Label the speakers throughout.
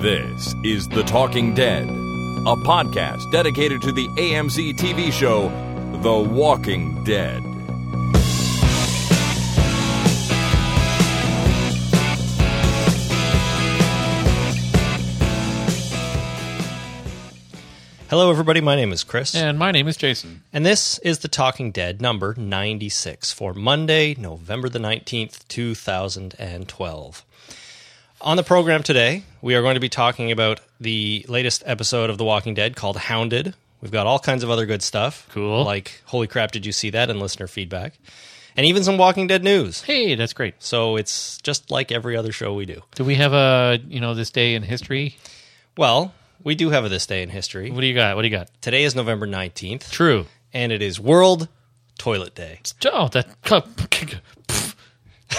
Speaker 1: This is The Talking Dead, a podcast dedicated to the AMC TV show The Walking Dead.
Speaker 2: Hello, everybody. My name is Chris.
Speaker 3: And my name is Jason.
Speaker 2: And this is The Talking Dead number 96 for Monday, November the 19th, 2012. On the program today, we are going to be talking about the latest episode of The Walking Dead called Hounded. We've got all kinds of other good stuff.
Speaker 3: Cool.
Speaker 2: Like, holy crap, did you see that? And listener feedback. And even some Walking Dead news.
Speaker 3: Hey, that's great.
Speaker 2: So it's just like every other show we do.
Speaker 3: Do we have a you know this day in history?
Speaker 2: Well, we do have a This Day in History.
Speaker 3: What do you got? What do you got?
Speaker 2: Today is November 19th,
Speaker 3: True.
Speaker 2: and it is World Toilet Day.
Speaker 3: Oh, that.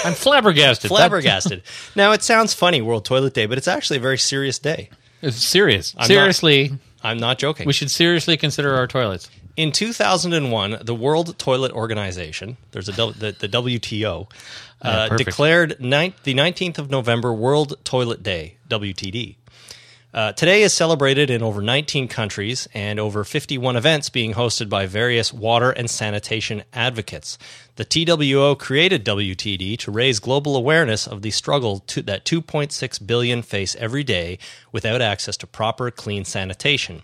Speaker 3: I'm flabbergasted.
Speaker 2: flabbergasted. now it sounds funny, World Toilet Day, but it's actually a very serious day.
Speaker 3: That- it's serious.
Speaker 2: not-
Speaker 3: seriously,
Speaker 2: I'm not joking.
Speaker 3: we should seriously consider our toilets.
Speaker 2: In 2001, the World Toilet Organization, there's a W- the, the WTO, uh,
Speaker 3: perfect.
Speaker 2: declared nine the 19th of November World Toilet Day (WTD). Uh, today is celebrated in over 19 countries and over 51 events being hosted by various water and sanitation advocates. The TWO created WTD to raise global awareness of the struggle to, that 2.6 billion face every day without access to proper, clean sanitation.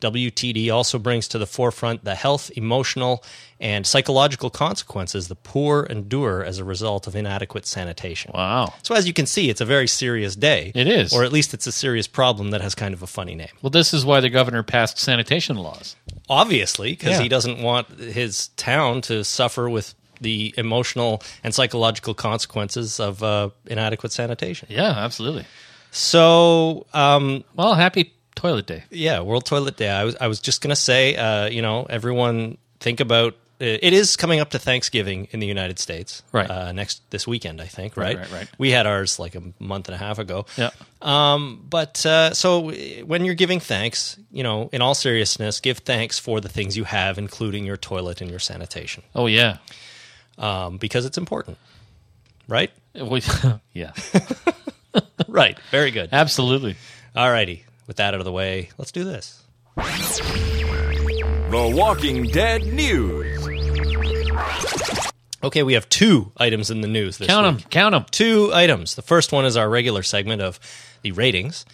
Speaker 2: WTD also brings to the forefront the health, emotional, and psychological consequences the poor endure as a result of inadequate sanitation.
Speaker 3: Wow.
Speaker 2: So as you can see, it's a very serious day.
Speaker 3: It is.
Speaker 2: Or at least it's a serious problem that has kind of a funny name.
Speaker 3: Well, this is why the governor passed sanitation laws.
Speaker 2: Obviously, because
Speaker 3: Yeah.
Speaker 2: he doesn't want his town to suffer with the emotional and psychological consequences of uh, inadequate sanitation.
Speaker 3: Yeah, absolutely.
Speaker 2: So, um,
Speaker 3: Well, happy toilet day.
Speaker 2: yeah, World Toilet Day. I was, I was just going to say, uh, you know, everyone think about uh, it is coming up to Thanksgiving in the United States,
Speaker 3: Right.
Speaker 2: Uh, next this weekend, I think. Right?
Speaker 3: Right, right, right.
Speaker 2: We had ours like a month and a half ago.
Speaker 3: Yeah.
Speaker 2: But uh, so uh, when you're giving thanks, you know, in all seriousness, give thanks for the things you have, including your toilet and your sanitation,
Speaker 3: Oh yeah.
Speaker 2: um, because it's important. Right?
Speaker 3: We, yeah.
Speaker 2: Right. Very good.
Speaker 3: Absolutely.
Speaker 2: All righty. With that out of the way, let's do this.
Speaker 1: The Walking Dead News.
Speaker 2: Okay, we have two items in the news this
Speaker 3: Count
Speaker 2: week.
Speaker 3: them. Count them.
Speaker 2: two items. The first one is our regular segment of the ratings.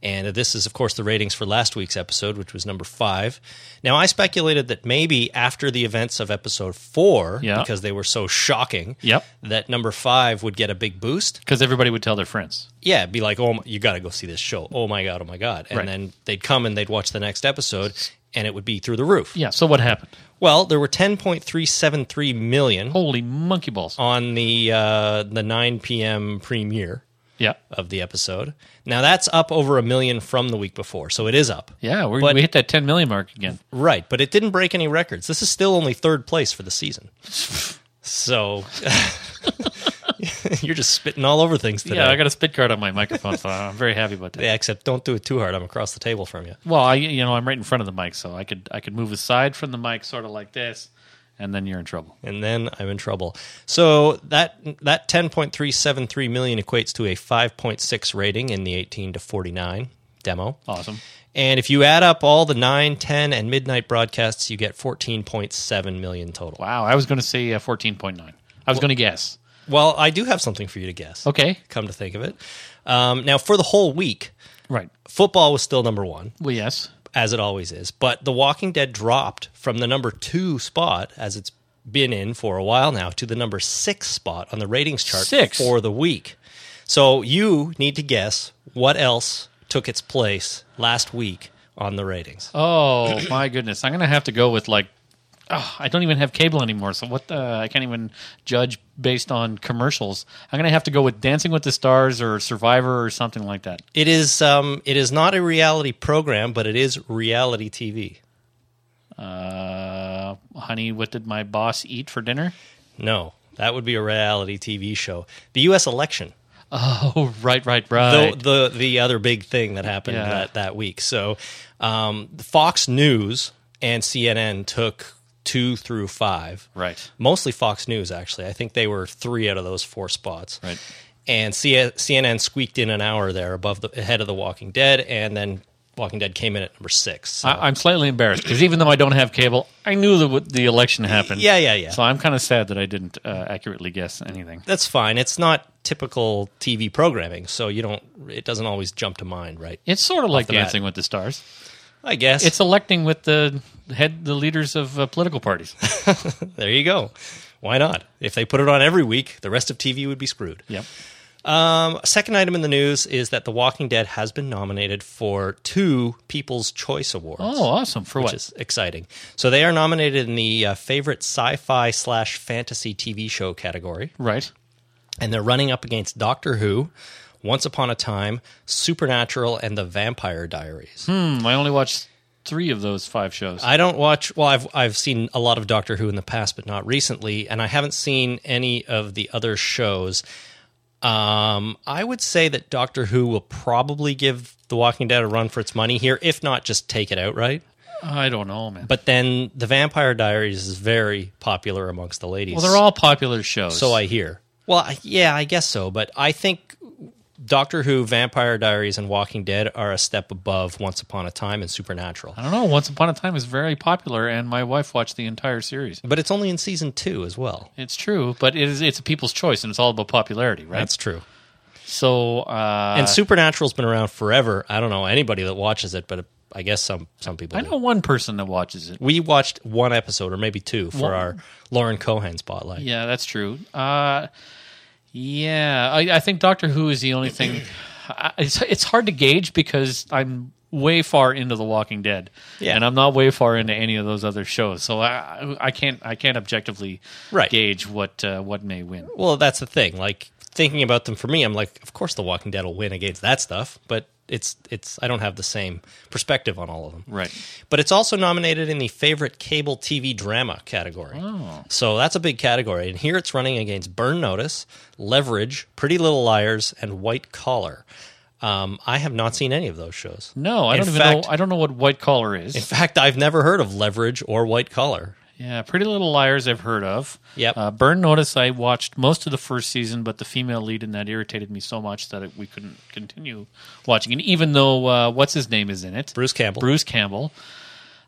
Speaker 2: And this is, of course, the ratings for last week's episode, which was number five. Now, I speculated that maybe after the events of episode four,
Speaker 3: Yeah.
Speaker 2: because they were so shocking,
Speaker 3: Yep.
Speaker 2: that number five would get a big boost.
Speaker 3: Because everybody would tell their friends.
Speaker 2: Yeah, it'd be like, oh, my, you got to go see this show. Oh my god, oh my god, and
Speaker 3: Right.
Speaker 2: then they'd come and they'd watch the next episode, and it would be through the roof.
Speaker 3: Yeah. So what happened?
Speaker 2: Well, there were ten point three seven three million
Speaker 3: Holy monkey balls.
Speaker 2: on the uh, the nine p.m. premiere
Speaker 3: Yeah.
Speaker 2: of the episode. Now that's up over a million from the week before, so it is up.
Speaker 3: Yeah. We're,
Speaker 2: But-
Speaker 3: we hit that 10 million mark again.
Speaker 2: Right, but it didn't break any records. This is still only third place for the season. So you're just spitting all over things today.
Speaker 3: Yeah, I got a spit guard on my microphone, so I'm very happy about that.
Speaker 2: Yeah, except don't do it too hard. I'm across the table from you.
Speaker 3: Well, I you know I'm right in front of the mic, so I could I could move aside from the mic, sort of like this, and then you're in trouble.
Speaker 2: and then I'm in trouble. So that that 10.373 million equates to a 5.6 rating in the 18 to 49 demo.
Speaker 3: Awesome.
Speaker 2: And if you add up all the 9, 10 and midnight broadcasts, you get 14.7 million total.
Speaker 3: Wow, I was going to say uh, 14.9. I was going to guess.
Speaker 2: Well, I do have something for you to guess.
Speaker 3: Okay.
Speaker 2: Come to think of it. Um, now for the whole week,
Speaker 3: Right.
Speaker 2: football was still number 1
Speaker 3: Well, yes.
Speaker 2: as it always is, but The Walking Dead dropped from the number 2 spot as it's been in for a while now to the number 6 spot on the ratings chart
Speaker 3: Six.
Speaker 2: for the week. So you need to guess what else took its place last week on the ratings.
Speaker 3: Oh my goodness, I'm going to have to go with like. Oh, I don't even have cable anymore, so what? The, I can't even judge based on commercials. I'm going to have to go with Dancing with the Stars or Survivor or something like that.
Speaker 2: It is um it is not a reality program, but it is reality TV.
Speaker 3: Uh, honey, what did my boss eat for dinner?
Speaker 2: No, that would be a reality TV show. The US election.
Speaker 3: Oh, right, right, right.
Speaker 2: the, the the other big thing that happened
Speaker 3: Yeah.
Speaker 2: that, that week. So, um, Fox News and CNN took two through five.
Speaker 3: Right.
Speaker 2: Mostly Fox News, actually. I think they were three out of those four spots.
Speaker 3: Right.
Speaker 2: and C- CNN squeaked in an hour there above the ahead of The Walking Dead, and then Walking Dead came in at number six. So-
Speaker 3: I, I'm slightly embarrassed because even though I don't have cable, I knew that what- the election happened.
Speaker 2: Yeah, yeah, yeah.
Speaker 3: So I'm kind of sad that I didn't uh, accurately guess anything.
Speaker 2: that's fine. It's not typical TV programming, so you don't. It doesn't always jump to mind, right?
Speaker 3: It's sort of like
Speaker 2: the bat.
Speaker 3: Dancing with the Stars.
Speaker 2: I guess
Speaker 3: It's electing with the head, the leaders of uh, political parties.
Speaker 2: there. You go. Why not? If they put it on every week, the rest of TV would be screwed.
Speaker 3: Yep.
Speaker 2: Um, second item in the news is that The Walking Dead has been nominated for two People's Choice Awards.
Speaker 3: Oh, awesome! For
Speaker 2: which
Speaker 3: what?
Speaker 2: is exciting. So they are nominated in the uh, favorite sci-fi slash fantasy TV show category,
Speaker 3: right.
Speaker 2: and they're running up against Doctor Who, Once Upon a Time, Supernatural, and The Vampire Diaries.
Speaker 3: Hmm, I only watched three of those five shows.
Speaker 2: I don't watch. Well, I've I've seen a lot of Doctor Who in the past, but not recently, and I haven't seen any of the other shows. Um, I would say that Doctor Who will probably give The Walking Dead a run for its money here, if not just take it outright.
Speaker 3: I don't know, man.
Speaker 2: But then The Vampire Diaries is very popular amongst the ladies.
Speaker 3: well, they're all popular shows.
Speaker 2: so I hear. Well, I- yeah, I guess so, but I think Doctor Who, Vampire Diaries, and Walking Dead are a step above Once Upon a Time and Supernatural.
Speaker 3: I don't know. Once Upon a Time is very popular, and my wife watched the entire series.
Speaker 2: But it's only in season two as well.
Speaker 3: It's true, but it is, it's a people's choice, and it's all about popularity, right?
Speaker 2: That's true.
Speaker 3: so, uh,
Speaker 2: And Supernatural's been around forever. I don't know anybody that watches it, but I guess some some people.
Speaker 3: I
Speaker 2: do.
Speaker 3: know one person that watches it.
Speaker 2: We watched one episode or maybe two for
Speaker 3: One.
Speaker 2: our Lauren Cohan spotlight.
Speaker 3: Yeah, that's true. Uh, yeah, I, I think Doctor Who is the only thing. I- It's it's hard to gauge because I'm way far into The Walking Dead,
Speaker 2: Yeah.
Speaker 3: and I'm not way far into any of those other shows, so I I can't I can't objectively
Speaker 2: Right.
Speaker 3: gauge what uh, what may win.
Speaker 2: Well, that's the thing. Like thinking about them for me, I'm like, of course, The Walking Dead will win against that stuff, but it's it's I don't have the same perspective on all of them.
Speaker 3: Right.
Speaker 2: But it's also nominated in the favorite cable TV drama category.
Speaker 3: Oh.
Speaker 2: So that's a big category, and here it's running against Burn Notice, Leverage, Pretty Little Liars, and White Collar. Um, I have not seen any of those shows.
Speaker 3: No, I
Speaker 2: In
Speaker 3: don't even
Speaker 2: fact-
Speaker 3: know. I don't know what White Collar is.
Speaker 2: In fact, I've never heard of Leverage or White Collar.
Speaker 3: Yeah, Pretty Little Liars I've heard of.
Speaker 2: Yep.
Speaker 3: Uh, Burn Notice I watched most of the first season, but the female lead in that irritated me so much that it, we couldn't continue watching. And even though uh, what's his name is in it,
Speaker 2: Bruce Campbell.
Speaker 3: Bruce Campbell.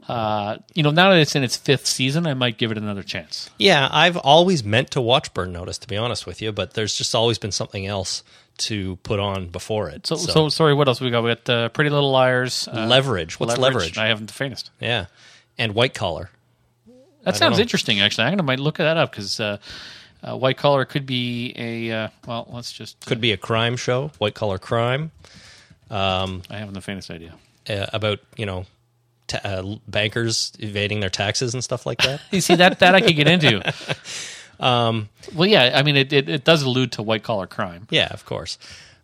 Speaker 3: Uh, you know, now that it's in its fifth season, I might give it another chance.
Speaker 2: Yeah, I've always meant to watch Burn Notice, to be honest with you, but there's just always been something else to put on before it.
Speaker 3: So, so, sorry, what else we got? We got uh, Pretty Little Liars, uh,
Speaker 2: Leverage. What's Leverage?
Speaker 3: I haven't the faintest.
Speaker 2: yeah, and White Collar.
Speaker 3: That sounds
Speaker 2: know.
Speaker 3: interesting. Actually, I'm gonna might look that up because uh, uh, White Collar could be a uh, well. Let's just.
Speaker 2: Could be a crime show, White Collar Crime,
Speaker 3: I haven't the faintest idea.
Speaker 2: uh, about, you know, ta- uh, l- bankers evading their taxes and stuff like that.
Speaker 3: You see that that I could get into. Um, well, yeah, I mean it, it, it does allude to white collar crime.
Speaker 2: yeah, of course.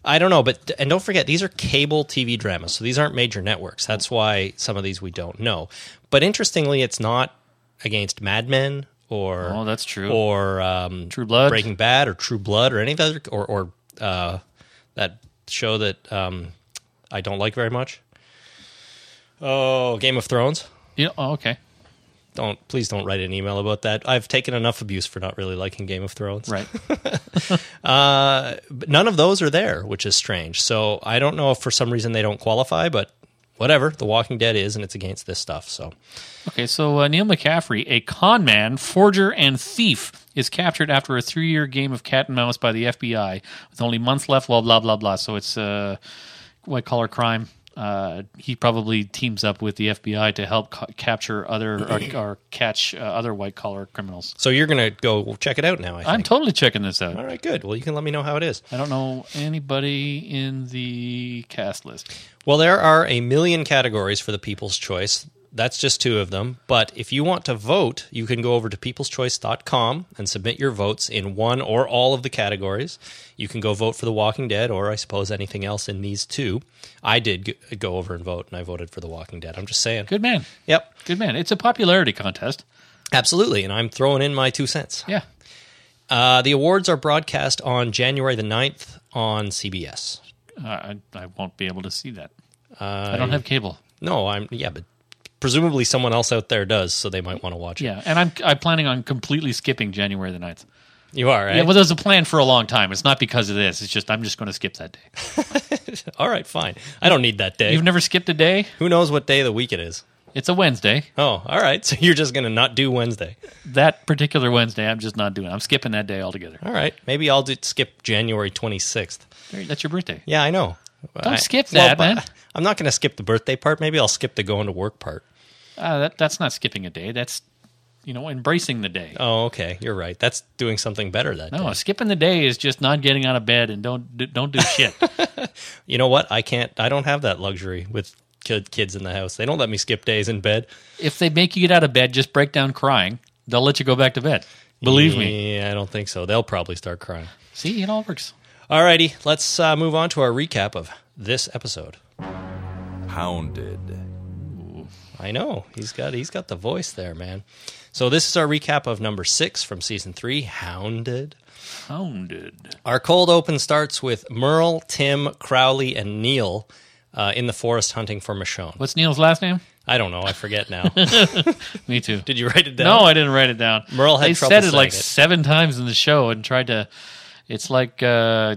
Speaker 2: I don't know, but and don't forget these are cable TV dramas, so these aren't major networks. That's why some of these we don't know. But interestingly, it's not against Mad Men or
Speaker 3: Oh, that's true.
Speaker 2: or um,
Speaker 3: True Blood.
Speaker 2: Breaking Bad, or True Blood, or any of the other or or uh, that show that um, I don't like very much. Oh, Game of Thrones.
Speaker 3: You know, oh, okay,
Speaker 2: Don't please don't write an email about that. I've taken enough abuse for not really liking Game of Thrones.
Speaker 3: right.
Speaker 2: Uh, But none of those are there, which is strange. So I don't know if for some reason they don't qualify, but whatever. The Walking Dead is, and it's against this stuff. So
Speaker 3: Okay, so uh, Neil McCaffrey, a con man, forger, and thief, is captured after a three-year game of cat and mouse by the FBI with only months left. Blah blah blah blah. So it's uh, white collar crime. Uh, he probably teams up with the FBI to help ca- capture other or, or catch uh, other white collar criminals.
Speaker 2: so you're gonna go check it out now. I think.
Speaker 3: I'm totally checking this out.
Speaker 2: All right, good. Well, you can let me know how it is.
Speaker 3: I don't know anybody in the cast list.
Speaker 2: Well, there are a million categories for the People's Choice. That's just two of them. But if you want to vote, you can go over to peopleschoice.com and submit your votes in one or all of the categories. You can go vote for The Walking Dead or, I suppose, anything else in these two. I did g- go over and vote, and I voted for The Walking Dead. I'm just saying.
Speaker 3: Good man.
Speaker 2: Yep,
Speaker 3: Good man. It's a popularity contest.
Speaker 2: absolutely. And I'm throwing in my two cents.
Speaker 3: Yeah.
Speaker 2: Uh, the awards are broadcast on January the 9th on CBS.
Speaker 3: Uh, I, I won't be able to see that. I don't have cable.
Speaker 2: No, I'm, yeah, but presumably someone else out there does, so they might want to watch it.
Speaker 3: Yeah. And I'm, I'm planning on completely skipping January the 9th.
Speaker 2: You are, right?
Speaker 3: Yeah, well, there was a plan for a long time. It's not because of this. It's just I'm just going to skip that day.
Speaker 2: All right, fine. I don't need that day.
Speaker 3: You've never skipped a day?
Speaker 2: Who knows what day of the week it is?
Speaker 3: It's a Wednesday.
Speaker 2: Oh, all right. So you're just going to not do Wednesday.
Speaker 3: That particular Wednesday, I'm just not doing. it. I'm skipping that day altogether.
Speaker 2: All right. Maybe I'll do, skip January 26th.
Speaker 3: There- That's your birthday.
Speaker 2: Yeah, I know.
Speaker 3: Don't
Speaker 2: I-
Speaker 3: skip
Speaker 2: well,
Speaker 3: that,
Speaker 2: but
Speaker 3: man.
Speaker 2: I'm not going to skip the birthday part. Maybe I'll skip the going to work part.
Speaker 3: Uh, that, that's not skipping a day. That's you know embracing the day.
Speaker 2: Oh, okay. You're right. That's doing something better that
Speaker 3: No,
Speaker 2: day.
Speaker 3: skipping the day is just not getting out of bed and don't d- don't do shit.
Speaker 2: You know what? I can't. I don't have that luxury with kid, kids in the house. They don't let me skip days in bed.
Speaker 3: if they make you get out of bed, just break down crying. They'll let you go back to bed. Believe me.
Speaker 2: Yeah, I don't think so. They'll probably start crying.
Speaker 3: See, it all works.
Speaker 2: All righty. Let's uh, move on to our recap of this episode.
Speaker 1: Hounded.
Speaker 2: I know he's got he's got the voice there, man. So this is our recap of number six from season three, Hounded.
Speaker 3: Hounded.
Speaker 2: Our cold open starts with Merle, Tim, Crowley, and Neil uh, in the forest hunting for Michonne.
Speaker 3: What's Neil's last name?
Speaker 2: I don't know. I forget now.
Speaker 3: Me too.
Speaker 2: Did you write it down?
Speaker 3: no, I didn't write it down.
Speaker 2: Merle had
Speaker 3: they
Speaker 2: trouble
Speaker 3: said it like
Speaker 2: saying it.
Speaker 3: seven times in the show and tried to. It's like uh,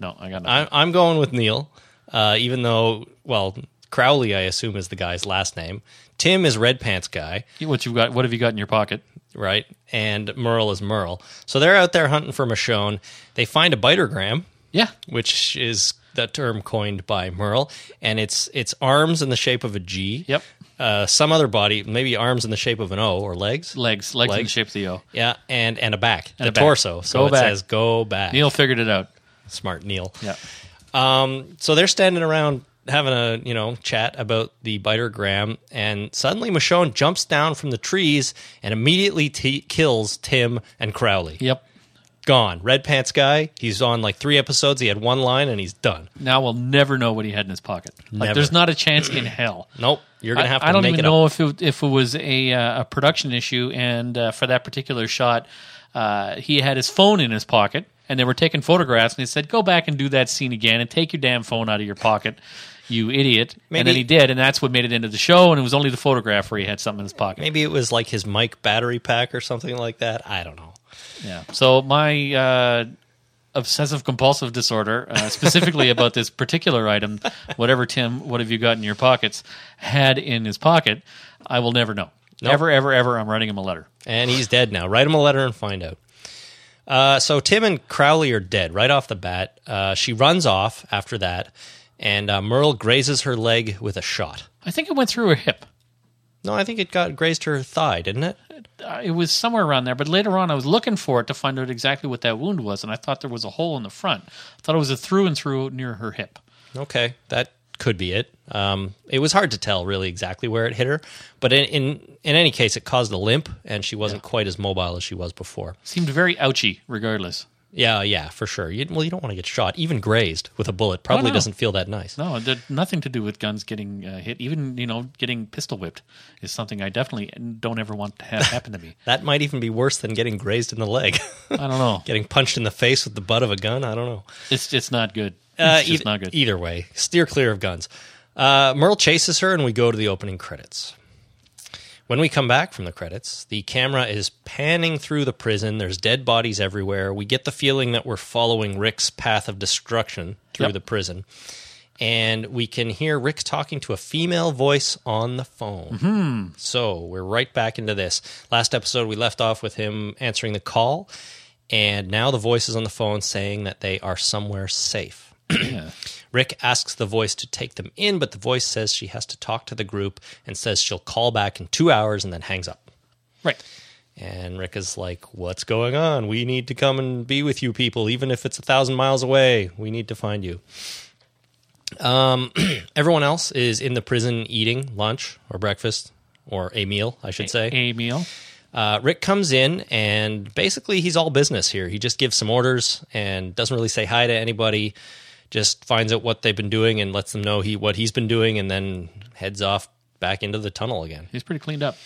Speaker 3: no, I got nothing.
Speaker 2: I, I'm going with Neil, uh, even though, well, Crowley, I assume, is the guy's last name. Tim is Red Pants Guy,
Speaker 3: what you got? What have you got in your pocket?
Speaker 2: right? And Merle is Merle. So they're out there hunting for Michonne. They find a bitergram,
Speaker 3: Yeah,
Speaker 2: which is the term coined by Merle, and it's it's arms in the shape of a G.
Speaker 3: Yep.
Speaker 2: Uh, some other body, maybe arms in the shape of an O or legs.
Speaker 3: legs, legs, in the
Speaker 2: Legs.
Speaker 3: shape of the O.
Speaker 2: Yeah, and and a back,
Speaker 3: And
Speaker 2: the
Speaker 3: a back.
Speaker 2: torso. So
Speaker 3: Go
Speaker 2: it
Speaker 3: back.
Speaker 2: says go back.
Speaker 3: Neil figured it out.
Speaker 2: Smart Neil.
Speaker 3: Yeah,
Speaker 2: Um, so they're standing around having a you know chat about the biter gram, and suddenly Michonne jumps down from the trees and immediately t- kills Tim and Crowley.
Speaker 3: yep.
Speaker 2: Gone. Red pants guy. He's on like three episodes. He had one line and he's done.
Speaker 3: Now we'll never know what he had in his pocket. Like,
Speaker 2: Never.
Speaker 3: there's not a chance in hell.
Speaker 2: Nope. You're gonna
Speaker 3: I-
Speaker 2: have to
Speaker 3: I, don't
Speaker 2: make
Speaker 3: even
Speaker 2: it
Speaker 3: know
Speaker 2: up.
Speaker 3: if it, if it was a uh, a production issue, and uh, for that particular shot, uh, he had his phone in his pocket, and they were taking photographs, and he said, "Go back and do that scene again, and take your damn phone out of your pocket." You idiot! And
Speaker 2: Maybe-
Speaker 3: then he did, and that's what made it into the show. And it was only the photograph where he had something in his pocket.
Speaker 2: Maybe it was like his mic battery pack or something like that. I don't know.
Speaker 3: Yeah. So my uh, obsessive compulsive disorder, uh, specifically about this particular item, whatever Tim, what have you got in your pockets? Had in his pocket, I will never know.
Speaker 2: Nope.
Speaker 3: Ever, ever, ever. I'm writing him a letter.
Speaker 2: And he's dead now. Write him a letter and find out. Uh, so Tim and Crowley are dead right off the bat. Uh, she runs off after that, and uh, Merle grazes her leg with a shot.
Speaker 3: I think it went through her hip.
Speaker 2: No, I think it got grazed her thigh, didn't it?
Speaker 3: Uh, it was somewhere around there, but later on, I was looking for it to find out exactly what that wound was, and I thought there was a hole in the front. I thought it was a through and through near her hip.
Speaker 2: Okay, that could be it. Um, it was hard to tell really exactly where it hit her, but in in, in any case, it caused a limp, and she wasn't quite as mobile as she was before.
Speaker 3: Seemed very ouchy, regardless.
Speaker 2: Yeah, yeah, for sure. You, well, you don't want to get shot, even grazed with a bullet. Probably
Speaker 3: no.
Speaker 2: doesn't feel that nice.
Speaker 3: No, it had nothing to do with guns getting uh, hit. Even you know, getting pistol whipped is something I definitely don't ever want to have happen to me.
Speaker 2: That might even be worse than getting grazed in the leg.
Speaker 3: I don't know.
Speaker 2: getting punched in the face with the butt of a gun. I don't know.
Speaker 3: It's it's not good. It's
Speaker 2: Uh,
Speaker 3: just
Speaker 2: eith-
Speaker 3: not good.
Speaker 2: Either way, steer clear of guns. Uh, Merle chases her, and we go to the opening credits. When we come back from the credits, the camera is panning through the prison. There's dead bodies everywhere. We get the feeling that we're following Rick's path of destruction through
Speaker 3: Yep.
Speaker 2: the prison. And we can hear Rick talking to a female voice on the phone.
Speaker 3: Mm-hmm.
Speaker 2: So we're right back into this. Last episode, we left off with him answering the call. And now the voice is on the phone saying that they are somewhere safe. Rick asks the voice to take them in, but the voice says she has to talk to the group and says she'll call back in two hours and then hangs up.
Speaker 3: right.
Speaker 2: And Rick is like, What's going on? We need to come and be with you people, even if it's a thousand miles away. We need to find you. Um, everyone else is in the prison eating lunch or breakfast or a meal, I should say.
Speaker 3: A meal.
Speaker 2: Uh, Rick comes in and basically he's all business here. He just gives some orders and doesn't really say hi to anybody. Just finds out what they've been doing and lets them know he what he's been doing, and then heads off back into the tunnel again.
Speaker 3: He's pretty cleaned up.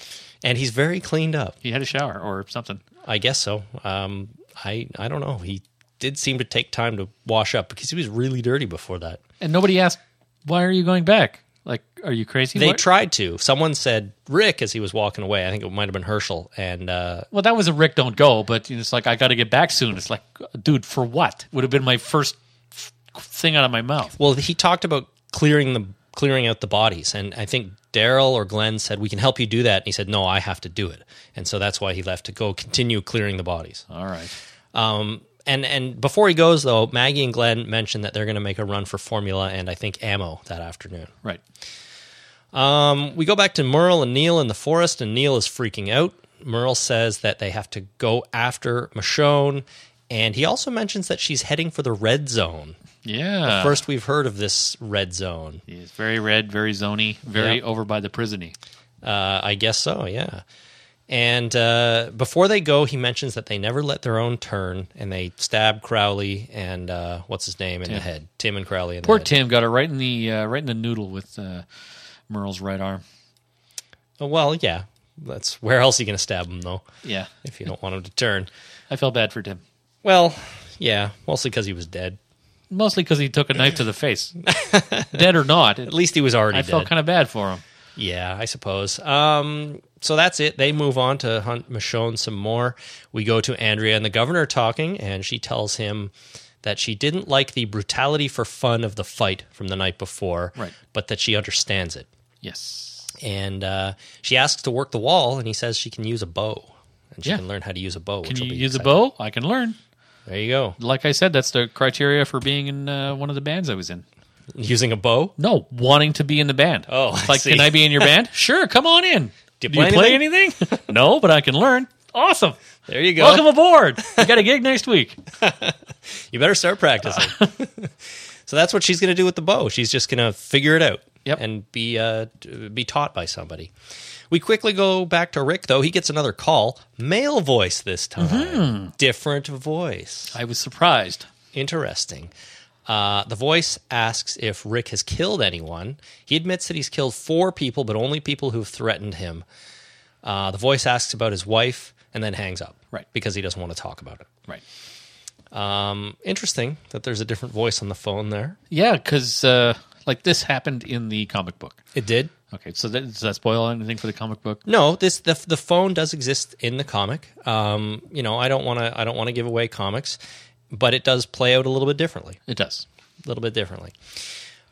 Speaker 2: And he's very cleaned up.
Speaker 3: He had a shower or something.
Speaker 2: I guess so. Um, I I don't know. He did seem to take time to wash up because he was really dirty before that.
Speaker 3: And nobody asked, "Why are you going back?" Like, are you crazy?
Speaker 2: They
Speaker 3: What-
Speaker 2: tried to. Someone said Rick as he was walking away. I think it might have been Herschel. And uh,
Speaker 3: well, that was a Rick, don't go. But it's like I got to get back soon. It's like, dude, for what? Would have been my first f- thing out of my mouth.
Speaker 2: well, he talked about clearing the clearing out the bodies, and I think Daryl or Glenn said we can help you do that, and he said no, I have to do it, and so that's why he left to go continue clearing the bodies.
Speaker 3: All right.
Speaker 2: Um, and and before he goes though, Maggie and Glenn mentioned that they're going to make a run for formula and I think ammo that afternoon.
Speaker 3: Right.
Speaker 2: Um, we go back to Merle and Neil in the forest, and Neil is freaking out. Merle says that they have to go after Michonne, and he also mentions that she's heading for the red zone.
Speaker 3: Yeah.
Speaker 2: First, we've heard of this red zone.
Speaker 3: He's very red, very zony, very
Speaker 2: Yeah.
Speaker 3: over by the prisony.
Speaker 2: Uh, I guess so, yeah. And uh, before they go, he mentions that they never let their own turn, and they stab Crowley and uh, what's his name in the head, Tim and Crowley in
Speaker 3: Poor
Speaker 2: the head.
Speaker 3: Tim got her right in the uh, right in the noodle with uh, Merle's right arm.
Speaker 2: Oh, Well, yeah, that's where else are you going to stab him though?
Speaker 3: Yeah,
Speaker 2: If you don't want him to turn,
Speaker 3: I felt bad for Tim,
Speaker 2: well, yeah, mostly because he was dead.
Speaker 3: mostly because he took a knife to the face, dead or not.
Speaker 2: At least he was already
Speaker 3: I
Speaker 2: dead.
Speaker 3: felt kind of bad for him.
Speaker 2: yeah, I suppose. Um, so that's it. They move on to hunt Michonne some more. We go to Andrea and the governor talking, and she tells him that she didn't like the brutality for fun of the fight from the night before,
Speaker 3: Right.
Speaker 2: but that she understands it.
Speaker 3: Yes,
Speaker 2: And uh, she asks to work the wall, and he says she can use a bow. And she
Speaker 3: Yeah.
Speaker 2: can learn how to use a bow.
Speaker 3: can
Speaker 2: which
Speaker 3: you
Speaker 2: will be
Speaker 3: use
Speaker 2: exciting.
Speaker 3: a bow? I can learn.
Speaker 2: There you go.
Speaker 3: Like I said, that's the criteria for being in uh, one of the bands I was in.
Speaker 2: Using a bow?
Speaker 3: No, wanting to be in the band.
Speaker 2: Oh,
Speaker 3: It's
Speaker 2: I
Speaker 3: like
Speaker 2: see.
Speaker 3: can I be in your band? sure, come on in.
Speaker 2: Do you
Speaker 3: Do you
Speaker 2: play
Speaker 3: play anything? no, but I can learn. Awesome.
Speaker 2: There you go.
Speaker 3: Welcome aboard. You got a gig next week.
Speaker 2: You better start practicing. so that's what she's going to do with the bow. She's just going to figure it out
Speaker 3: Yep.
Speaker 2: and be uh, t- be taught by somebody. We quickly go back to Rick though. He gets another call, male voice this time,
Speaker 3: Mm-hmm.
Speaker 2: different voice.
Speaker 3: I was surprised.
Speaker 2: Interesting. Uh, the voice asks if Rick has killed anyone. He admits that he's killed four people, but only people who've threatened him. Uh, the voice asks about his wife and then hangs up,
Speaker 3: Right.
Speaker 2: Because he doesn't want to talk about it.
Speaker 3: Right.
Speaker 2: Um, interesting that there's a different voice on the phone there.
Speaker 3: Yeah, because uh, like this happened in the comic book.
Speaker 2: It did.
Speaker 3: Okay, so that, does that spoil anything for the comic book?
Speaker 2: No, this the the phone does exist in the comic. Um, you know, I don't want to I don't want to give away comics, but it does play out a little bit differently.
Speaker 3: It does.
Speaker 2: A little bit differently.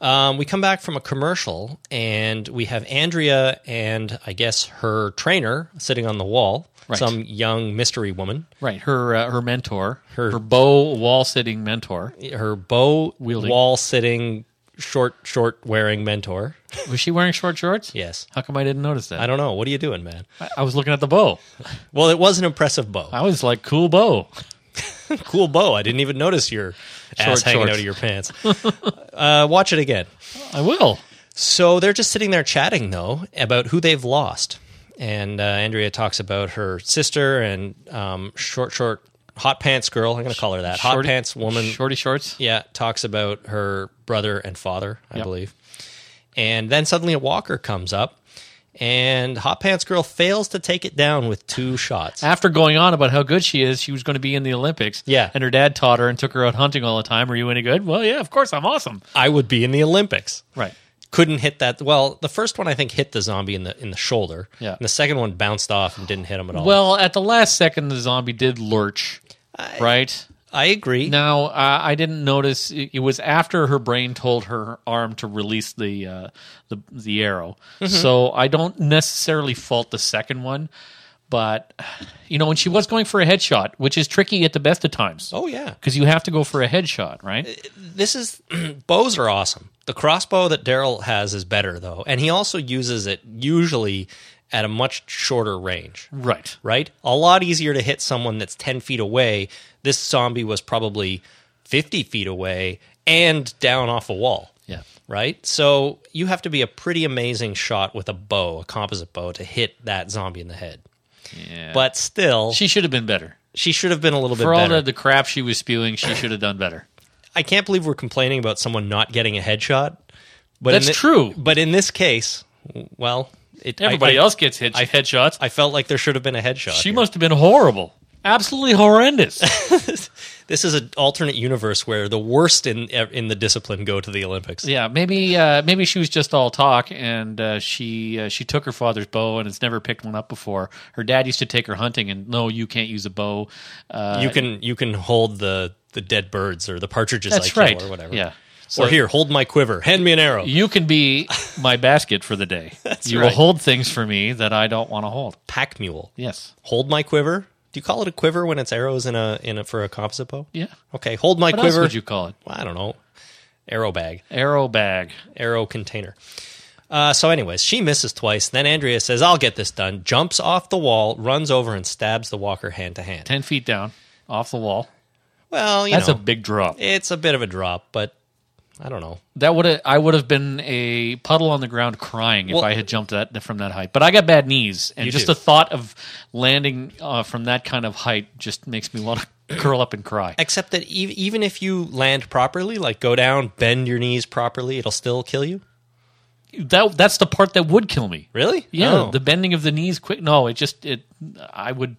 Speaker 2: Um, we come back from a commercial and we have Andrea and I guess her trainer sitting on the wall,
Speaker 3: Right.
Speaker 2: some young mystery woman,
Speaker 3: Right, her uh, her mentor, her, her bow wall sitting mentor.
Speaker 2: her bow
Speaker 3: Wielding.
Speaker 2: wall sitting short short wearing mentor.
Speaker 3: Was she wearing short shorts?
Speaker 2: Yes.
Speaker 3: How come I didn't notice that?
Speaker 2: I don't know. What are you doing, man?
Speaker 3: I, I was looking at the bow.
Speaker 2: Well, it was an impressive bow.
Speaker 3: I was like, cool bow.
Speaker 2: cool bow. I didn't even notice your ass
Speaker 3: Short
Speaker 2: hanging
Speaker 3: shorts.
Speaker 2: out of your pants. uh, watch it again.
Speaker 3: I will.
Speaker 2: So they're just sitting there chatting though about who they've lost, and uh, Andrea talks about her sister and um, short, short, hot pants girl. I'm going to call her that. hot
Speaker 3: Shorty-
Speaker 2: pants woman.
Speaker 3: Shorty shorts.
Speaker 2: Yeah, talks about her brother and father, I believe. And then suddenly a walker comes up, and hot pants girl fails to take it down with two shots.
Speaker 3: After going on about how good she is, she was going to be in the Olympics.
Speaker 2: Yeah.
Speaker 3: And her dad taught her and took her out hunting all the time. Are you any good? Well, yeah, of course, I'm awesome.
Speaker 2: I would be in the Olympics.
Speaker 3: Right.
Speaker 2: couldn't hit that. Well, the first one I think hit the zombie in the in the shoulder.
Speaker 3: Yeah.
Speaker 2: And the second one bounced off and didn't hit him at all.
Speaker 3: Well, at the last second, the zombie did lurch. right?
Speaker 2: I agree.
Speaker 3: Now, uh, I didn't notice. It, it was after her brain told her arm to release the uh, the, the arrow.
Speaker 2: Mm-hmm.
Speaker 3: So I don't necessarily fault the second one, but you know, and she was going for a headshot, which is tricky at the best of times
Speaker 2: Oh Uh, yeah.
Speaker 3: because you have to go for a headshot, right?
Speaker 2: This is bows are awesome. The crossbow that Daryl has is better though, and he also uses it usually at a much shorter range.
Speaker 3: Right.
Speaker 2: Right? A lot easier to hit someone that's ten feet away. This zombie was probably fifty feet away and down off a wall.
Speaker 3: Yeah.
Speaker 2: right? So you have to be a pretty amazing shot with a bow, a composite bow, to hit that zombie in the head.
Speaker 3: Yeah.
Speaker 2: But still, she,
Speaker 3: She should have been better.
Speaker 2: should have been a little bit
Speaker 3: For all
Speaker 2: better.
Speaker 3: the, the crap she was spewing, she should have done better.
Speaker 2: I can't believe we're complaining about someone not getting a headshot. But
Speaker 3: That's
Speaker 2: in thi-
Speaker 3: true.
Speaker 2: But in this case, well, it, I-
Speaker 3: Everybody
Speaker 2: I,
Speaker 3: else gets hit, headshots.
Speaker 2: I felt like there should have been a headshot.
Speaker 3: she
Speaker 2: here.
Speaker 3: must have been horrible. absolutely horrendous.
Speaker 2: This is an alternate universe where the worst in e, in the discipline go to the Olympics.
Speaker 3: yeah, maybe uh, maybe she was just all talk, and uh, she uh, she took her father's bow and has never picked one up before. Her dad used to take her hunting, and no, you can't use a bow. Uh,
Speaker 2: you can you can hold the the dead birds or the partridges I
Speaker 3: that's
Speaker 2: kill
Speaker 3: right,
Speaker 2: or whatever.
Speaker 3: Yeah.
Speaker 2: or here, hold my quiver. Hand me an arrow.
Speaker 3: You can be my basket for the day. you will
Speaker 2: right.
Speaker 3: hold things for me that I don't want to hold.
Speaker 2: Pack mule.
Speaker 3: Yes.
Speaker 2: Hold my quiver. Do you call it a quiver when it's arrows in a in a for a composite bow?
Speaker 3: Yeah.
Speaker 2: Okay. Hold my
Speaker 3: What else
Speaker 2: quiver.
Speaker 3: would you call it?
Speaker 2: Well, I don't know. Arrow bag.
Speaker 3: Arrow bag.
Speaker 2: arrow container. Uh, so, anyways, she misses twice. Then Andrea says, I'll get this done. Jumps off the wall, runs over, and stabs the walker hand to hand.
Speaker 3: Ten feet down, off the wall.
Speaker 2: Well, you
Speaker 3: That's
Speaker 2: know,
Speaker 3: a big drop.
Speaker 2: it's a bit of a drop, but I don't know.
Speaker 3: That would have I would have been a puddle on the ground crying if
Speaker 2: Well-
Speaker 3: I had jumped that from that height. But I got bad knees, and
Speaker 2: You
Speaker 3: just
Speaker 2: do.
Speaker 3: the thought of landing uh, from that kind of height just makes me want to curl up and cry.
Speaker 2: Except that ev- even if you land properly, like go down, bend your knees properly, it'll still kill you.
Speaker 3: That that's the part that would kill me.
Speaker 2: Really?
Speaker 3: Yeah,
Speaker 2: Oh.
Speaker 3: the bending of the knees. Quick, no, it just it. I would,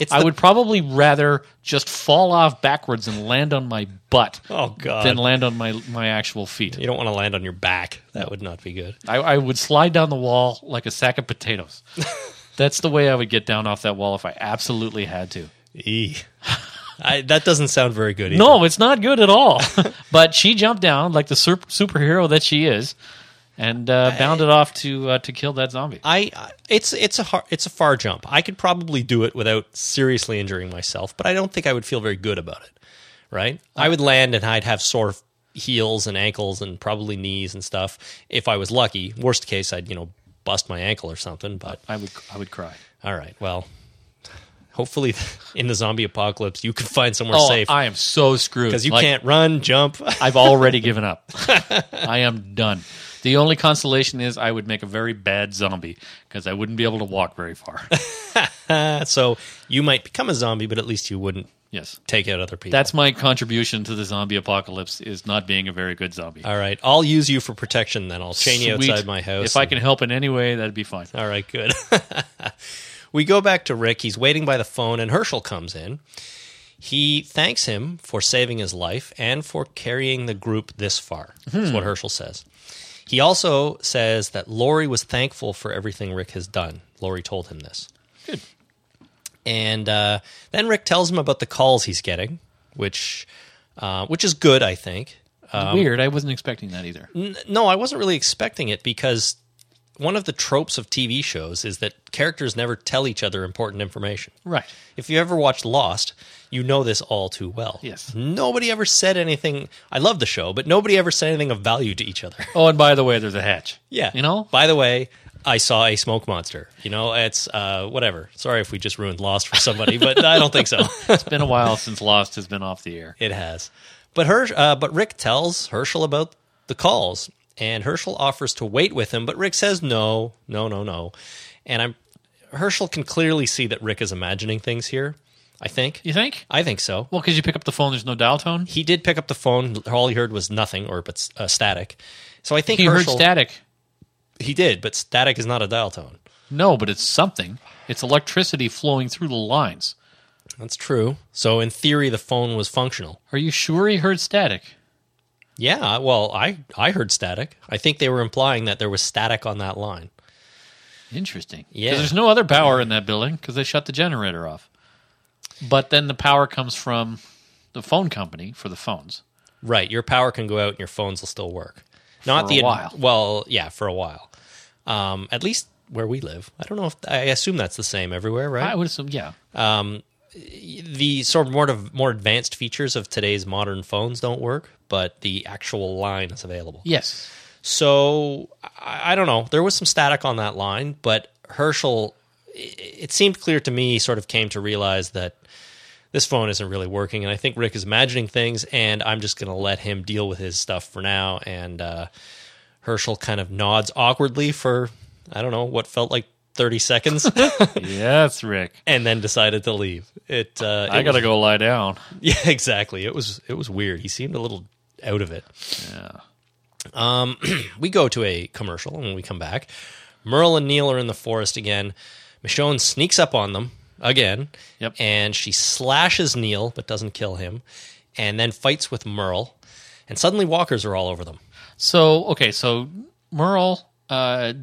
Speaker 2: It's
Speaker 3: I
Speaker 2: the-
Speaker 3: would probably rather just fall off backwards and land on my butt.
Speaker 2: Oh, God.
Speaker 3: Than land on my my actual feet.
Speaker 2: you don't want to land on your back. That would not be good.
Speaker 3: I, I would slide down the wall like a sack of potatoes. That's the way I would get down off that wall if I absolutely had to.
Speaker 2: Eee. E. I, that doesn't sound very good. Either.
Speaker 3: No, it's not good at all. but she jumped down like the sur- superhero that she is, and uh, bounded off to uh, to kill that zombie.
Speaker 2: I I- it's it's a har it's a far jump. I could probably do it without seriously injuring myself, but I don't think I would feel very good about it. Right? I would land and I'd have sore heels and ankles and probably knees and stuff if I was lucky. Worst case, I'd you know bust my ankle or something. But
Speaker 3: I would I would cry.
Speaker 2: all right, well, hopefully in the zombie apocalypse you can find somewhere
Speaker 3: Oh,
Speaker 2: safe
Speaker 3: I am so screwed
Speaker 2: because you
Speaker 3: Like,
Speaker 2: can't run, jump.
Speaker 3: I've already given up. I am done. The only consolation is I would make a very bad zombie because I wouldn't be able to walk very far.
Speaker 2: so you might become a zombie, but at least you wouldn't
Speaker 3: Yes.
Speaker 2: take out other people.
Speaker 3: That's my contribution to the zombie apocalypse is not being a very good zombie.
Speaker 2: all right. I'll use you for protection then. I'll chain you
Speaker 3: Sweet.
Speaker 2: outside my house.
Speaker 3: If I
Speaker 2: and-
Speaker 3: can help in any way, that'd be fine.
Speaker 2: All right, good. we go back to Rick. He's waiting by the phone, and Herschel comes in. He thanks him for saving his life and for carrying the group this far.
Speaker 3: Hmm.
Speaker 2: That's what Herschel says. He also says that Lori was thankful for everything Rick has done. Lori told him this. Good. And uh, then Rick tells him about the calls he's getting, which, uh, which is good, I think. Um,
Speaker 3: Weird. I wasn't expecting that either.
Speaker 2: N- no, I wasn't really expecting it because one of the tropes of TV shows is that characters never tell each other important information.
Speaker 3: Right.
Speaker 2: If you ever watched Lost, you know this all too well.
Speaker 3: Yes.
Speaker 2: Nobody ever said anything. I love the show, but nobody ever said anything of value to each other.
Speaker 3: Oh, and by the way, there's a hatch.
Speaker 2: yeah.
Speaker 3: You know?
Speaker 2: By the way, I saw a smoke monster. You know, it's uh, whatever. Sorry if we just ruined Lost for somebody, but I don't think so.
Speaker 3: It's been a while since Lost has been off the air.
Speaker 2: It has. But Hersh, uh, but Rick tells Herschel about the calls, and Herschel offers to wait with him, but Rick says no, no, no, no. And I'm Herschel can clearly see that Rick is imagining things here. I think.
Speaker 3: You think?
Speaker 2: I think so.
Speaker 3: Well, because you pick up the phone, there's no dial tone.
Speaker 2: He did pick up the phone. All he heard was nothing, or but uh, static. So I think
Speaker 3: He heard
Speaker 2: Herschel.
Speaker 3: static.
Speaker 2: he did, but static is not a dial tone.
Speaker 3: No, but it's something. It's electricity flowing through the lines.
Speaker 2: That's true. So in theory, the phone was functional.
Speaker 3: Are you sure he heard static?
Speaker 2: Yeah. Well, I I heard static. I think they were implying that there was static on that line.
Speaker 3: Interesting. 'Cause
Speaker 2: Yeah.
Speaker 3: There's no other power in that building because they shut the generator off. But then the power comes from the phone company for the phones.
Speaker 2: Right, your power can go out and your phones will still work. Not
Speaker 3: For
Speaker 2: the
Speaker 3: a while.
Speaker 2: Well, yeah, for a while. Um, at least where we live. I don't know if I assume that's the same everywhere,
Speaker 3: I
Speaker 2: right?
Speaker 3: would assume, yeah.
Speaker 2: the sort of more of more advanced features of today's modern phones don't work, but the actual line is available.
Speaker 3: Yes.
Speaker 2: So I, I don't know. There was some static on that line, but Herschel. i- It seemed clear to me. Sort of came to realize that this phone isn't really working, and I think Rick is imagining things, and I'm just going to let him deal with his stuff for now. And uh, Herschel kind of nods awkwardly for I don't know what felt like 30 seconds,
Speaker 3: yes, Rick.
Speaker 2: and then decided to leave. It. Uh,
Speaker 3: I
Speaker 2: it
Speaker 3: got to
Speaker 2: was-
Speaker 3: go lie down.
Speaker 2: Yeah, exactly. It was it was weird. He seemed a little out of it. Um,
Speaker 3: Yeah.
Speaker 2: we go to a commercial and when we come back, Merle and Neil are in the forest again. Michonne sneaks up on them again.
Speaker 3: Yep.
Speaker 2: And she slashes Neil, but doesn't kill him, and then fights with Merle. And suddenly, walkers are all over them.
Speaker 3: So okay, so Merle uh,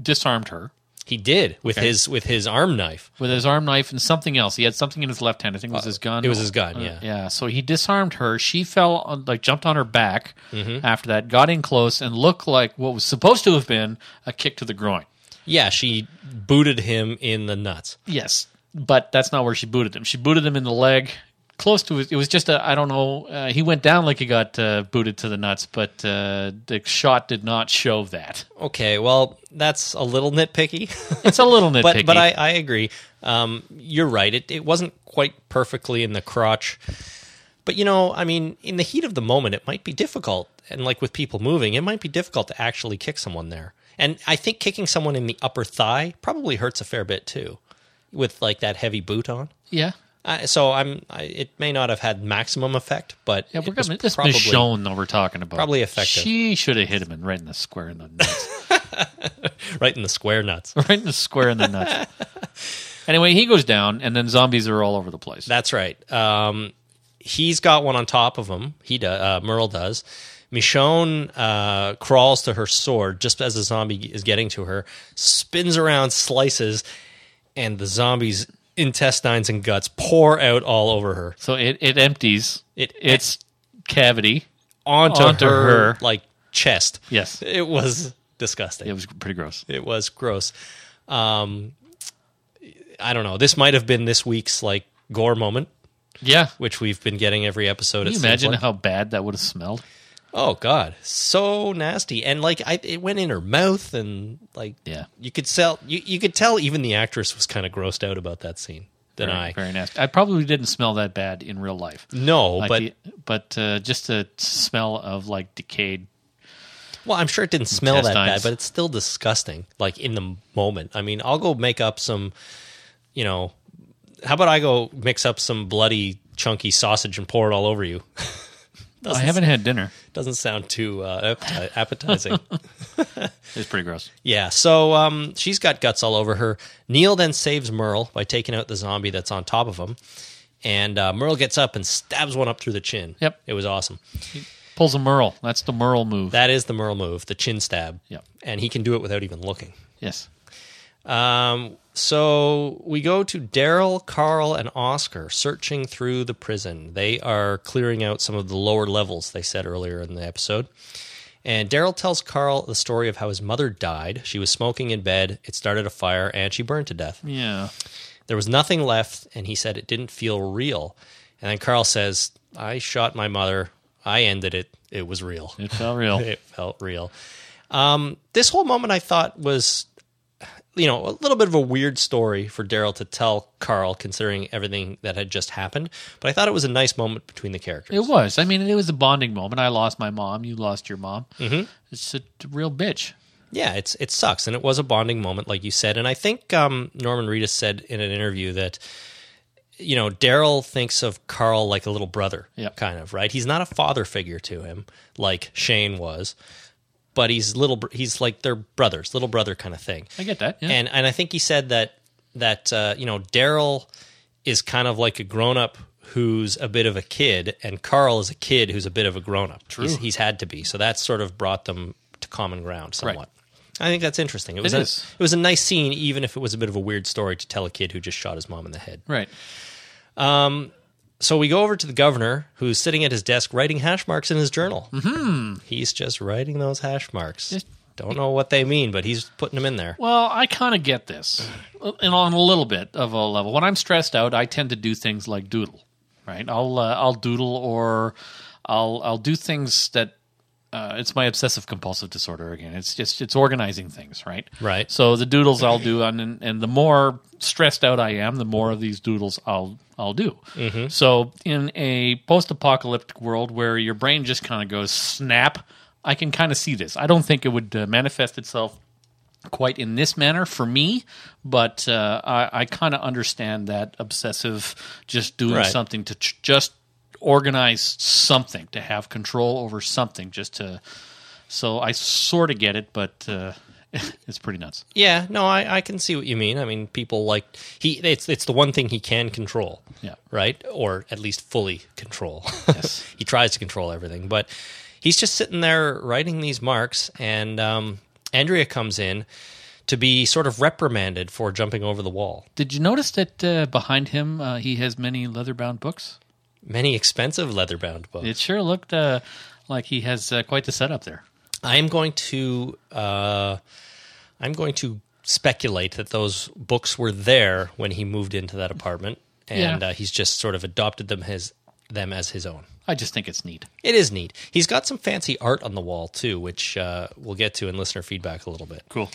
Speaker 3: disarmed her
Speaker 2: He did with
Speaker 3: Okay.
Speaker 2: his with his arm knife.
Speaker 3: with his arm knife and something else. He had something in his left hand. I think it was his gun.
Speaker 2: It was his gun. yeah.
Speaker 3: Uh, Yeah, so he disarmed her. She fell, on, like jumped on her back
Speaker 2: Mm-hmm.
Speaker 3: after that, got in close, and looked like what was supposed to have been a kick to the groin.
Speaker 2: Yeah, she booted him in the nuts.
Speaker 3: Yes, but that's not where she booted him. She booted him in the leg, close to his. It was just a I don't know. Uh, he went down like he got uh, booted to the nuts, but uh, the shot did not show that.
Speaker 2: Okay, well, that's a little nitpicky,
Speaker 3: It's a little nitpicky,
Speaker 2: but but I, I agree. Um, you're right. It it wasn't quite perfectly in the crotch, but you know, I mean, in the heat of the moment, it might be difficult, and like with people moving, it might be difficult to actually kick someone there. And I think kicking someone in the upper thigh probably hurts a fair bit too, with like that heavy boot on.
Speaker 3: yeah.
Speaker 2: I, so I'm. I, it may not have had maximum effect, but
Speaker 3: Yeah,
Speaker 2: it
Speaker 3: we're
Speaker 2: was
Speaker 3: gonna, this
Speaker 2: probably-
Speaker 3: Michonne that we're talking about
Speaker 2: probably effective.
Speaker 3: She should have hit him in- right in the square in the nuts,
Speaker 2: right in the square nuts.
Speaker 3: right in the square in the nuts. Anyway, he goes down, and then zombies are all over the place.
Speaker 2: That's right. Um, he's got one on top of him. He do, uh, Merle does. Michonne uh, crawls to her sword just as the zombie is getting to her, spins around, slices, and the zombie's intestines and guts pour out all over her
Speaker 3: so it, it empties
Speaker 2: It-
Speaker 3: its cavity.
Speaker 2: onto,
Speaker 3: Onto
Speaker 2: her,
Speaker 3: her.
Speaker 2: like chest.
Speaker 3: Yes,
Speaker 2: It was disgusting.
Speaker 3: it was pretty gross.
Speaker 2: It was gross. Um, I don't know. This might have been this week's like gore moment,
Speaker 3: Yeah,
Speaker 2: which we've been getting every episode.
Speaker 3: can
Speaker 2: it
Speaker 3: you
Speaker 2: seems
Speaker 3: imagine
Speaker 2: like.
Speaker 3: how bad that would have smelled?
Speaker 2: Oh God, so nasty, and like I, it went in her mouth, and like
Speaker 3: Yeah.
Speaker 2: you could sell, you, you could tell even the actress was kind of grossed out about that scene than
Speaker 3: very,
Speaker 2: I.
Speaker 3: very nasty. I probably didn't smell that bad in real life.
Speaker 2: No,
Speaker 3: Like
Speaker 2: but
Speaker 3: the- but uh, just the smell of like decayed.
Speaker 2: well, I'm sure it didn't smell that bad,
Speaker 3: Intestines.
Speaker 2: but it's still disgusting. Like in the moment, I mean, I'll go make up some, you know, how about I go mix up some bloody chunky sausage and pour it all over you?
Speaker 3: I haven't had dinner.
Speaker 2: Doesn't sound too uh, appeti- appetizing.
Speaker 3: It's pretty gross.
Speaker 2: Yeah, so um, she's got guts all over her. Neil then saves Merle by taking out the zombie that's on top of him. And uh, Merle gets up and stabs one up through the chin.
Speaker 3: Yep.
Speaker 2: It was awesome.
Speaker 3: Pulls a Merle. That's the Merle move.
Speaker 2: That is the Merle move, the chin stab.
Speaker 3: Yep.
Speaker 2: And he can do it without even looking.
Speaker 3: yes.
Speaker 2: Um, so we go to Daryl, Carl, and Oscar searching through the prison. They are clearing out some of the lower levels they said earlier in the episode. And Daryl tells Carl the story of how his mother died. She was smoking in bed, it started a fire, and she burned to death.
Speaker 3: Yeah.
Speaker 2: There was nothing left, and he said it didn't feel real. And then Carl says, I shot my mother. I ended it. It was real.
Speaker 3: It felt real.
Speaker 2: It felt real. Um, this whole moment I thought was, you know, a little bit of a weird story for Daryl to tell Carl, considering everything that had just happened. But I thought it was a nice moment between the characters.
Speaker 3: It was. I mean, it was a bonding moment. I lost my mom. You lost your mom. Mm-hmm. It's a real bitch.
Speaker 2: yeah, it's it sucks, and it was a bonding moment, like you said. And I think um, Norman Reedus said in an interview that you know Daryl thinks of Carl like a little brother,
Speaker 3: Yep.
Speaker 2: kind of right. He's not a father figure to him like Shane was, but he's little. br- He's like their brothers, little brother kind of thing.
Speaker 3: I get that. Yeah.
Speaker 2: And and I think he said that that uh, you know Daryl is kind of like a grown up who's a bit of a kid, and Carl is a kid who's a bit of a grown up. True, he's, he's had to be. So that's sort of brought them to common ground somewhat.
Speaker 3: Right.
Speaker 2: I think that's interesting. It was
Speaker 3: It
Speaker 2: a,
Speaker 3: is.
Speaker 2: it was a nice scene, even if it was a bit of a weird story to tell a kid who just shot his mom in the head.
Speaker 3: right.
Speaker 2: So we go over to the governor, who's sitting at his desk writing hash marks in his journal. Mm-hmm. He's just writing those hash marks.
Speaker 3: Just-
Speaker 2: Don't know what they mean, but he's putting them in there.
Speaker 3: Well, I kind of get this, and on a little bit of a level. When I'm stressed out, I tend to do things like doodle, right? I'll uh, I'll doodle or I'll I'll do things that uh, it's my obsessive compulsive disorder again. It's just it's organizing things, right?
Speaker 2: Right.
Speaker 3: So the doodles I'll do, and and the more stressed out I am, the more of these doodles I'll I'll do.
Speaker 2: Mm-hmm.
Speaker 3: So in a post-apocalyptic world where your brain just kind of goes snap, I can kind of see this. I don't think it would uh, manifest itself quite in this manner for me, but uh, I, I kind of understand that obsessive, just doing
Speaker 2: Right.
Speaker 3: something to ch- just organize something, to have control over something, just to. So I sort of get it, but uh, it's pretty nuts.
Speaker 2: Yeah, no, I, I can see what you mean. I mean, people like he it's it's the one thing he can control.
Speaker 3: Yeah.
Speaker 2: Right? Or at least fully control.
Speaker 3: Yes.
Speaker 2: he tries to control everything, but he's just sitting there writing these marks and um, Andrea comes in to be sort of reprimanded for jumping over the wall.
Speaker 3: Did you notice that uh, behind him uh, he has many leather-bound books?
Speaker 2: Many expensive leather-bound books.
Speaker 3: It sure looked uh, like he has uh, quite the setup there.
Speaker 2: I'm going to uh, I'm going to speculate that those books were there when he moved into that apartment, and
Speaker 3: Yeah.
Speaker 2: uh, he's just sort of adopted them his them as his own.
Speaker 3: I just think it's neat.
Speaker 2: It is neat. He's got some fancy art on the wall too, which uh, we'll get to in listener feedback a little bit.
Speaker 3: Cool.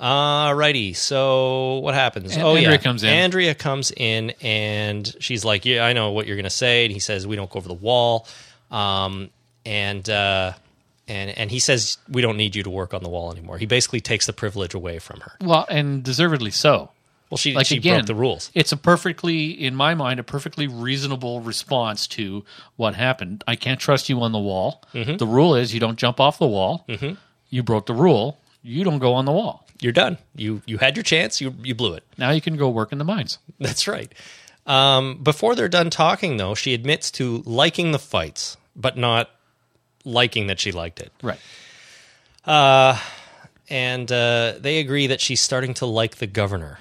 Speaker 2: Alrighty, so what happens?
Speaker 3: An-
Speaker 2: oh yeah,
Speaker 3: Andrea comes in.
Speaker 2: Andrea comes in, and she's like, "Yeah, I know what you're gonna say." And he says, "We don't go over the wall," um, and uh, and and he says, "We don't need you to work on the wall anymore." He basically takes the privilege away from her.
Speaker 3: Well, and deservedly so.
Speaker 2: Well, she
Speaker 3: Like
Speaker 2: she
Speaker 3: again,
Speaker 2: broke the rules.
Speaker 3: It's a perfectly, in my mind, a perfectly reasonable response to what happened. I can't trust you on the wall. The rule is you don't jump off the wall. You broke the rule. You don't go on the wall.
Speaker 2: You're done. You you had your chance. You you blew it.
Speaker 3: Now you can go work in the mines.
Speaker 2: That's right. Um, before they're done talking, though, she admits to liking the fights, but not liking that she liked it.
Speaker 3: Right.
Speaker 2: and uh, they agree that she's starting to like the governor.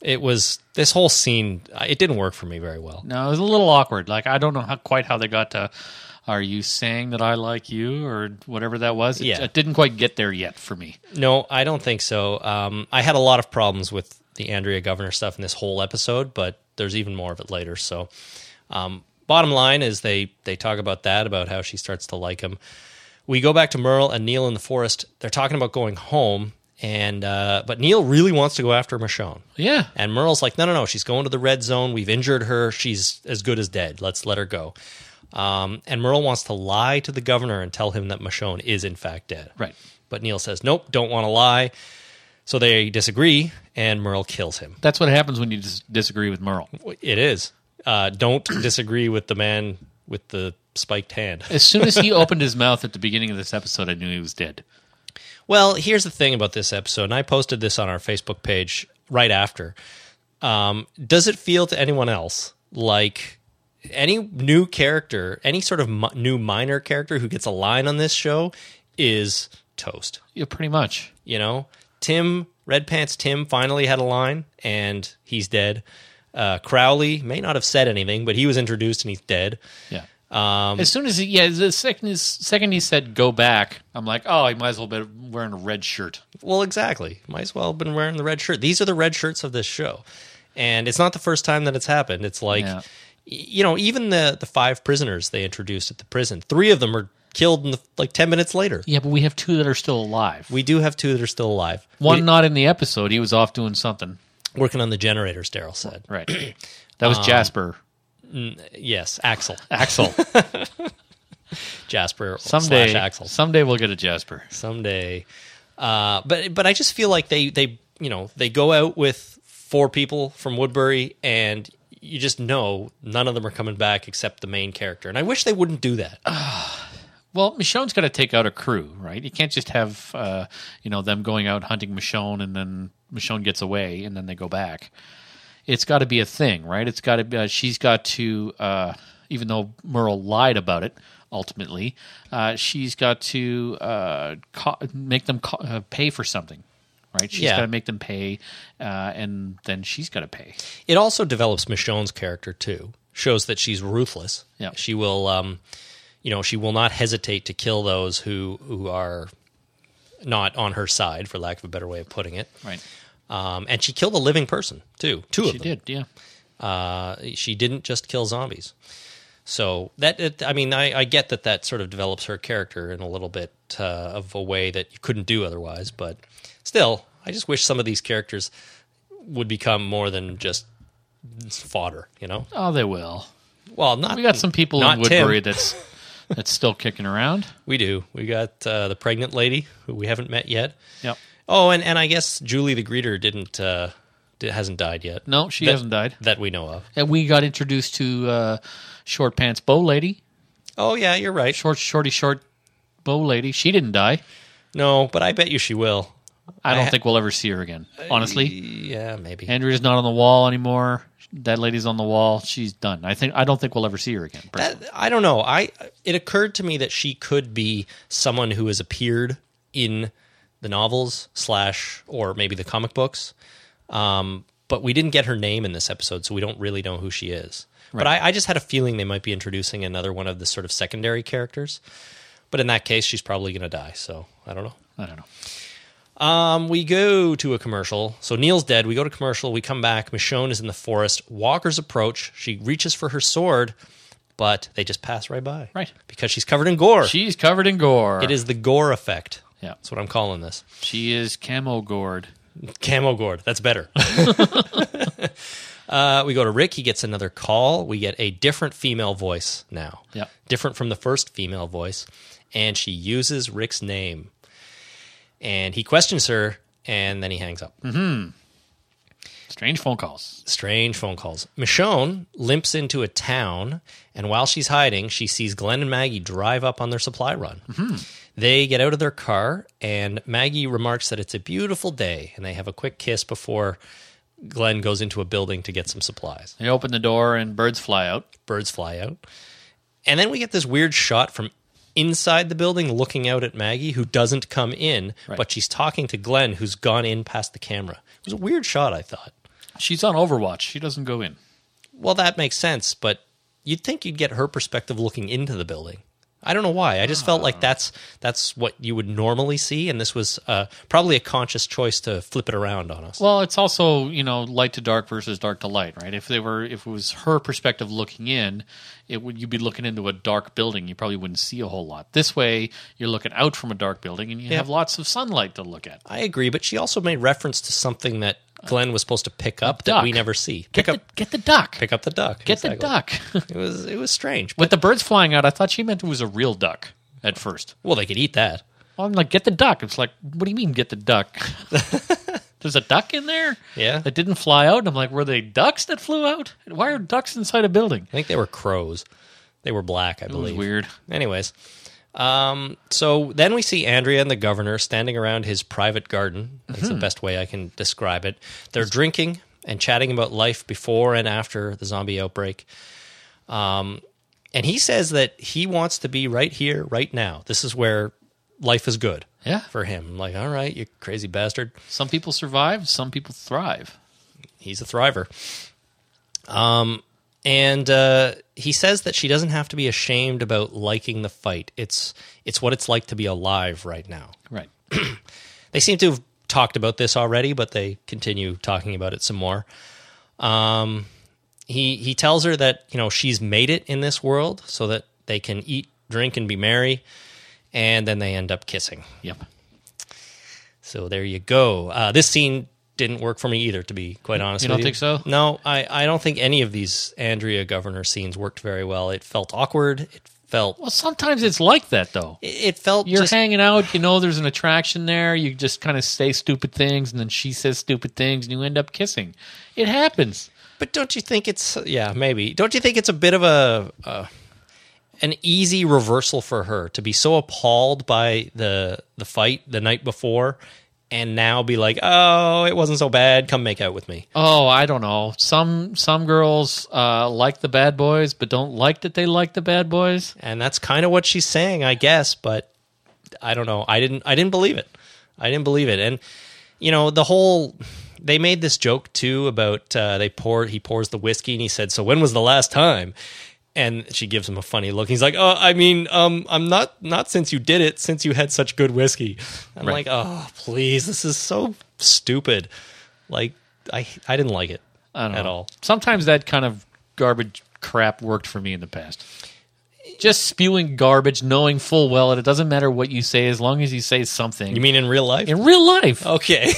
Speaker 2: It was this whole scene. uh, It didn't work for me very well.
Speaker 3: No, it was a little awkward. Like I don't know how quite how they got to. Are you saying that I like you or whatever that was? It,
Speaker 2: Yeah.
Speaker 3: it didn't quite get there yet for me.
Speaker 2: No, I don't think so. Um, I had a lot of problems with the Andrea governor stuff in this whole episode, but there's even more of it later. So, um, bottom line is they they talk about that about how she starts to like him. We go back to Merle and Neil in the forest. They're talking about going home, and uh, but Neil really wants to go after Michonne.
Speaker 3: Yeah.
Speaker 2: And Merle's like, no, no, no. She's going to the red zone. We've injured her. She's as good as dead. Let's let her go. Um, and Merle wants to lie to the governor and tell him that Michonne is in fact dead.
Speaker 3: Right.
Speaker 2: But Neil says, nope, don't want to lie. So they disagree, and Merle kills him.
Speaker 3: That's what happens when you dis- disagree with Merle.
Speaker 2: It is. Uh, don't disagree with the man with the spiked hand.
Speaker 3: As soon as he opened his mouth at the beginning of this episode, I knew he was dead.
Speaker 2: Well, here's the thing about this episode, and I posted this on our Facebook page right after. Um, does it feel to anyone else like any new character, any sort of mi- new minor character who gets a line on this show is toast?
Speaker 3: Yeah, pretty much.
Speaker 2: You know, Tim, Red Pants Tim finally had a line and he's dead. Uh, Crowley may not have said anything, but he was introduced and he's dead.
Speaker 3: Yeah. Um, as soon as he, yeah, the second, his- second he said go back, I'm like, oh, he might as well be wearing a red shirt.
Speaker 2: Well, exactly. Might as well have been wearing the red shirt. These are the red shirts of this show. And it's not the first time that it's happened. It's like,
Speaker 3: Yeah.
Speaker 2: y- you know, even the, the five prisoners they introduced at the prison, three of them are killed in the, like 10 minutes later.
Speaker 3: Yeah, but we have two that are still alive.
Speaker 2: We do have two that are still alive.
Speaker 3: One not in the episode. He was off doing something.
Speaker 2: We- working on the generators, Daryl said.
Speaker 3: Right. That was Jasper.
Speaker 2: Yes, Axel.
Speaker 3: Axel.
Speaker 2: Jasper
Speaker 3: Someday,
Speaker 2: slash Axel.
Speaker 3: someday we'll get a Jasper.
Speaker 2: someday. Uh, but but I just feel like they they you know they go out with four people from Woodbury, and you just know none of them are coming back except the main character. And I wish they wouldn't do that.
Speaker 3: Well, Michonne's got to take out a crew, right? You can't just have, uh, you know, them going out hunting Michonne and then Michonne gets away and then they go back. It's got to be a thing, right? It's got to. Be, uh, she's got to, uh, even though Merle lied about it ultimately, uh, she's got to uh, co- make them co- uh, pay for something, right? She's
Speaker 2: Yeah.
Speaker 3: got to make them pay, uh, and then she's got to pay.
Speaker 2: It also develops Michonne's character too. Shows that she's ruthless.
Speaker 3: Yeah.
Speaker 2: she will. Um, you know, she will not hesitate to kill those who who are not on her side, for lack of a better way of putting it.
Speaker 3: Right.
Speaker 2: Um, and she killed a living person too. Two of
Speaker 3: She
Speaker 2: them.
Speaker 3: did, yeah.
Speaker 2: Uh, she didn't just kill zombies. So that it, I mean, I, I get that that sort of develops her character in a little bit uh, of a way that you couldn't do otherwise. But still, I just wish some of these characters would become more than just fodder. You know?
Speaker 3: Oh, they will.
Speaker 2: Well, not
Speaker 3: We got some people
Speaker 2: Not
Speaker 3: in Woodbury
Speaker 2: Tim.
Speaker 3: that's that's still kicking around.
Speaker 2: We do. We got uh, the pregnant lady who we haven't met yet.
Speaker 3: Yep.
Speaker 2: Oh, and, and I guess Julie the greeter didn't uh, di- hasn't died yet.
Speaker 3: No, she
Speaker 2: That-
Speaker 3: hasn't died.
Speaker 2: that we know of.
Speaker 3: And we got introduced to uh, Short Pants Bow Lady,
Speaker 2: Oh yeah, you're right.
Speaker 3: Short Shorty Short Bow Lady. She didn't die.
Speaker 2: No, but I bet you she will.
Speaker 3: I don't
Speaker 2: ha-
Speaker 3: think we'll ever see her again. Honestly,
Speaker 2: Yeah, maybe.
Speaker 3: Andrea's not on the wall anymore. That lady's on the wall. She's done. I think I don't think we'll ever see her again. personally.
Speaker 2: That- I don't know. I it occurred to me that she could be someone who has appeared in the novels slash or maybe the comic books, um, but we didn't get her name in this episode, so we don't really know who she is. But I, I just had a feeling they might be introducing another one of the sort of secondary characters. But in that case, she's probably going to die. So I don't know.
Speaker 3: I don't know.
Speaker 2: Um, we go to a commercial. So Neil's dead. We go to commercial. We come back. Michonne is in the forest. Walkers approach. She reaches for her sword, but they just pass right by.
Speaker 3: Right.
Speaker 2: Because she's covered in gore.
Speaker 3: She's covered in gore.
Speaker 2: it is the gore effect.
Speaker 3: Yeah.
Speaker 2: That's what I'm calling this.
Speaker 3: She is camo gored.
Speaker 2: Camo gourd. That's better. uh, we go to Rick. He gets another call. We get a different female voice now.
Speaker 3: Yeah.
Speaker 2: Different from the first female voice. And she uses Rick's name. And he questions her, and then he hangs up.
Speaker 3: Strange phone calls.
Speaker 2: strange phone calls. Michonne limps into a town, and while she's hiding, she sees Glenn and Maggie drive up on their supply run. They get out of their car, and Maggie remarks that it's a beautiful day, and they have a quick kiss before Glenn goes into a building to get some supplies.
Speaker 3: They open the door and birds fly out.
Speaker 2: Birds fly out. And then we get this weird shot from inside the building looking out at Maggie, who doesn't come in, but she's talking to Glenn, who's gone in past the camera. It was a weird shot, I thought.
Speaker 3: She's on Overwatch. She doesn't go in.
Speaker 2: Well, that makes sense, but you'd think you'd get her perspective looking into the building. I don't know why. I just felt
Speaker 3: Ah.
Speaker 2: like that's that's what you would normally see, and this was uh, probably a conscious choice to flip it around on us.
Speaker 3: Well, it's also you know light to dark versus dark to light, right? If they were, if it was her perspective looking in, it would you'd be looking into a dark building. You probably wouldn't see a whole lot. This way, you're looking out from a dark building, and you have lots of sunlight to look at.
Speaker 2: I agree, but she also made reference to something that Glenn was supposed to pick up that
Speaker 3: duck.
Speaker 2: we never see.
Speaker 3: Get
Speaker 2: Pick
Speaker 3: the,
Speaker 2: up,
Speaker 3: get the duck.
Speaker 2: pick up the duck.
Speaker 3: get the
Speaker 2: Exactly.
Speaker 3: duck.
Speaker 2: It was it was strange. But,
Speaker 3: With the birds flying out, I thought she meant it was a real duck at first.
Speaker 2: well, they could eat that.
Speaker 3: Well, I'm like, get the duck. It's like, what do you mean, get the duck? There's a duck in there.
Speaker 2: Yeah.
Speaker 3: that didn't fly out. And I'm like, were they ducks that flew out? Why are ducks inside a building?
Speaker 2: I think they were crows. They were black, I
Speaker 3: It was
Speaker 2: believe.
Speaker 3: weird.
Speaker 2: Anyways, um, so then we see Andrea and the governor standing around his private garden. That's the best way I can describe it. They're drinking and chatting about life before and after the zombie outbreak. Um, and he says that he wants to be right here, right now. This is where life is good
Speaker 3: Yeah.
Speaker 2: for him. I'm like, all right, you crazy bastard.
Speaker 3: Some people survive, some people thrive.
Speaker 2: He's a thriver. Um, and uh, he says that she doesn't have to be ashamed about liking the fight. It's it's what it's like to be alive right now.
Speaker 3: Right.
Speaker 2: They seem to have talked about this already, but they continue talking about it some more. Um, he he tells her that you know she's made it in this world, so that they can eat, drink, and be merry, and then they end up kissing.
Speaker 3: Yep.
Speaker 2: So there you go. Uh, this scene didn't work for me either, to be quite honest.
Speaker 3: You don't
Speaker 2: with
Speaker 3: think so?
Speaker 2: No, I, I don't think any of these Andrea Governor scenes worked very well. It felt awkward. It felt
Speaker 3: Well, sometimes it's like that though.
Speaker 2: it, it felt
Speaker 3: You're
Speaker 2: just
Speaker 3: hanging out, you know, there's an attraction there. You just kind of say stupid things, and then she says stupid things, and you end up kissing. It happens.
Speaker 2: But don't you think it's yeah maybe? Don't you think it's a bit of a uh, an easy reversal for her to be so appalled by the the fight the night before, and now be like, oh, it wasn't so bad. Come make out with me.
Speaker 3: Oh, I don't know. Some some girls uh, like the bad boys, but don't like that they like the bad boys.
Speaker 2: And that's kind of what she's saying, I guess. But I don't know. I didn't I didn't believe it. I didn't believe it. And you know the whole. They made this joke too about uh, they pour he pours the whiskey and he said, "So when was the last time?" And she gives him a funny look. He's like, "Oh, I mean, um, I'm not not since you did it, since you had such good whiskey." I'm like, "Oh, please, this is so stupid." Like, I I didn't like it
Speaker 3: I don't
Speaker 2: at
Speaker 3: know.
Speaker 2: all.
Speaker 3: Sometimes that kind of garbage crap worked for me in the past. Just spewing garbage, knowing full well that it doesn't matter what you say, as long as you say something.
Speaker 2: You mean in real life?
Speaker 3: in real life?
Speaker 2: okay,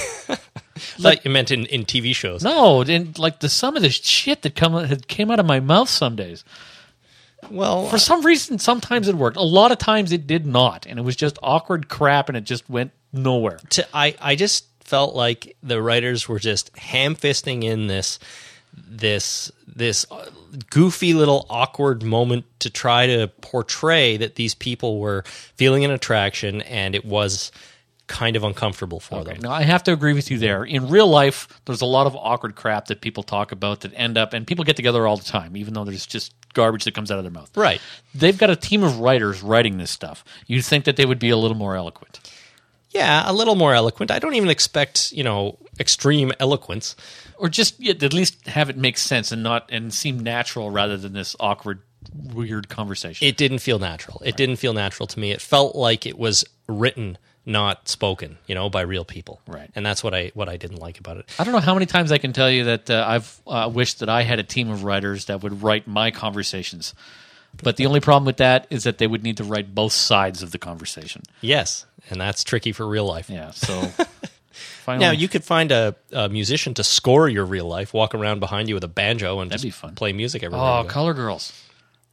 Speaker 2: like you meant in in TV shows.
Speaker 3: No, and like the some of the shit that come had came out of my mouth some days.
Speaker 2: Well,
Speaker 3: For some reason, sometimes it worked. A lot of times it did not, and it was just awkward crap, and it just went nowhere.
Speaker 2: to, I I just felt like the writers were just ham fisting in this this this uh, goofy little awkward moment to try to portray that these people were feeling an attraction and it was kind of uncomfortable for them.
Speaker 3: No, I have to agree with you there. In real life, there's a lot of awkward crap that people talk about that end up, and people get together all the time, even though there's just garbage that comes out of their mouth.
Speaker 2: Right.
Speaker 3: They've got a team of writers writing this stuff. You'd think that they would be a little more eloquent.
Speaker 2: Yeah, a little more eloquent. I don't even expect, you know, extreme eloquence.
Speaker 3: Or just yeah, at least have it make sense and not and seem natural rather than this awkward, weird conversation.
Speaker 2: It didn't feel natural. It didn't feel natural to me. It felt like it was written, not spoken, you know, by real people.
Speaker 3: Right.
Speaker 2: And that's what I what I didn't like about it.
Speaker 3: I don't know how many times I can tell you that uh, I've uh, wished that I had a team of writers that would write my conversations. But the only problem with that is that they would need to write both sides of the conversation.
Speaker 2: Yes, and that's tricky for real life.
Speaker 3: Yeah, so finally,
Speaker 2: Now you could find a, a musician to score your real life, walk around behind you with a banjo, and just
Speaker 3: That'd be fun.
Speaker 2: play music everywhere.
Speaker 3: oh,
Speaker 2: you go.
Speaker 3: color girls.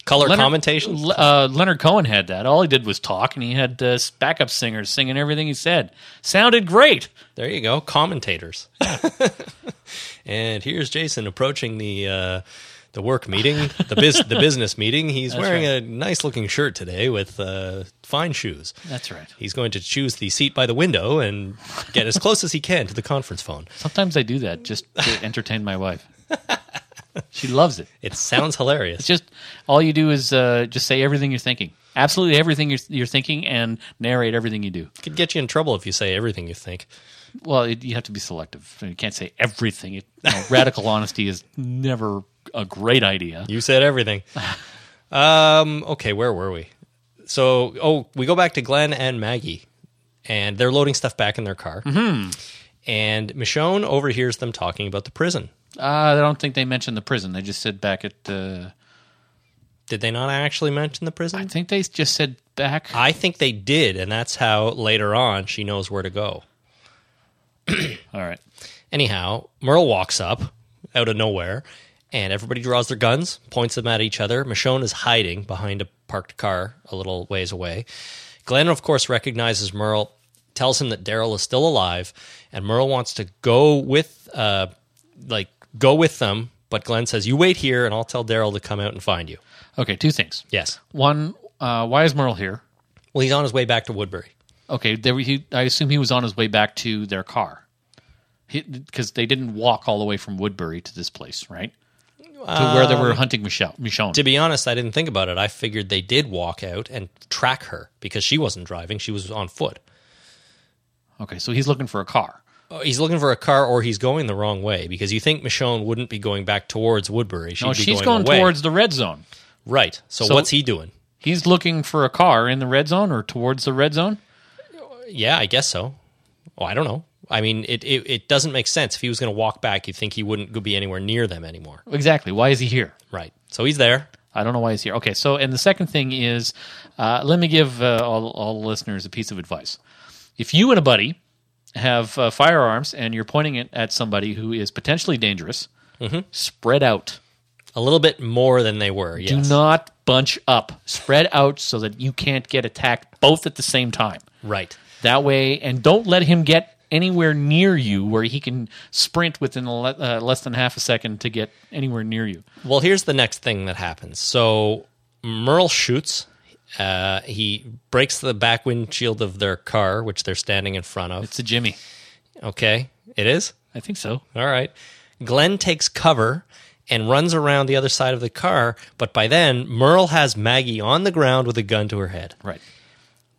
Speaker 2: color commentations.
Speaker 3: Le- uh, Leonard Cohen had that. All he did was talk, and he had uh, backup singers singing everything he said. Sounded great.
Speaker 2: There you go, commentators. and here's Jason approaching the uh, the work meeting, the biz, the business meeting. He's wearing a nice looking shirt today with uh, fine shoes.
Speaker 3: That's right.
Speaker 2: He's going to choose the seat by the window and get as close as he can to the conference phone.
Speaker 3: Sometimes I do that just to entertain my wife. She loves it.
Speaker 2: It sounds
Speaker 3: It's
Speaker 2: hilarious.
Speaker 3: just all you do is uh, just say everything you're thinking, absolutely everything you're, you're thinking, and narrate everything you do.
Speaker 2: It could get you in trouble if you say everything you think.
Speaker 3: Well, it, you have to be selective. You can't say everything. It, you know, radical honesty is never a great idea.
Speaker 2: You said everything. um, okay, where were we? So, oh, we go back to Glenn and Maggie, and they're loading stuff back in their car. And Michonne overhears them talking about the prison.
Speaker 3: Uh, I don't think they mentioned the prison. They just said back at. Uh,
Speaker 2: Did they not actually mention the prison? I,
Speaker 3: I think they just said back.
Speaker 2: think they did, and that's how later on she knows where to go.
Speaker 3: All right.
Speaker 2: Anyhow, Merle walks up out of nowhere, and everybody draws their guns, points them at each other. Michonne is hiding behind a parked car a little ways away. Glenn, of course, recognizes Merle, tells him that Daryl is still alive, and Merle wants to go with, uh, like, go with them. But Glenn says, "You wait here, and I'll tell Daryl to come out and find you."
Speaker 3: Okay, two things.
Speaker 2: Yes.
Speaker 3: One, uh, why is Merle here?
Speaker 2: Well, he's on his way back to Woodbury.
Speaker 3: Okay, there were- he, I assume he was on his way back to their car because they didn't walk all the way from Woodbury to this place, right? to where they were
Speaker 2: Um,
Speaker 3: hunting Michelle, Michonne.
Speaker 2: To be honest, I didn't think about it. I figured they did walk out and track her because she wasn't driving; she was on foot.
Speaker 3: okay, so he's looking for a car.
Speaker 2: he's looking for a car or he's going the wrong way because you think Michonne wouldn't be going back towards Woodbury. She'd
Speaker 3: No,
Speaker 2: be
Speaker 3: Oh, she's
Speaker 2: going,
Speaker 3: going,
Speaker 2: away.
Speaker 3: towards the red zone.
Speaker 2: right. So,
Speaker 3: So-
Speaker 2: what's he doing?
Speaker 3: He's looking for a car in the red zone or towards the red zone.
Speaker 2: Yeah, I guess so. Well, I don't know. I mean, it, it, it doesn't make sense. If he was going to walk back, you'd think he wouldn't go- be anywhere near them anymore.
Speaker 3: Exactly. Why is he here?
Speaker 2: Right. So he's there.
Speaker 3: I don't know why he's here. Okay, so and the second thing is, uh, let me give uh, all, all the listeners a piece of advice. If you and a buddy have uh, firearms and you're pointing it at somebody who is potentially dangerous, spread out.
Speaker 2: A little bit more than they were. Yes.
Speaker 3: Do not bunch up. Spread out so that you can't get attacked both at the same time.
Speaker 2: Right.
Speaker 3: That way, and don't let him get anywhere near you where he can sprint within a le- uh, less than half a second to get anywhere near you.
Speaker 2: Well, here's the next thing that happens. So Merle shoots. Uh, he breaks the back windshield of their car, which they're standing in front of.
Speaker 3: It's a Jimmy.
Speaker 2: Okay. It is?
Speaker 3: I think so.
Speaker 2: All right. Glenn takes cover and runs around the other side of the car, but by then, Merle has Maggie on the ground with a gun to her head.
Speaker 3: Right.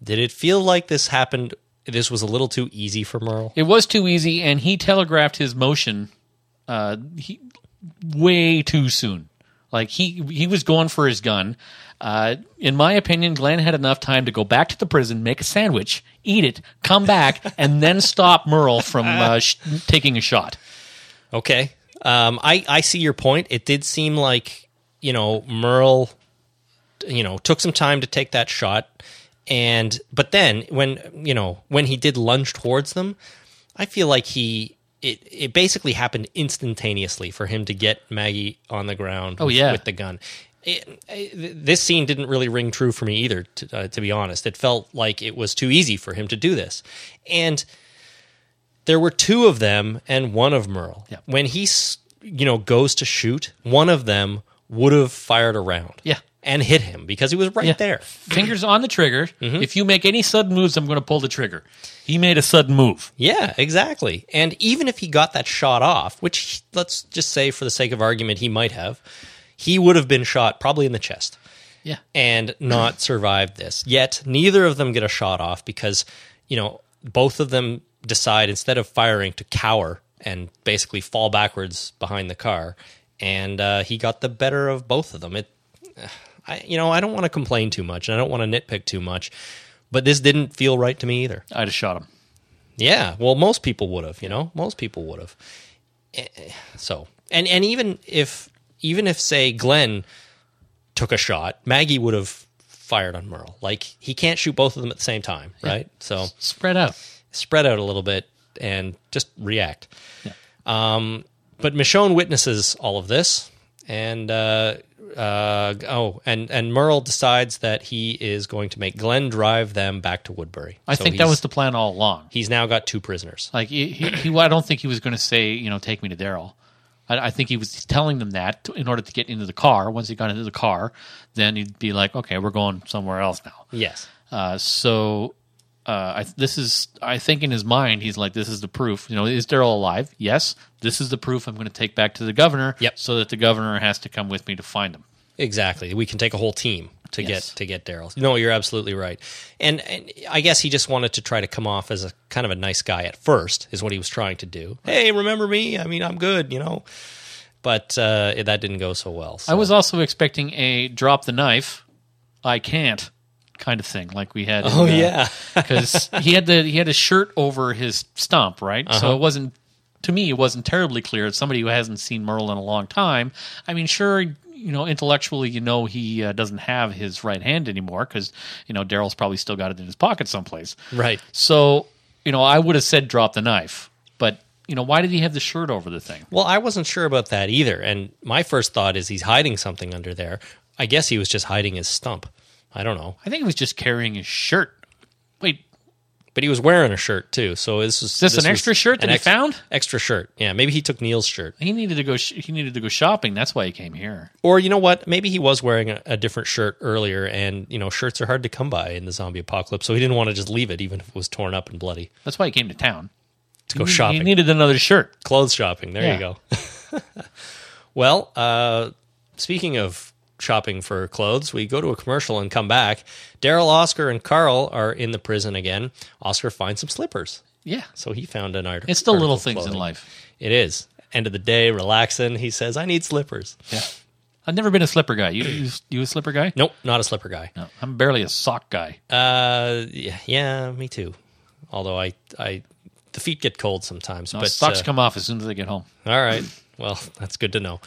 Speaker 2: Did it feel like this happened? This was a little too easy for Merle?
Speaker 3: It was too easy, and he telegraphed his motion uh, he, way too soon. Like he he was going for his gun. Uh, in my opinion, Glenn had enough time to go back to the prison, make a sandwich, eat it, come back, and then stop Merle from uh, sh- taking a shot.
Speaker 2: Okay. Um, I, I see your point. It did seem like, you know, Merle, you know, took some time to take that shot. And, but then when, you know, when he did lunge towards them, I feel like he, it, it basically happened instantaneously for him to get Maggie on the ground oh, with,
Speaker 3: yeah.
Speaker 2: with the gun. It, it, this scene didn't really ring true for me either, to, uh, to be honest. It felt like it was too easy for him to do this. And, there were two of them and one of Merle.
Speaker 3: Yeah.
Speaker 2: When he, s- you know, goes to shoot, one of them would have fired a round.
Speaker 3: Yeah.
Speaker 2: and hit him because he was right
Speaker 3: Yeah.
Speaker 2: there.
Speaker 3: Fingers on the trigger.
Speaker 2: Mm-hmm.
Speaker 3: If you make any sudden moves, I'm going to pull the trigger. He made a sudden move.
Speaker 2: Yeah, exactly. And even if he got that shot off, which he- let's just say for the sake of argument, he might have, he would have been shot probably in the chest
Speaker 3: Yeah.
Speaker 2: and not survived this. Yet neither of them get a shot off because, you know, both of them decide instead of firing to cower and basically fall backwards behind the car. And uh, he got the better of both of them. It, I, you know, I don't want to complain too much and I don't want to nitpick too much, but this didn't feel right to me either.
Speaker 3: I'd have shot him.
Speaker 2: Yeah, well, most people would have, you know, most people would have. Eh, eh, So, and and even if even if say Glenn took a shot, Maggie would have fired on Merle. Like he can't shoot both of them at the same time, right? So
Speaker 3: Spread out.
Speaker 2: spread out a little bit and just react. Um, but Michonne witnesses all of this, and uh, uh, oh, and and Merle decides that he is going to make Glenn drive them back to Woodbury.
Speaker 3: I
Speaker 2: So
Speaker 3: think that
Speaker 2: he's-
Speaker 3: was the plan all along.
Speaker 2: He's now got two prisoners.
Speaker 3: Like he, he, he I don't think he was going to say, you know, take me to Daryl. I, I think he was telling them that to, in order to get into the car. Once he got into the car, then he'd be like, okay, we're going somewhere else now.
Speaker 2: Yes.
Speaker 3: Uh, so uh, I, this is, I think, in his mind, he's like, "This is the proof." You know, is Daryl alive? Yes. This is the proof I'm going to take back to the governor.
Speaker 2: Yep.
Speaker 3: So that the governor has to come with me to find him.
Speaker 2: Exactly. We can take a whole team to
Speaker 3: Yes.
Speaker 2: get to get Daryl. No, you're absolutely right. And, and I guess he just wanted to try to come off as a kind of a nice guy at first, is what he was trying to do. Hey, remember me? I mean, I'm good, you know. But uh, it- that didn't go so well. So.
Speaker 3: I was also expecting a drop the knife, I can't kind of thing, like we had. uh,
Speaker 2: Oh, yeah.
Speaker 3: because he had the he had a shirt over his stump, right?
Speaker 2: Uh-huh.
Speaker 3: So it wasn't to me, it wasn't terribly clear. It's somebody who hasn't seen Merle in a long time. I mean, sure, you know, intellectually, you know, he uh, doesn't have his right hand anymore because you know Daryl's probably still got it in his pocket someplace.
Speaker 2: right.
Speaker 3: So you know, I would have said drop the knife, but you know, why did he have the shirt over the thing?
Speaker 2: Well, I wasn't sure about that either. And my first thought is he's hiding something under there. I guess he was just hiding his stump. I don't know.
Speaker 3: I think he was just carrying his shirt. Wait,
Speaker 2: But he was wearing a shirt too. So this was
Speaker 3: this an
Speaker 2: was
Speaker 3: extra shirt that
Speaker 2: an
Speaker 3: he found?
Speaker 2: Extra shirt. Yeah, maybe he took Neil's shirt.
Speaker 3: He needed to go. Sh- he needed to go shopping. That's why he came here.
Speaker 2: Or you know what? Maybe he was wearing a, a different shirt earlier, and you know shirts are hard to come by in the zombie apocalypse, so he didn't want to just leave it, even if it was torn up and bloody,
Speaker 3: That's why he came to town.
Speaker 2: to go
Speaker 3: He-
Speaker 2: shopping,
Speaker 3: He needed another shirt.
Speaker 2: clothes shopping. There
Speaker 3: Yeah.
Speaker 2: you go. well, uh, speaking of shopping for clothes, we go to a commercial and come back. Daryl, Oscar, and Carl are in the prison again. Oscar finds some slippers,
Speaker 3: Yeah,
Speaker 2: so he found an art.
Speaker 3: it's the
Speaker 2: article
Speaker 3: little
Speaker 2: of
Speaker 3: things in
Speaker 2: clothing.
Speaker 3: life.
Speaker 2: It is end of the day, relaxing. He says, "I need slippers."
Speaker 3: Yeah, I've never been a slipper guy. You, you, you a slipper guy?
Speaker 2: Nope, not a slipper guy.
Speaker 3: No, I'm barely a sock guy.
Speaker 2: Uh, yeah, yeah, me too. Although I, I, the feet get cold sometimes.
Speaker 3: No,
Speaker 2: but
Speaker 3: socks
Speaker 2: uh,
Speaker 3: come off as soon as I get home.
Speaker 2: all right. Well, that's good to know.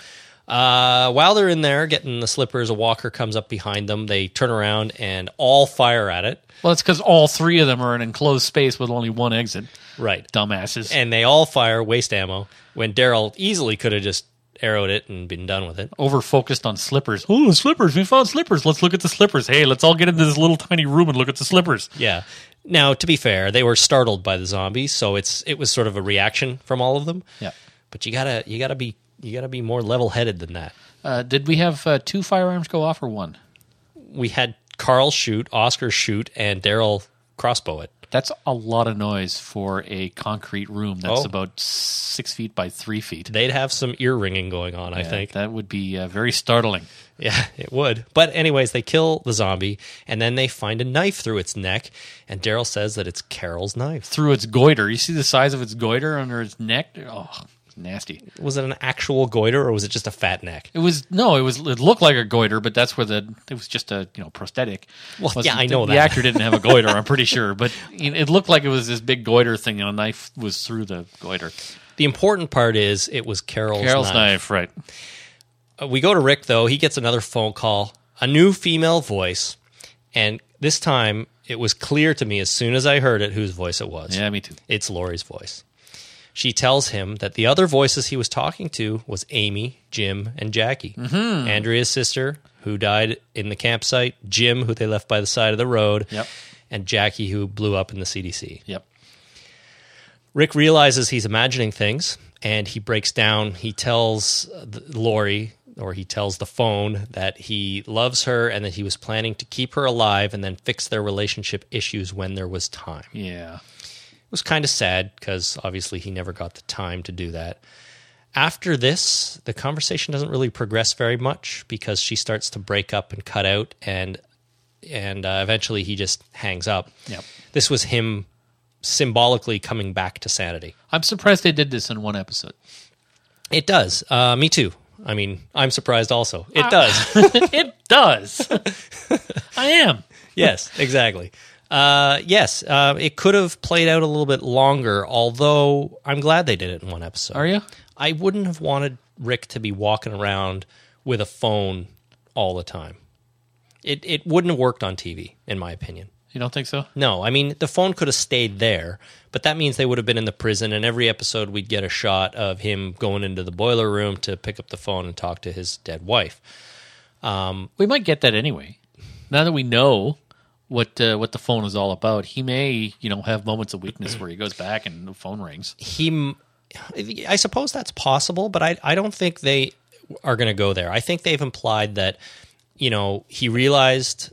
Speaker 2: Uh, while they're in there getting the slippers, a walker comes up behind them. They turn around and all fire at it.
Speaker 3: Well, it's because all three of them are in an enclosed space with only one exit.
Speaker 2: Right.
Speaker 3: Dumbasses.
Speaker 2: And they all fire waste ammo when Daryl easily could have just arrowed it and been done with it.
Speaker 3: over focused on slippers. Oh, slippers. We found slippers. Let's look at the slippers. Hey, let's all get into this little tiny room and look at the slippers.
Speaker 2: Yeah. Now, to be fair, they were startled by the zombies, so it's it was sort of a reaction from all of them.
Speaker 3: Yeah.
Speaker 2: But you gotta you gotta be you gotta be more level headed than that.
Speaker 3: Uh, did we have uh, two firearms go off or one?
Speaker 2: we had Carl shoot, Oscar shoot, and Daryl crossbow it.
Speaker 3: That's a lot of noise for a concrete room that's
Speaker 2: Oh.
Speaker 3: about six feet by three feet.
Speaker 2: They'd have some ear ringing going on, I think.
Speaker 3: that would be uh, very startling.
Speaker 2: yeah, it would. But, anyways, they kill the zombie and then they find a knife through its neck. And Daryl says that it's Carol's knife.
Speaker 3: Through its goiter, you see the size of its goiter under its neck. Oh, it's nasty.
Speaker 2: Was it an actual goiter or was it just a fat neck?
Speaker 3: It was no, it was it looked like a goiter, but that's where the it was just a you know prosthetic.
Speaker 2: Well,
Speaker 3: Wasn't-
Speaker 2: yeah, I know
Speaker 3: the
Speaker 2: that.
Speaker 3: actor didn't have a goiter. I'm pretty sure, but you know, it looked like it was this big goiter thing, and a knife was through the goiter.
Speaker 2: The important part is it was Carol's,
Speaker 3: Carol's
Speaker 2: knife.
Speaker 3: knife, right?
Speaker 2: Uh, we go to Rick though. He gets another phone call, a new female voice, and this time it was clear to me as soon as I heard it whose voice it was.
Speaker 3: Yeah, me too.
Speaker 2: It's Lori's voice. She tells him that the other voices he was talking to was Amy, Jim, and Jackie. Andrea's sister, who died in the campsite, Jim, who they left by the side of the road,
Speaker 3: Yep.
Speaker 2: and Jackie, who blew up in the CDC.
Speaker 3: Yep.
Speaker 2: Rick realizes he's imagining things and he breaks down. He tells uh, th- Lori or he tells the phone that he loves her and that he was planning to keep her alive and then fix their relationship issues when there was time.
Speaker 3: Yeah.
Speaker 2: It was kind of sad because obviously he never got the time to do that. After this, the conversation doesn't really progress very much because she starts to break up and cut out, and and uh, eventually he just hangs up.
Speaker 3: Yep.
Speaker 2: This was him symbolically coming back to sanity.
Speaker 3: I'm surprised they did this in one episode.
Speaker 2: It does. Uh, me too. I mean, I'm surprised also. It does.
Speaker 3: it does. I am.
Speaker 2: yes, exactly. Uh, yes, uh, it could have played out a little bit longer, although I'm glad they did it in one episode.
Speaker 3: Are you?
Speaker 2: I wouldn't have wanted Rick to be walking around with a phone all the time. It, it wouldn't have worked on TV, in my opinion.
Speaker 3: You don't think so?
Speaker 2: No, I mean the phone could have stayed there, but that means they would have been in the prison, and every episode we'd get a shot of him going into the boiler room to pick up the phone and talk to his dead wife.
Speaker 3: We might get that anyway. Now that we know what uh, what the phone is all about, he may you know have moments of weakness where he goes back and the phone rings.
Speaker 2: He, m- I suppose that's possible, but I I don't think they are going to go there. I think they've implied that you know he realized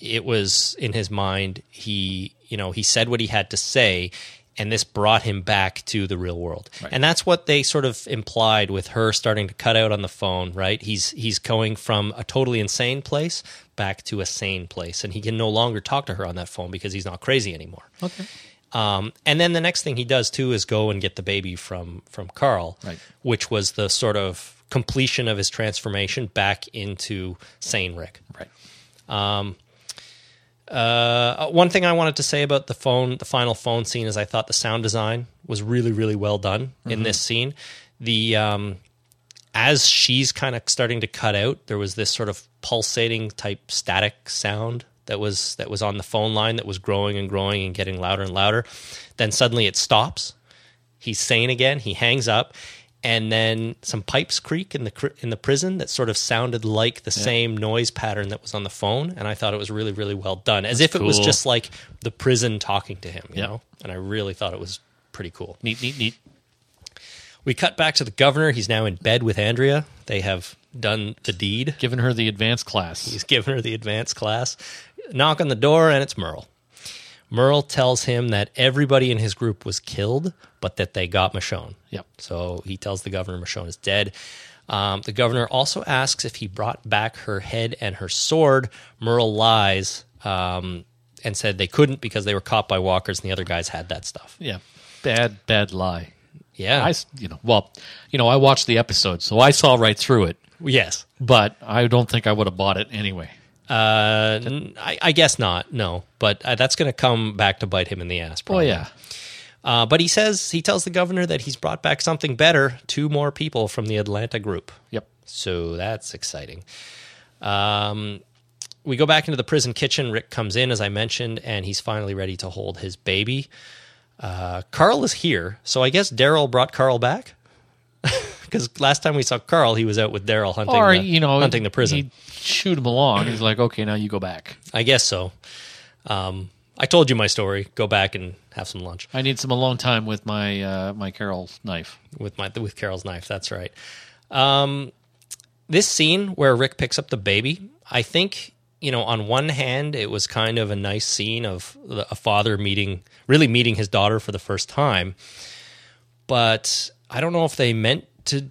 Speaker 2: it was in his mind. He you know he said what he had to say. And this brought him back to the real world, and that's what they sort of implied with her starting to cut out on the phone. Right? He's he's going from a totally insane place back to a sane place, and he can no longer talk to her on that phone because he's not crazy anymore.
Speaker 3: Okay.
Speaker 2: Um, and then the next thing he does too is go and get the baby from from Carl,
Speaker 3: Right.
Speaker 2: which was the sort of completion of his transformation back into sane Rick.
Speaker 3: Right.
Speaker 2: Uh, one thing I wanted to say about the phone, the final phone scene, is I thought the sound design was really, really well done in this scene. The um, as she's kind of starting to cut out, there was this sort of pulsating type static sound that was that was on the phone line that was growing and growing and getting louder and louder. Then suddenly it stops. He's sane again. He hangs up, and then some pipes creak in the cr- in the prison that sort of sounded like the same noise pattern that was on the phone. And I thought it was really really well done, as if it was
Speaker 3: cool.
Speaker 2: just like the prison talking to him, you
Speaker 3: Yeah.
Speaker 2: know. And I really thought it was pretty cool.
Speaker 3: Neat, neat, neat.
Speaker 2: We cut back to the governor. He's now in bed with Andrea. They have done the deed.
Speaker 3: Giving her the advanced class.
Speaker 2: He's giving her the advanced class. Knock on the door, and it's Merle. Merle tells him that everybody in his group was killed, but that they got Michonne.
Speaker 3: Yep.
Speaker 2: So he tells the governor Michonne is dead. Um, the governor also asks if he brought back her head and her sword. Merle lies um, and said they couldn't because they were caught by walkers and the other guys had that stuff.
Speaker 3: Yeah. Bad, bad lie.
Speaker 2: Yeah.
Speaker 3: I, s- you know, well, you know, I watched the episode, so I saw right through it,
Speaker 2: yes.
Speaker 3: but I don't think I would have bought it anyway.
Speaker 2: Uh, n- I, I guess not. No, but uh, that's going to come back to bite him in the ass.
Speaker 3: Oh
Speaker 2: Probably.
Speaker 3: yeah,
Speaker 2: Uh, but he says he tells the governor that he's brought back something better. Two more people from the Atlanta group.
Speaker 3: yep.
Speaker 2: So that's exciting. Um, we go back into the prison kitchen. Rick comes in, as I mentioned, and he's finally ready to hold his baby. Uh, Carl is here, so I guess Daryl brought Carl back. Because last time we saw Carl, he was out with Daryl hunting,
Speaker 3: Or
Speaker 2: the,
Speaker 3: you know,
Speaker 2: hunting the prison.
Speaker 3: He shoot him along. He's like, okay, now you go back.
Speaker 2: I guess so. Um, I told you my story. Go back and have some lunch
Speaker 3: I need some alone time with my uh, my Carol knife.
Speaker 2: with my with Carol's knife. That's right. Um, this scene where Rick picks up the baby, I think you know. On one hand, it was kind of a nice scene of the, a father meeting, really meeting his daughter for the first time. But I don't know if they meant to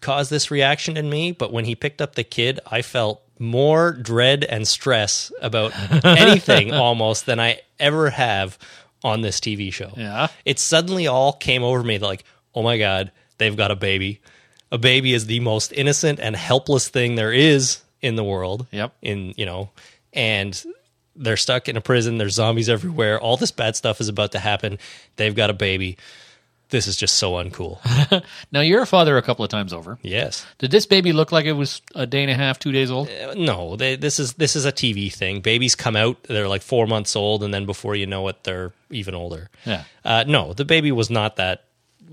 Speaker 2: cause this reaction in me. But when he picked up the kid, I felt more dread and stress about anything almost than I ever have on this TV show
Speaker 3: Yeah.
Speaker 2: it suddenly all came over me like, oh my God, they've got a baby. A baby is the most innocent and helpless thing there is in the world.
Speaker 3: Yep.
Speaker 2: In, you know, and they're stuck in a prison. There's zombies everywhere. All this bad stuff is about to happen. They've got a baby. This is just so uncool.
Speaker 3: Now you're a father a couple of times over.
Speaker 2: yes.
Speaker 3: Did this baby look like it was a day and a half, two days old?
Speaker 2: Uh, No, they, this is this is a TV thing. Babies come out, they're like four months old, and then before you know it, they're even older.
Speaker 3: Yeah.
Speaker 2: Uh, no, the baby was not that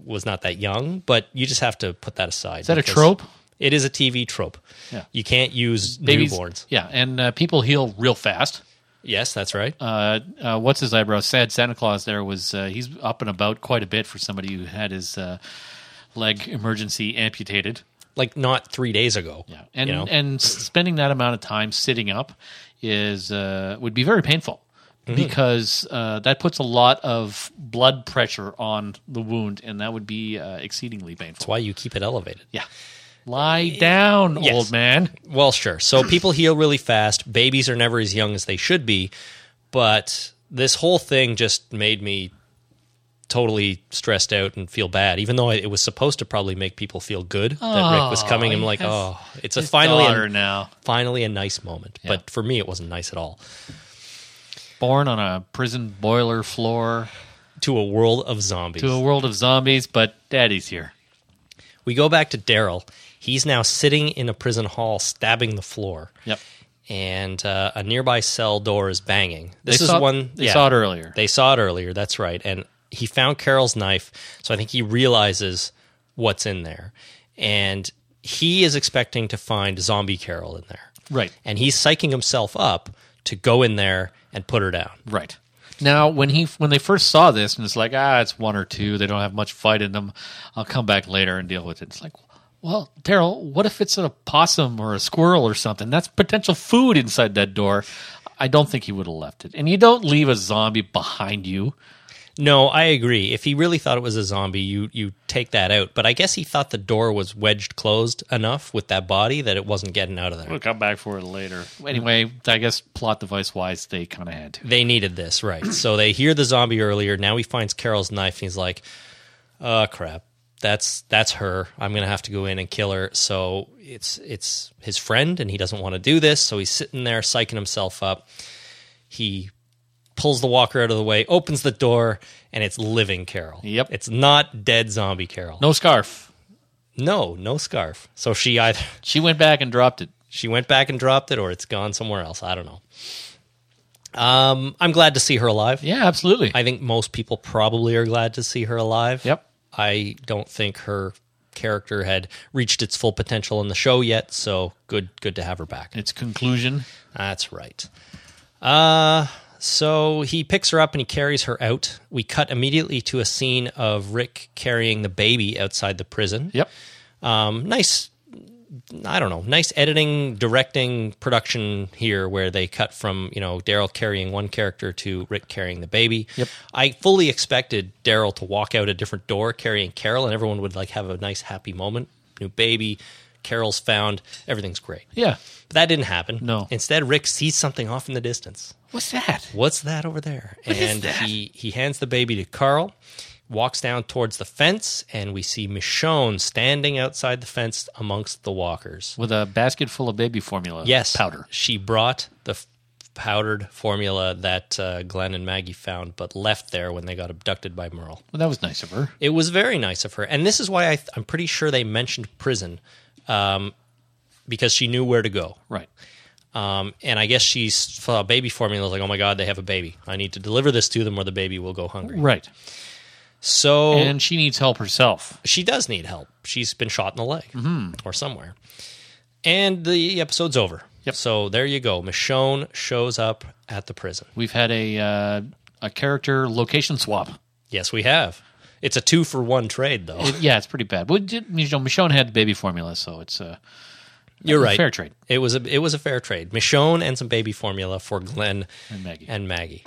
Speaker 2: was not that young, but you just have to put that aside. Is
Speaker 3: that a trope?
Speaker 2: It is a TV trope.
Speaker 3: Yeah.
Speaker 2: You can't use
Speaker 3: Babies,
Speaker 2: newborns.
Speaker 3: Yeah, and uh, people heal real fast.
Speaker 2: Yes, that's right.
Speaker 3: Uh, uh, what's his eyebrow? Sad Santa Claus. There was uh, he's up and about quite a bit for somebody who had his uh, leg emergency amputated.
Speaker 2: like not three days ago.
Speaker 3: Yeah, and
Speaker 2: you know?
Speaker 3: and spending that amount of time sitting up is uh, would be very painful
Speaker 2: Mm-hmm.
Speaker 3: because uh, that puts a lot of blood pressure on the wound, and that would be uh, exceedingly
Speaker 2: that's
Speaker 3: painful.
Speaker 2: why you keep it elevated.
Speaker 3: Yeah, lie down,
Speaker 2: Yes.
Speaker 3: old man.
Speaker 2: Well, sure. So people heal really fast. Babies are never as young as they should be. But this whole thing just made me totally stressed out and feel bad, even though it was supposed to probably make people feel good that Rick was coming. I'm
Speaker 3: he
Speaker 2: like,
Speaker 3: has
Speaker 2: oh, it's a
Speaker 3: His
Speaker 2: finally
Speaker 3: daughter
Speaker 2: a,
Speaker 3: now
Speaker 2: finally a nice moment.
Speaker 3: Yeah.
Speaker 2: But for me, it wasn't nice at all.
Speaker 3: born on a prison boiler floor
Speaker 2: To a world of zombies.
Speaker 3: to a world of zombies, but daddy's here.
Speaker 2: we go back to Daryl. He's now sitting in a prison hall, stabbing the floor.
Speaker 3: Yep,
Speaker 2: and uh, a nearby cell door is banging. This
Speaker 3: They
Speaker 2: is
Speaker 3: saw-
Speaker 2: one
Speaker 3: they saw it earlier.
Speaker 2: They saw it earlier. That's right. And he found Carol's knife, so I think he realizes what's in there, and he is expecting to find zombie Carol in there,
Speaker 3: right.
Speaker 2: and he's psyching himself up to go in there and put her down.
Speaker 3: Right. Now, when he when they first saw this, and it's like, ah, it's one or two. They don't have much fight in them. I'll come back later and deal with it. It's like, well, Daryl, what if it's a possum or a squirrel or something? That's potential food inside that door. I don't think he would have left it. And you don't leave a zombie behind you.
Speaker 2: No, I agree. If he really thought it was a zombie, you you take that out. But I guess he thought the door was wedged closed enough with that body that it wasn't getting out of there.
Speaker 3: We'll come back for it later. Anyway, I guess plot device wise, they kind of had to.
Speaker 2: they needed this, right? So they hear the zombie earlier. Now he finds Carol's knife and he's like, "Oh crap, that's that's her. I'm gonna have to go in and kill her." So it's it's his friend, and he doesn't want to do this. So he's sitting there psyching himself up. He pulls the walker out of the way, opens the door, and it's living Carol.
Speaker 3: Yep.
Speaker 2: it's not dead zombie Carol.
Speaker 3: No scarf.
Speaker 2: no, no scarf. So she either
Speaker 3: She went back and dropped it.
Speaker 2: she went back and dropped it, or it's gone somewhere else. I don't know. Um, I'm glad to see her alive.
Speaker 3: Yeah, absolutely.
Speaker 2: I think most people probably are glad to see her alive.
Speaker 3: Yep.
Speaker 2: I don't think her character had reached its full potential in the show yet, so good good to have her back.
Speaker 3: its conclusion.
Speaker 2: That's right. Uh so he picks her up and he carries her out. We cut immediately to a scene of Rick carrying the baby outside the prison.
Speaker 3: Yep.
Speaker 2: Um, nice, I don't know, nice editing, directing, production here where they cut from, you know, Daryl carrying one character to Rick carrying the baby.
Speaker 3: Yep.
Speaker 2: I fully expected Daryl to walk out a different door carrying Carol and everyone would like have a nice happy moment. New baby, Carol's found, everything's great.
Speaker 3: Yeah.
Speaker 2: But that didn't happen.
Speaker 3: No.
Speaker 2: Instead, Rick sees something off in the distance
Speaker 3: What's that?
Speaker 2: what's that over there?
Speaker 3: is
Speaker 2: and
Speaker 3: that?
Speaker 2: he he hands the baby to Carl, walks down towards the fence, and we see Michonne standing outside the fence amongst the walkers.
Speaker 3: With a basket full of baby formula.
Speaker 2: Yes,
Speaker 3: Powder.
Speaker 2: She brought the f- powdered formula that uh, Glenn and Maggie found, but left there when they got abducted by Merle.
Speaker 3: Well, that was nice of her.
Speaker 2: It was very nice of her, and this is why I th- I'm pretty sure they mentioned prison, um, because she knew where to go.
Speaker 3: Right.
Speaker 2: Um, and I guess she saw baby formula like, oh my god, they have a baby. I need to deliver this to them, or the baby will go hungry.
Speaker 3: Right.
Speaker 2: So
Speaker 3: And she needs help herself.
Speaker 2: she does need help. She's been shot in the leg
Speaker 3: Mm-hmm.
Speaker 2: or somewhere. And the episode's over.
Speaker 3: Yep.
Speaker 2: So there you go. Michonne shows up at the prison.
Speaker 3: We've had a uh, a character location swap.
Speaker 2: Yes, we have. It's a two for one trade, though.
Speaker 3: It- yeah, it's pretty bad. But you know, Michonne had the baby formula, so it's uh,
Speaker 2: You're right.
Speaker 3: fair trade.
Speaker 2: It was a it was a fair trade. Michonne and some baby formula for Glenn
Speaker 3: And Maggie.
Speaker 2: And Maggie.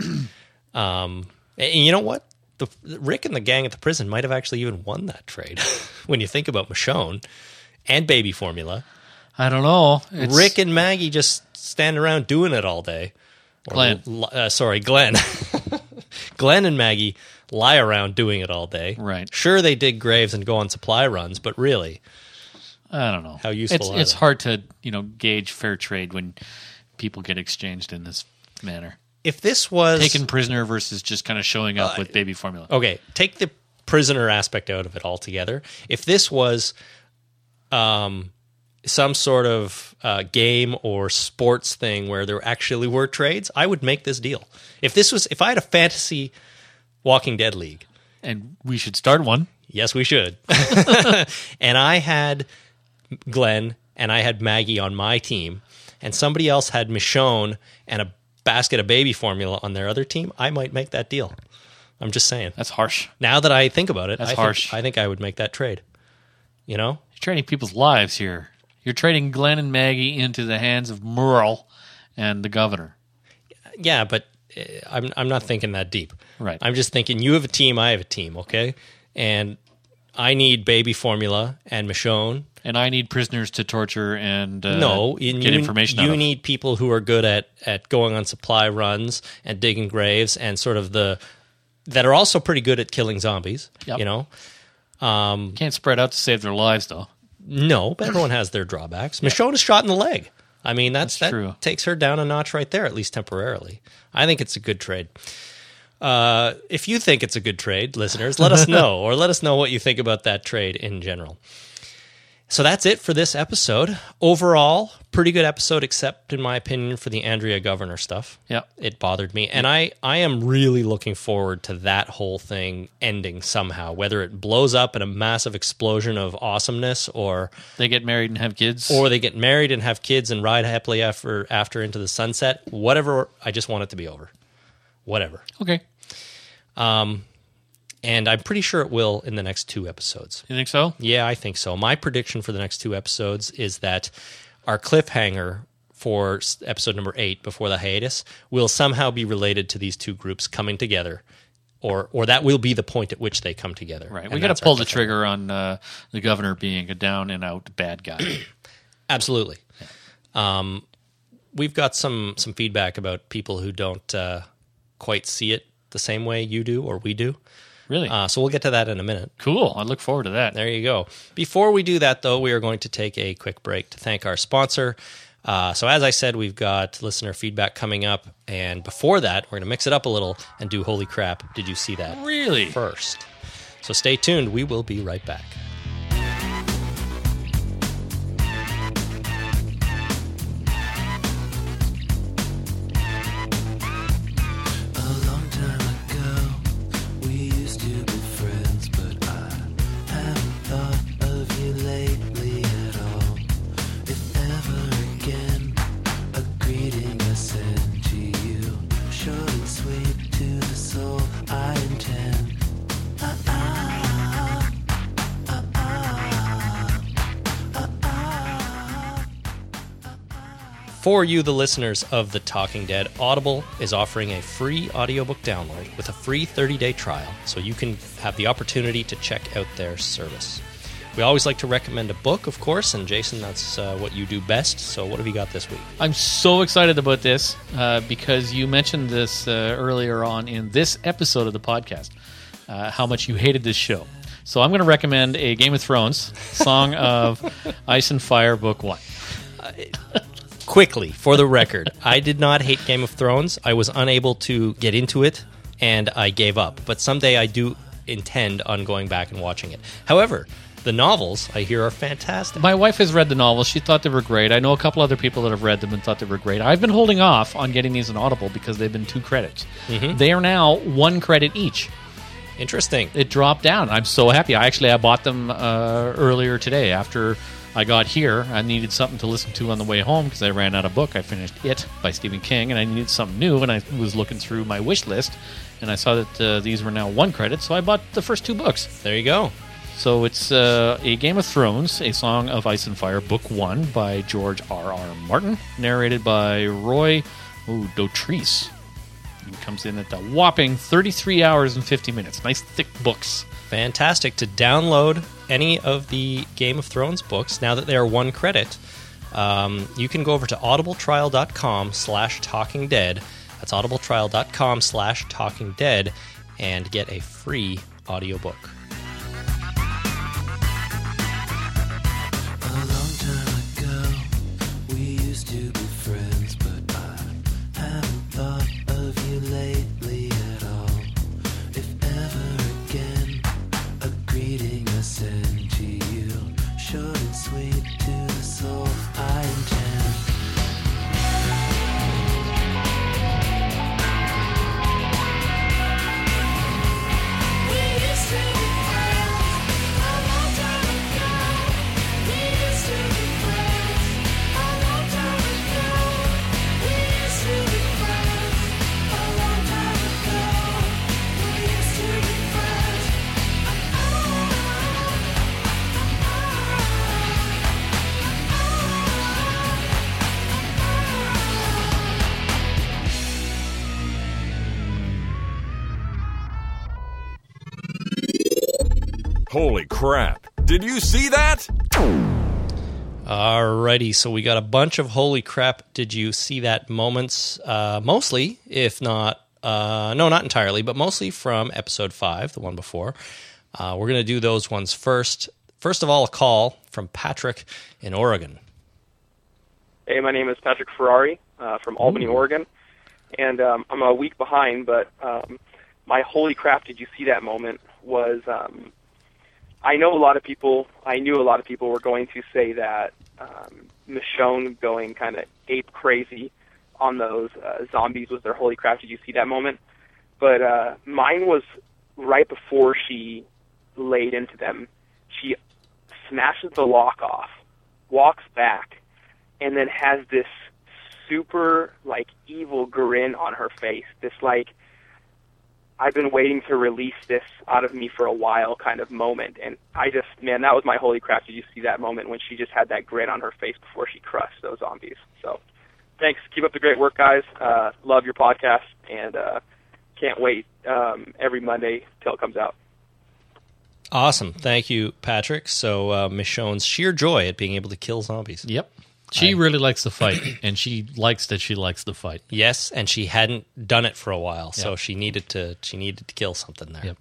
Speaker 2: um, and you know what? The Rick and the gang at the prison might have actually even won that trade when you think about Michonne and baby formula.
Speaker 3: I don't know. It's,
Speaker 2: Rick and Maggie just stand around doing it all day. Or
Speaker 3: Glenn.
Speaker 2: li- uh, sorry, Glenn. Glenn and Maggie lie around doing it all day.
Speaker 3: Right.
Speaker 2: Sure, they dig graves and go on supply runs, but really,
Speaker 3: I don't know
Speaker 2: How useful
Speaker 3: It's,
Speaker 2: are
Speaker 3: it's
Speaker 2: they?
Speaker 3: hard to you know gauge fair trade when people get exchanged in this manner.
Speaker 2: if this Uh, oh. was
Speaker 3: Taken prisoner versus just kind of showing up with baby formula.
Speaker 2: okay, take the prisoner aspect out of it altogether. If this was, um, some sort of uh, game or sports thing where there actually were trades, I would make this deal. If this was, if I had a fantasy Walking Dead league.
Speaker 3: And we should start one.
Speaker 2: Yes, we should. and I had Glenn and I had Maggie on my team, and somebody else had Michonne and a basket of baby formula on their other team. I might make that deal. I'm just saying.
Speaker 3: That's harsh.
Speaker 2: Now that I think about it,
Speaker 3: That's
Speaker 2: I think,
Speaker 3: harsh.
Speaker 2: I think I would make that trade. You know,
Speaker 3: trading people's lives here. You're trading Glenn and Maggie into the hands of Merle and the governor.
Speaker 2: Yeah, but uh, I'm I'm not thinking that deep.
Speaker 3: Right.
Speaker 2: I'm just thinking you have a team, I have a team, okay? And I need baby formula and Michonne.
Speaker 3: And I need prisoners to torture and uh,
Speaker 2: no, and
Speaker 3: get
Speaker 2: you,
Speaker 3: information out
Speaker 2: You
Speaker 3: of.
Speaker 2: need people who are good at at going on supply runs and digging graves and sort of the that are also pretty good at killing zombies.
Speaker 3: Yep.
Speaker 2: You know,
Speaker 3: You can't spread out to save their lives though.
Speaker 2: no, but everyone has their drawbacks. Michonne is shot in the leg. I mean, that's,
Speaker 3: That's
Speaker 2: that
Speaker 3: true.
Speaker 2: takes her down a notch right there, at least temporarily. I think it's a good trade. Uh, if you think it's a good trade, listeners, let us know, or let us know what you think about that trade in general. So that's it for this episode. Overall, pretty good episode, except in my opinion for the Andrea Governor stuff.
Speaker 3: Yep.
Speaker 2: it bothered me, and I I am really looking forward to that whole thing ending somehow, whether it blows up in a massive explosion of awesomeness or
Speaker 3: They get married and have kids.
Speaker 2: or they get married and have kids and ride happily after after into the sunset. Whatever, I just want it to be over. Whatever,
Speaker 3: okay,
Speaker 2: and I'm pretty sure it will in the next two episodes.
Speaker 3: you think so?
Speaker 2: Yeah, I think so. My prediction for the next two episodes is that our cliffhanger for s- episode number eight before the hiatus will somehow be related to these two groups coming together, or or that will be the point at which they come together.
Speaker 3: Right.
Speaker 2: And
Speaker 3: we got
Speaker 2: that's
Speaker 3: to
Speaker 2: our
Speaker 3: pull the
Speaker 2: cliffhanger.
Speaker 3: trigger on uh, the governor being a down and out bad guy.
Speaker 2: Absolutely. Um, we've got some some feedback about people who don't uh, quite see it the same way you do or we do.
Speaker 3: really
Speaker 2: Uh, so we'll get to that in a minute.
Speaker 3: cool. I look forward to that.
Speaker 2: There you go. Before we do that, though, we are going to take a quick break to thank our sponsor. Uh, so, as I said, we've got listener feedback coming up. And before that, we're going to mix it up a little and do Holy Crap, Did You See That?
Speaker 3: Really?
Speaker 2: First. So, stay tuned. We will be right back.
Speaker 4: A long time ago, we used to be friends, but I haven't thought of you lately at all. If ever again, a greeting I send to you, short and sweet to the soul I intend. Ah,
Speaker 2: For you, the listeners of The Talking Dead, Audible is offering a free audiobook download with a free 30 day trial so you can have the opportunity to check out their service. We always like to recommend a book, of course, and Jason, that's uh, what you do best. So, what have you got this week?
Speaker 3: I'm so excited about this uh, because you mentioned this uh, earlier on in this episode of the podcast, uh, how much you hated this show. So I'm going to recommend a Game of Thrones Song of Ice and Fire Book One.
Speaker 2: Quickly, for the record, I did not hate Game of Thrones. I was unable to get into it and I gave up. But someday I do intend on going back and watching it. However, the novels I hear are fantastic.
Speaker 3: My wife has read the novels. She thought they were great. I know a couple other people that have read them and thought they were great. I've been holding off on getting these in Audible because they've been two credits. They are now one credit each.
Speaker 2: Interesting.
Speaker 3: it dropped down. I'm so happy. I actually I bought them uh, earlier today after I got here. I needed something to listen to on the way home because I ran out of book. I finished It by Stephen King, and I needed something new. And I was looking through my wish list, and I saw that uh, these were now one credit, so I bought the first two books.
Speaker 2: There you go.
Speaker 3: So it's uh, a Game of Thrones, a Song of Ice and Fire, Book One by George R. R. Martin, narrated by Roy ooh, Dotrice. It comes in at the whopping 33 hours and 50 minutes. Nice thick books.
Speaker 2: Fantastic to download any of the Game of Thrones books now that they are one credit. Um, you can go over to audibletrial.com slash talking dead. That's audibletrial.com slash talking dead and get a free audiobook.
Speaker 4: A long time ago, we used to be friends, but I haven't thought of you lately at all. If ever again, a greeting I send to you, short and sweet to the soul I intend.
Speaker 5: We used to be
Speaker 1: Holy crap. Did you see that?
Speaker 2: Alrighty, so we got a bunch of holy crap. Did you see that moments? Uh, mostly, if not, uh, no, not entirely, but mostly from episode five, the one before. Uh, we're going to do those ones first. First of all, a call from Patrick in Oregon.
Speaker 5: Hey, my name is Patrick Ferrari uh, from Albany, Oregon, and um, I'm a week behind. But um, my holy crap, did you see that moment? Was um, I know a lot of people. I knew a lot of people were going to say that um, Michonne going kind of ape crazy on those uh, zombies was their holy crap. Did you see that moment? But uh, mine was right before she laid into them. She smashes the lock off, walks back, and then has this super like evil grin on her face. This like I've been waiting to release this out of me for a while kind of moment. And I just man, that was my holy crap. Did you see that moment when she just had that grin on her face before she crushed those zombies? So thanks. Keep up the great work, guys. Uh, love your podcast and uh, can't wait um, every Monday till it comes out.
Speaker 2: Awesome. Thank you, Patrick. So, uh, Michonne's sheer joy at being able to kill zombies.
Speaker 3: Yep.
Speaker 6: She really likes the fight, and she likes that she likes the fight.
Speaker 2: Yes, and she hadn't done it for a while, so
Speaker 6: Yep.
Speaker 2: she needed to she needed to kill something there.
Speaker 6: Yep.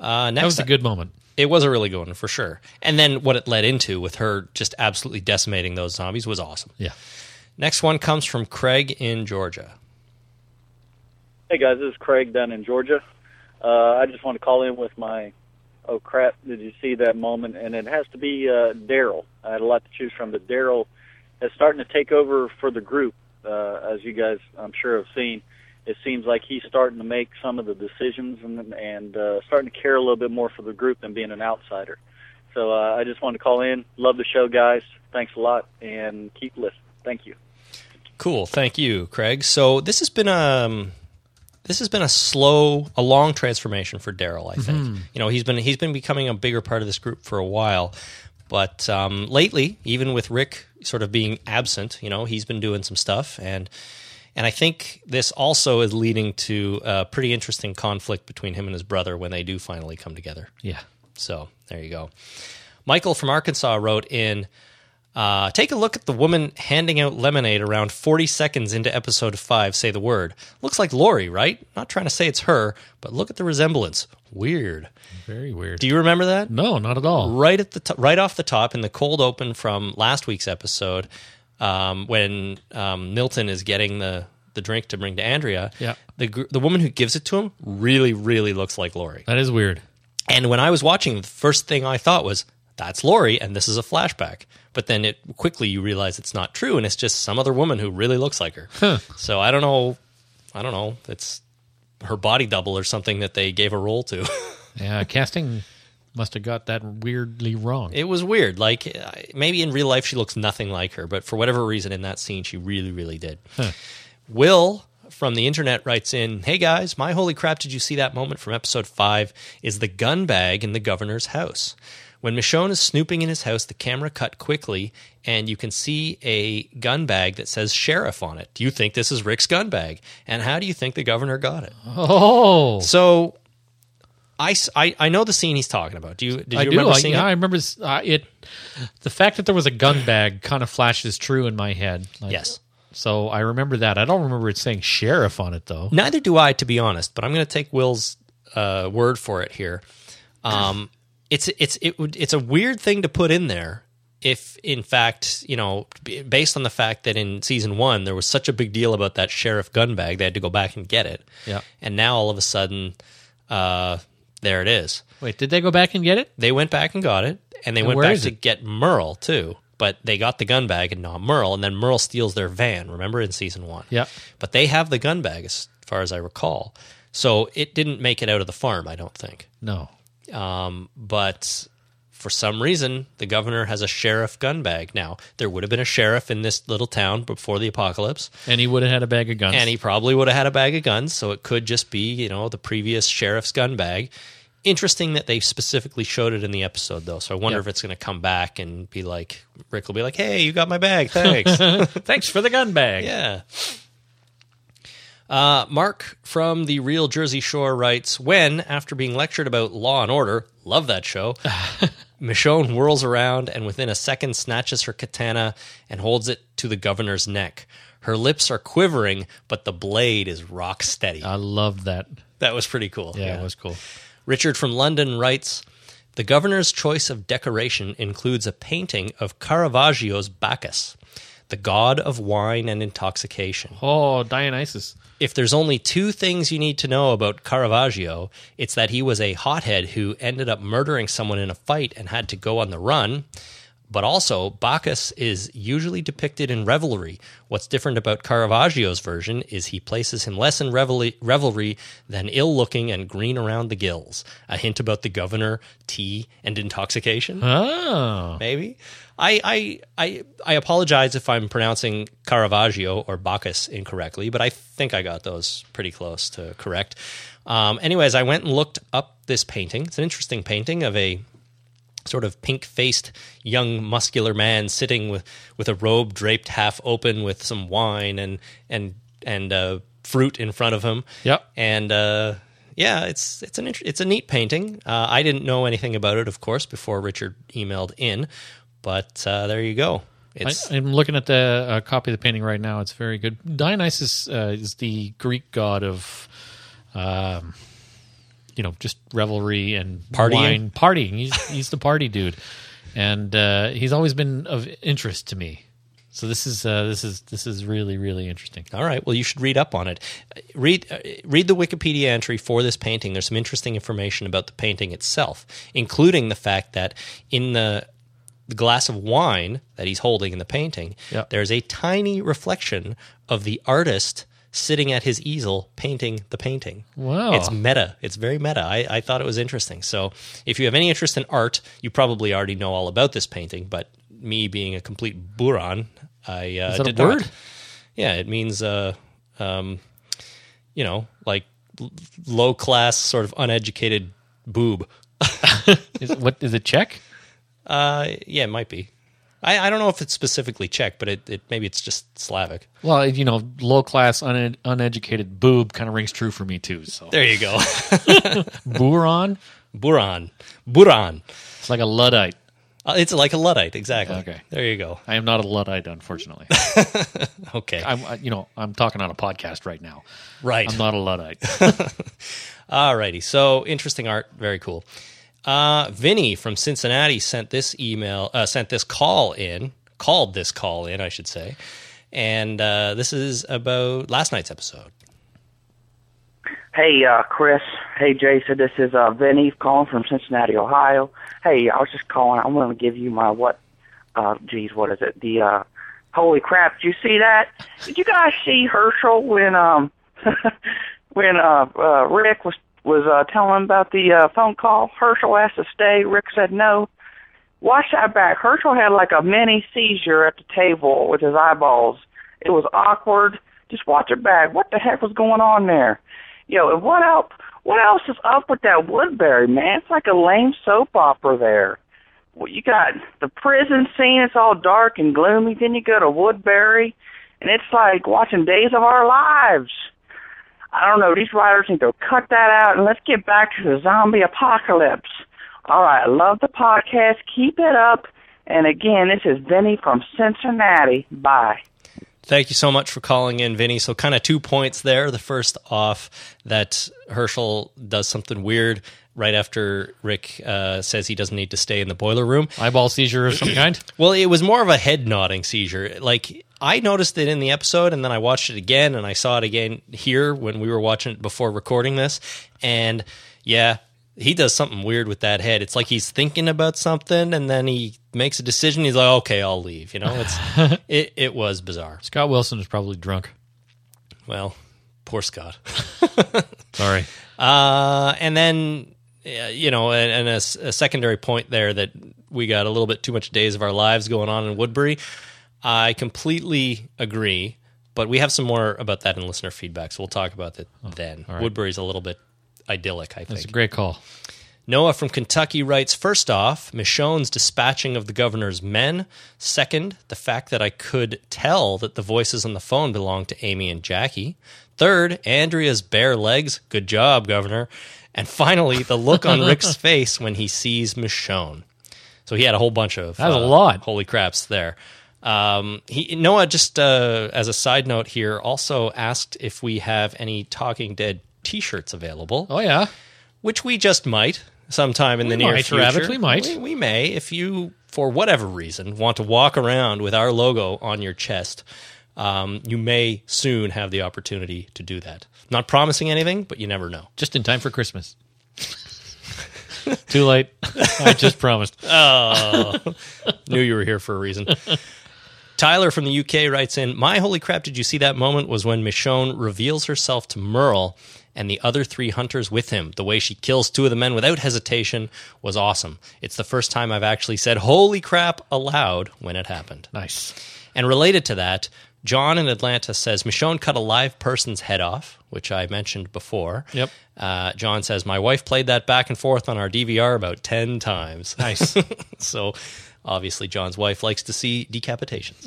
Speaker 2: Uh, next
Speaker 6: That was a good moment.
Speaker 2: It was a really good one for sure. And then what it led into with her just absolutely decimating those zombies was awesome.
Speaker 6: Yeah.
Speaker 2: Next one comes from Craig in Georgia.
Speaker 7: Hey guys, this is Craig down in Georgia. Uh, I just want to call in with my oh crap, did you see that moment? And it has to be uh, Daryl. I had a lot to choose from, but Daryl is starting to take over for the group, uh, as you guys I'm sure have seen. It seems like he's starting to make some of the decisions and and uh, starting to care a little bit more for the group than being an outsider. So uh, I just wanted to call in. Love the show, guys. Thanks a lot, and keep listening. Thank you.
Speaker 2: Cool, thank you, Craig. So this has been um this has been a slow, a long transformation for Daryl. I think you know he's been he's been becoming a bigger part of this group for a while, but um, lately, even with Rick sort of being absent, you know he's been doing some stuff, and and I think this also is leading to a pretty interesting conflict between him and his brother when they do finally come together.
Speaker 6: Yeah.
Speaker 2: So there you go. Michael from Arkansas wrote in uh, Take a look at the woman handing out lemonade around 40 seconds into episode 5. Say the word. Looks like Lori, right? Not trying to say it's her, but look at the resemblance. Weird.
Speaker 6: Very weird.
Speaker 2: Do you remember that?
Speaker 6: no, not at all.
Speaker 2: Right at the to- right off the top in the cold open from last week's episode, um, when um, Milton is getting the, the drink to bring to Andrea,
Speaker 6: Yeah.
Speaker 2: the gr- the woman who gives it to him really really looks like Lori.
Speaker 6: That is weird.
Speaker 2: And when I was watching, the first thing I thought was, that's Lori, and this is a flashback. But then it quickly you realize it's not true, and it's just some other woman who really looks like her. So I don't know. I don't know. It's her body double or something that they gave a role to.
Speaker 6: Yeah, casting must have got that weirdly wrong.
Speaker 2: it was weird. Like I- maybe in real life she looks nothing like her, but for whatever reason in that scene she really, really did. Will from the internet writes in, "Hey guys, my holy crap! Did you see that moment from episode five? Is the gun bag in the governor's house?" When Michonne is snooping in his house, the camera cut quickly, and you can see a gun bag that says sheriff on it. Do you think this is Rick's gun bag? And how do you think the governor got it?
Speaker 6: oh,
Speaker 2: So, I, s- I- I know the scene he's talking about. Do you did you
Speaker 6: I do.
Speaker 2: remember
Speaker 6: I,
Speaker 2: seeing
Speaker 6: yeah,
Speaker 2: it?
Speaker 6: I remember s- uh, it. The fact that there was a gun bag kind of flashes true in my head. Like,
Speaker 2: yes.
Speaker 6: So I remember that. I don't remember it saying sheriff on it though.
Speaker 2: Neither do I, to be honest. But I'm going to take Will's uh, word for it here. Um, it's it's it would it's a weird thing to put in there. If in fact you know, b- based on the fact that in season one there was such a big deal about that sheriff gun bag, they had to go back and get it.
Speaker 6: Yeah.
Speaker 2: And now all of a sudden, uh, there it is.
Speaker 6: Wait, did they go back and get it?
Speaker 2: They went back and got it, and they went
Speaker 6: where
Speaker 2: back
Speaker 6: is
Speaker 2: to
Speaker 6: it?
Speaker 2: get Merle too. But they got the gun bag and not Merle, and then Merle steals their van. Remember in season one?
Speaker 6: Yeah.
Speaker 2: But they have the gun bag, as far as I recall. So it didn't make it out of the farm, I don't think.
Speaker 6: No.
Speaker 2: Um, but for some reason, the governor has a sheriff gun bag now. There would have been a sheriff in this little town before the apocalypse,
Speaker 6: And he would have had a bag of guns.
Speaker 2: and he probably would have had a bag of guns. So it could just be, you know, the previous sheriff's gun bag. Interesting that they specifically showed it in the episode, though. So I wonder
Speaker 6: Yeah.
Speaker 2: if it's going to come back and be like Rick will be like, "Hey, you got my bag, thanks."
Speaker 6: Thanks for the gun bag.
Speaker 2: Yeah. Uh, Mark from the Real Jersey Shore writes When, after being lectured about law and order, Love that show. Michonne whirls around and within a second snatches her katana and holds it to the governor's neck. Her lips are quivering, but the blade is rock steady.
Speaker 6: I love that.
Speaker 2: that was pretty cool.
Speaker 6: Uh, Yeah, it was cool.
Speaker 2: Richard from London writes The governor's choice of decoration includes a painting of Caravaggio's Bacchus, the god of wine and intoxication.
Speaker 6: Oh, Dionysus.
Speaker 2: If there's only two things you need to know about Caravaggio, it's that he was a hothead who ended up murdering someone in a fight and had to go on the run. But also, Bacchus is usually depicted in revelry. What's different about Caravaggio's version is he places him less in revelry, revelry than ill looking and green around the gills. A hint about the governor, tea, and intoxication?
Speaker 6: Oh,
Speaker 2: maybe. I, I I I apologize if I'm pronouncing Caravaggio or Bacchus incorrectly, but I think I got those pretty close to correct. Um, anyways, I went and looked up this painting. It's an interesting painting of a sort of pink-faced young muscular man sitting with with a robe draped half open with some wine and and and uh, fruit in front of him.
Speaker 6: Yep.
Speaker 2: And uh, yeah, it's it's an int- it's a neat painting. Uh, I didn't know anything about it, of course, before Richard emailed in, but uh, there you go.
Speaker 6: I,
Speaker 2: It's
Speaker 6: I'm looking at the uh, copy of the painting right now. It's very good. Dionysus uh, is the Greek god of, um, you know, just revelry and
Speaker 2: Partying?
Speaker 6: wine. Partying. He's, he's the party dude, and uh, he's always been of interest to me. So this is uh, this is this is really really interesting.
Speaker 2: all right. Well, you should read up on it. Uh, Read uh, read the Wikipedia entry for this painting. There's some interesting information about the painting itself, including the fact that in the the glass of wine that he's holding in the painting,
Speaker 6: Yeah.
Speaker 2: there's a tiny reflection of the artist sitting at his easel painting the painting.
Speaker 6: Wow.
Speaker 2: It's meta. It's very meta. I, I thought it was interesting. So if you have any interest in art, you probably already know all about this painting, but me being a complete buran, I uh,
Speaker 6: Is that a
Speaker 2: did not.
Speaker 6: word?
Speaker 2: Yeah, it means, uh, um, you know, like low class, sort of uneducated boob.
Speaker 6: Is, what is it? Czech?
Speaker 2: Uh, yeah, it might be. I, I don't know if it's specifically Czech, but it, it maybe it's just Slavic.
Speaker 6: Well, you know, low class, uned- uneducated boob kind of rings true for me too. So
Speaker 2: There you go.
Speaker 6: Buron,
Speaker 2: buran, buran.
Speaker 6: it's like a luddite.
Speaker 2: Uh, it's like a luddite, exactly.
Speaker 6: Okay.
Speaker 2: There you go.
Speaker 6: I am not a luddite, unfortunately.
Speaker 2: Okay.
Speaker 6: I'm, I- you know, I'm talking on a podcast right now.
Speaker 2: right.
Speaker 6: I'm not a luddite.
Speaker 2: Alrighty. So interesting art, very cool. Uh, Vinny from Cincinnati sent this email, uh, sent this call in, called this call in, I should say. And uh, this is about last night's episode.
Speaker 8: Hey, uh, Chris. Hey, Jason. This is uh, Vinny calling from Cincinnati, Ohio. Hey, I was just calling. I'm going to give you my what? Uh, geez, what is it? The uh, holy crap! Did you see that? Did you guys see Herschel when um when uh, uh Rick was was uh, telling him about the uh, phone call? Herschel asked to stay. Rick said no. Watch that back. Herschel had like a mini seizure at the table with his eyeballs. It was awkward. Just watch it back. What the heck was going on there? Yo, and what else? What else is up with that Woodbury man? It's like a lame soap opera there. Well, you got the prison scene. It's all dark and gloomy. Then you go to Woodbury, and it's like watching Days of Our Lives. I don't know. These writers need to cut that out and let's get back to the zombie apocalypse. All right, I love the podcast. Keep it up. And again, this is Vinny from Cincinnati. Bye.
Speaker 2: Thank you so much for calling in, Vinny. So, kind of two points there. The first off that Herschel does something weird right after Rick uh, says he doesn't need to stay in the boiler room.
Speaker 6: Eyeball seizure of some kind.
Speaker 2: Well, it was more of a head nodding seizure. Like I noticed it in the episode, and then I watched it again, and I saw it again here when we were watching it before recording this. And yeah, he does something weird with that head. It's like he's thinking about something, and then he makes a decision. He's like, "Okay, I'll leave." You know, it's it it was bizarre.
Speaker 6: Scott Wilson is probably drunk.
Speaker 2: Well, poor Scott.
Speaker 6: Sorry.
Speaker 2: Uh, and then uh, you know, and, and a, s- a secondary point there that we got a little bit too much days of our lives going on in Woodbury. I completely agree, but we have some more about that in listener feedback, so we'll talk about that then. Woodbury's a little bit idyllic, I
Speaker 6: Oh, That's a
Speaker 2: think.
Speaker 6: great call.
Speaker 2: Noah from Kentucky writes First off, Michonne's dispatching of the governor's men. Second, the fact that I could tell that the voices on the phone belonged to Amy and Jackie. Third, Andrea's bare legs. Good job, governor. And finally, the look on Rick's face when he sees Michonne. So he had a whole bunch of uh,
Speaker 6: That's a lot.
Speaker 2: Holy craps! There, um, he Noah. Just uh, as a side note here, also asked if we have any Talking Dead T-shirts available,
Speaker 6: Oh yeah,
Speaker 2: which we just might sometime in the near
Speaker 6: might,
Speaker 2: future.
Speaker 6: Rabbit, we might.
Speaker 2: We, we may, if you for whatever reason want to walk around with our logo on your chest. Um, you may soon have the opportunity to do that. Not promising anything, but you never know.
Speaker 6: just in time for Christmas. Too late. I just promised.
Speaker 2: Knew you were here for a reason. Tyler from the UK writes in My holy crap, did you see that moment was when Michonne reveals herself to Merle and the other three hunters with him. The way she kills two of the men without hesitation was awesome. It's the first time I've actually said holy crap aloud when it happened.
Speaker 6: Nice.
Speaker 2: And related to that, John in Atlanta says Michonne cut a live person's head off, which I mentioned before.
Speaker 6: Yep.
Speaker 2: Uh, John says my wife played that back and forth on our DVR about ten times. Nice. so obviously, John's wife likes to see decapitations.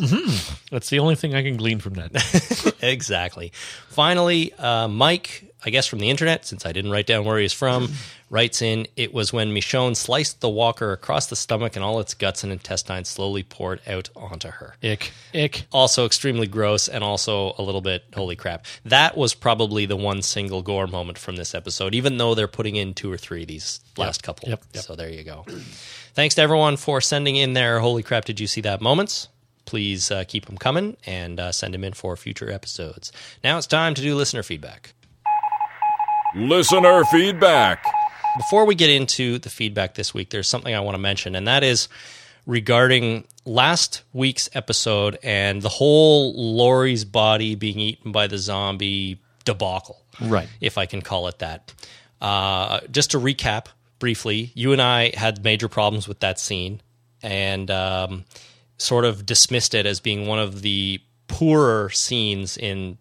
Speaker 6: That's the only thing I can glean from that.
Speaker 2: exactly. Finally, uh, Mike. I guess from the internet, since I didn't write down where he's from, writes in, it was when Michonne sliced the walker across the stomach and all its guts and intestines slowly poured out onto her
Speaker 6: Ick. Ick.
Speaker 2: also extremely gross and also a little bit holy crap. That was probably the one single gore moment from this episode, even though they're putting in two or three these last couple.
Speaker 6: yep, yep.
Speaker 2: So there you go. Thanks to everyone for sending in their holy crap, did you see that moments? Please uh, keep them coming and uh, send them in for future episodes. Now it's time to do listener feedback.
Speaker 1: Listener feedback.
Speaker 2: Before we get into the feedback this week, there's something I want to mention, and that is regarding last week's episode and the whole Lori's body being eaten by the zombie debacle,
Speaker 6: Right.
Speaker 2: if I can call it that. Uh, just to recap briefly, you and I had major problems with that scene and um, sort of dismissed it as being one of the poorer scenes in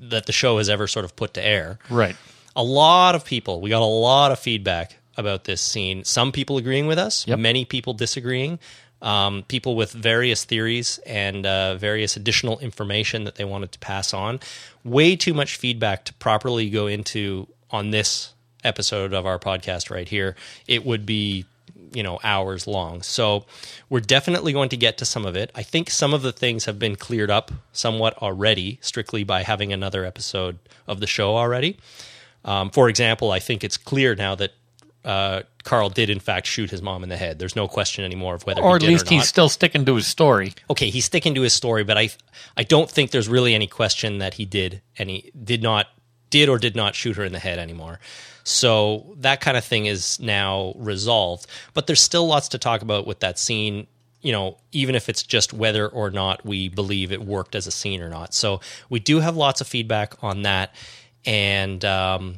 Speaker 2: that the show has ever sort of put to air
Speaker 6: Right.
Speaker 2: a lot of people. We got a lot of feedback about this scene. Some people agreeing with us, many people disagreeing. Um, people with various theories and uh, various additional information that they wanted to pass on. Way too much feedback to properly go into on this episode of our podcast right here. It would be you know hours long so we're definitely going to get to some of it i think some of the things have been cleared up somewhat already strictly by having another episode of the show already um, for example, I think it's clear now that uh, Carl did in fact shoot his mom in the head. There's no question anymore of whether
Speaker 3: or
Speaker 2: he
Speaker 3: at
Speaker 2: did
Speaker 3: least
Speaker 2: or not.
Speaker 3: he's still sticking to his story.
Speaker 2: okay. He's sticking to his story, but I I don't think there's really any question that he did and he did not did or did not shoot her in the head anymore. So that kind of thing is now resolved. But there's still lots to talk about with that scene. You know, even if it's just whether or not we believe it worked as a scene or not. So we do have lots of feedback on that, and um,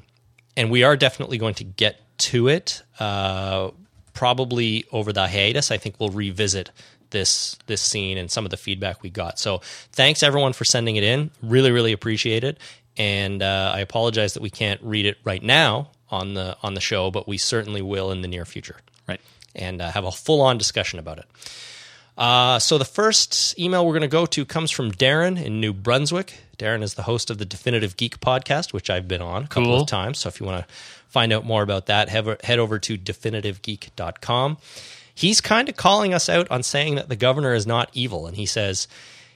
Speaker 2: and we are definitely going to get to it uh, probably over the hiatus. I think we'll revisit this this scene and some of the feedback we got. So thanks everyone for sending it in. Really, really appreciate it. And uh, I apologize that we can't read it right now on the on the show, but we certainly will in the near future.
Speaker 6: Right.
Speaker 2: And uh, have a full on discussion about it. Uh, so the first email we're going to go to comes from Darren in New Brunswick. Darren is the host of the Definitive Geek podcast, which I've been on a couple
Speaker 6: Cool.
Speaker 2: of times. So if you want to find out more about that, hev- head over to definitivegeek.com. He's kind of calling us out on saying that the governor is not evil, and he says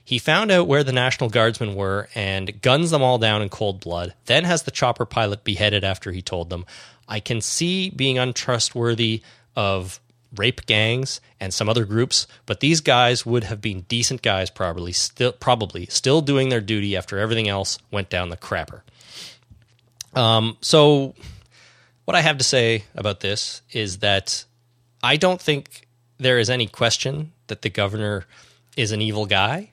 Speaker 2: he found out where the National Guardsmen were and guns them all down in cold blood, then has the chopper pilot beheaded after he told them. I can see being untrustworthy of rape gangs and some other groups, but these guys would have been decent guys probably still probably still doing their duty after everything else went down the crapper. Um so what I have to say about this is that I don't think there is any question that the governor is an evil guy,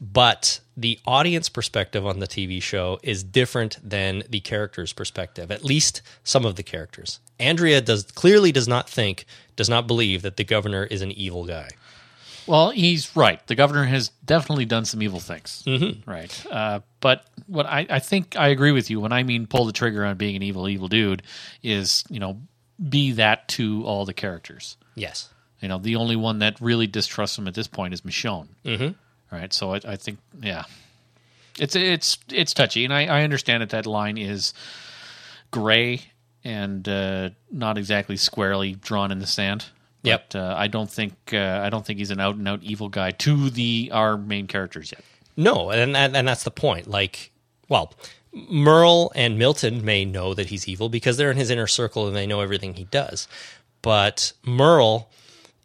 Speaker 2: but the audience perspective on the TV show is different than the character's perspective, at least some of the characters. Andrea does clearly does not think, does not believe that the governor is an evil guy.
Speaker 3: Well, he's right. The governor has definitely done some evil things. Mm-hmm. Right. Uh, but what I, I think I agree with you when I mean pull the trigger on being an evil, evil dude is, you know, be that to all the characters.
Speaker 2: Yes.
Speaker 3: You know, the only one that really distrusts him at this point is Michonne.
Speaker 2: Mhm.
Speaker 3: Right. So I, I think, yeah, it's it's it's touchy, and I, I understand that that line is gray and uh, not exactly squarely drawn in the sand.
Speaker 2: Yep.
Speaker 3: But, uh, I don't think uh, I don't think he's an out and out evil guy to the our main characters yet.
Speaker 2: No, and that, and that's the point. Like, well, Merle and Milton may know that he's evil because they're in his inner circle and they know everything he does. But Merle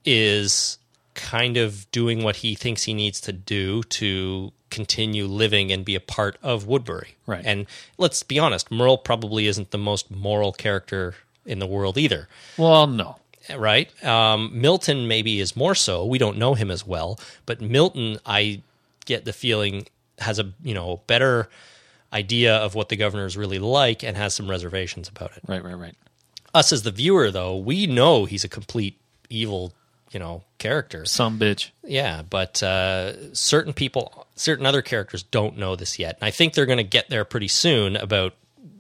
Speaker 2: is kind of doing what he thinks he needs to do to continue living and be a part of Woodbury.
Speaker 3: Right.
Speaker 2: And let's be honest, Merle probably isn't the most moral character in the world either
Speaker 3: Well, no.
Speaker 2: right? Um, Milton maybe is more so. We don't know him as well, but Milton, I get the feeling has a you know better idea of what the governor is really like and has some reservations about it.
Speaker 3: Right. Right. Right.
Speaker 2: Us as the viewer, though, we know he's a complete evil, you know, character.
Speaker 3: Some bitch.
Speaker 2: Yeah, but uh, certain people, certain other characters don't know this yet. And I think they're going to get there pretty soon about,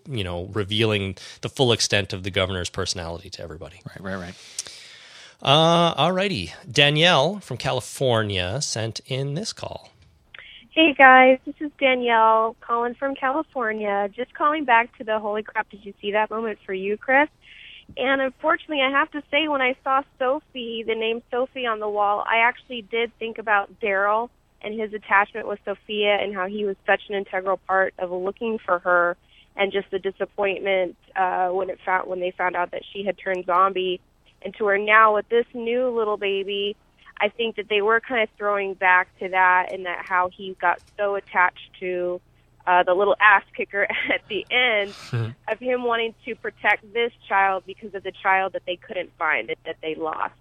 Speaker 2: you know, revealing the full extent of the governor's personality to everybody.
Speaker 3: Right. Right. Right.
Speaker 2: Uh, alrighty. Danielle from California sent in this call.
Speaker 9: Hey guys, this is Danielle calling from California. Just calling back to the holy crap, did you see that moment for you, Chris? And unfortunately, I have to say, when I saw Sophie, the name Sophie on the wall, I actually did think about Daryl and his attachment with Sophia and how he was such an integral part of looking for her and just the disappointment uh, when it found when they found out that she had turned zombie into her now with this new little baby. I think that they were kind of throwing back to that and that how he got so attached to uh, the little ass kicker at the end of him wanting to protect this child because of the child that they couldn't find that, that they lost.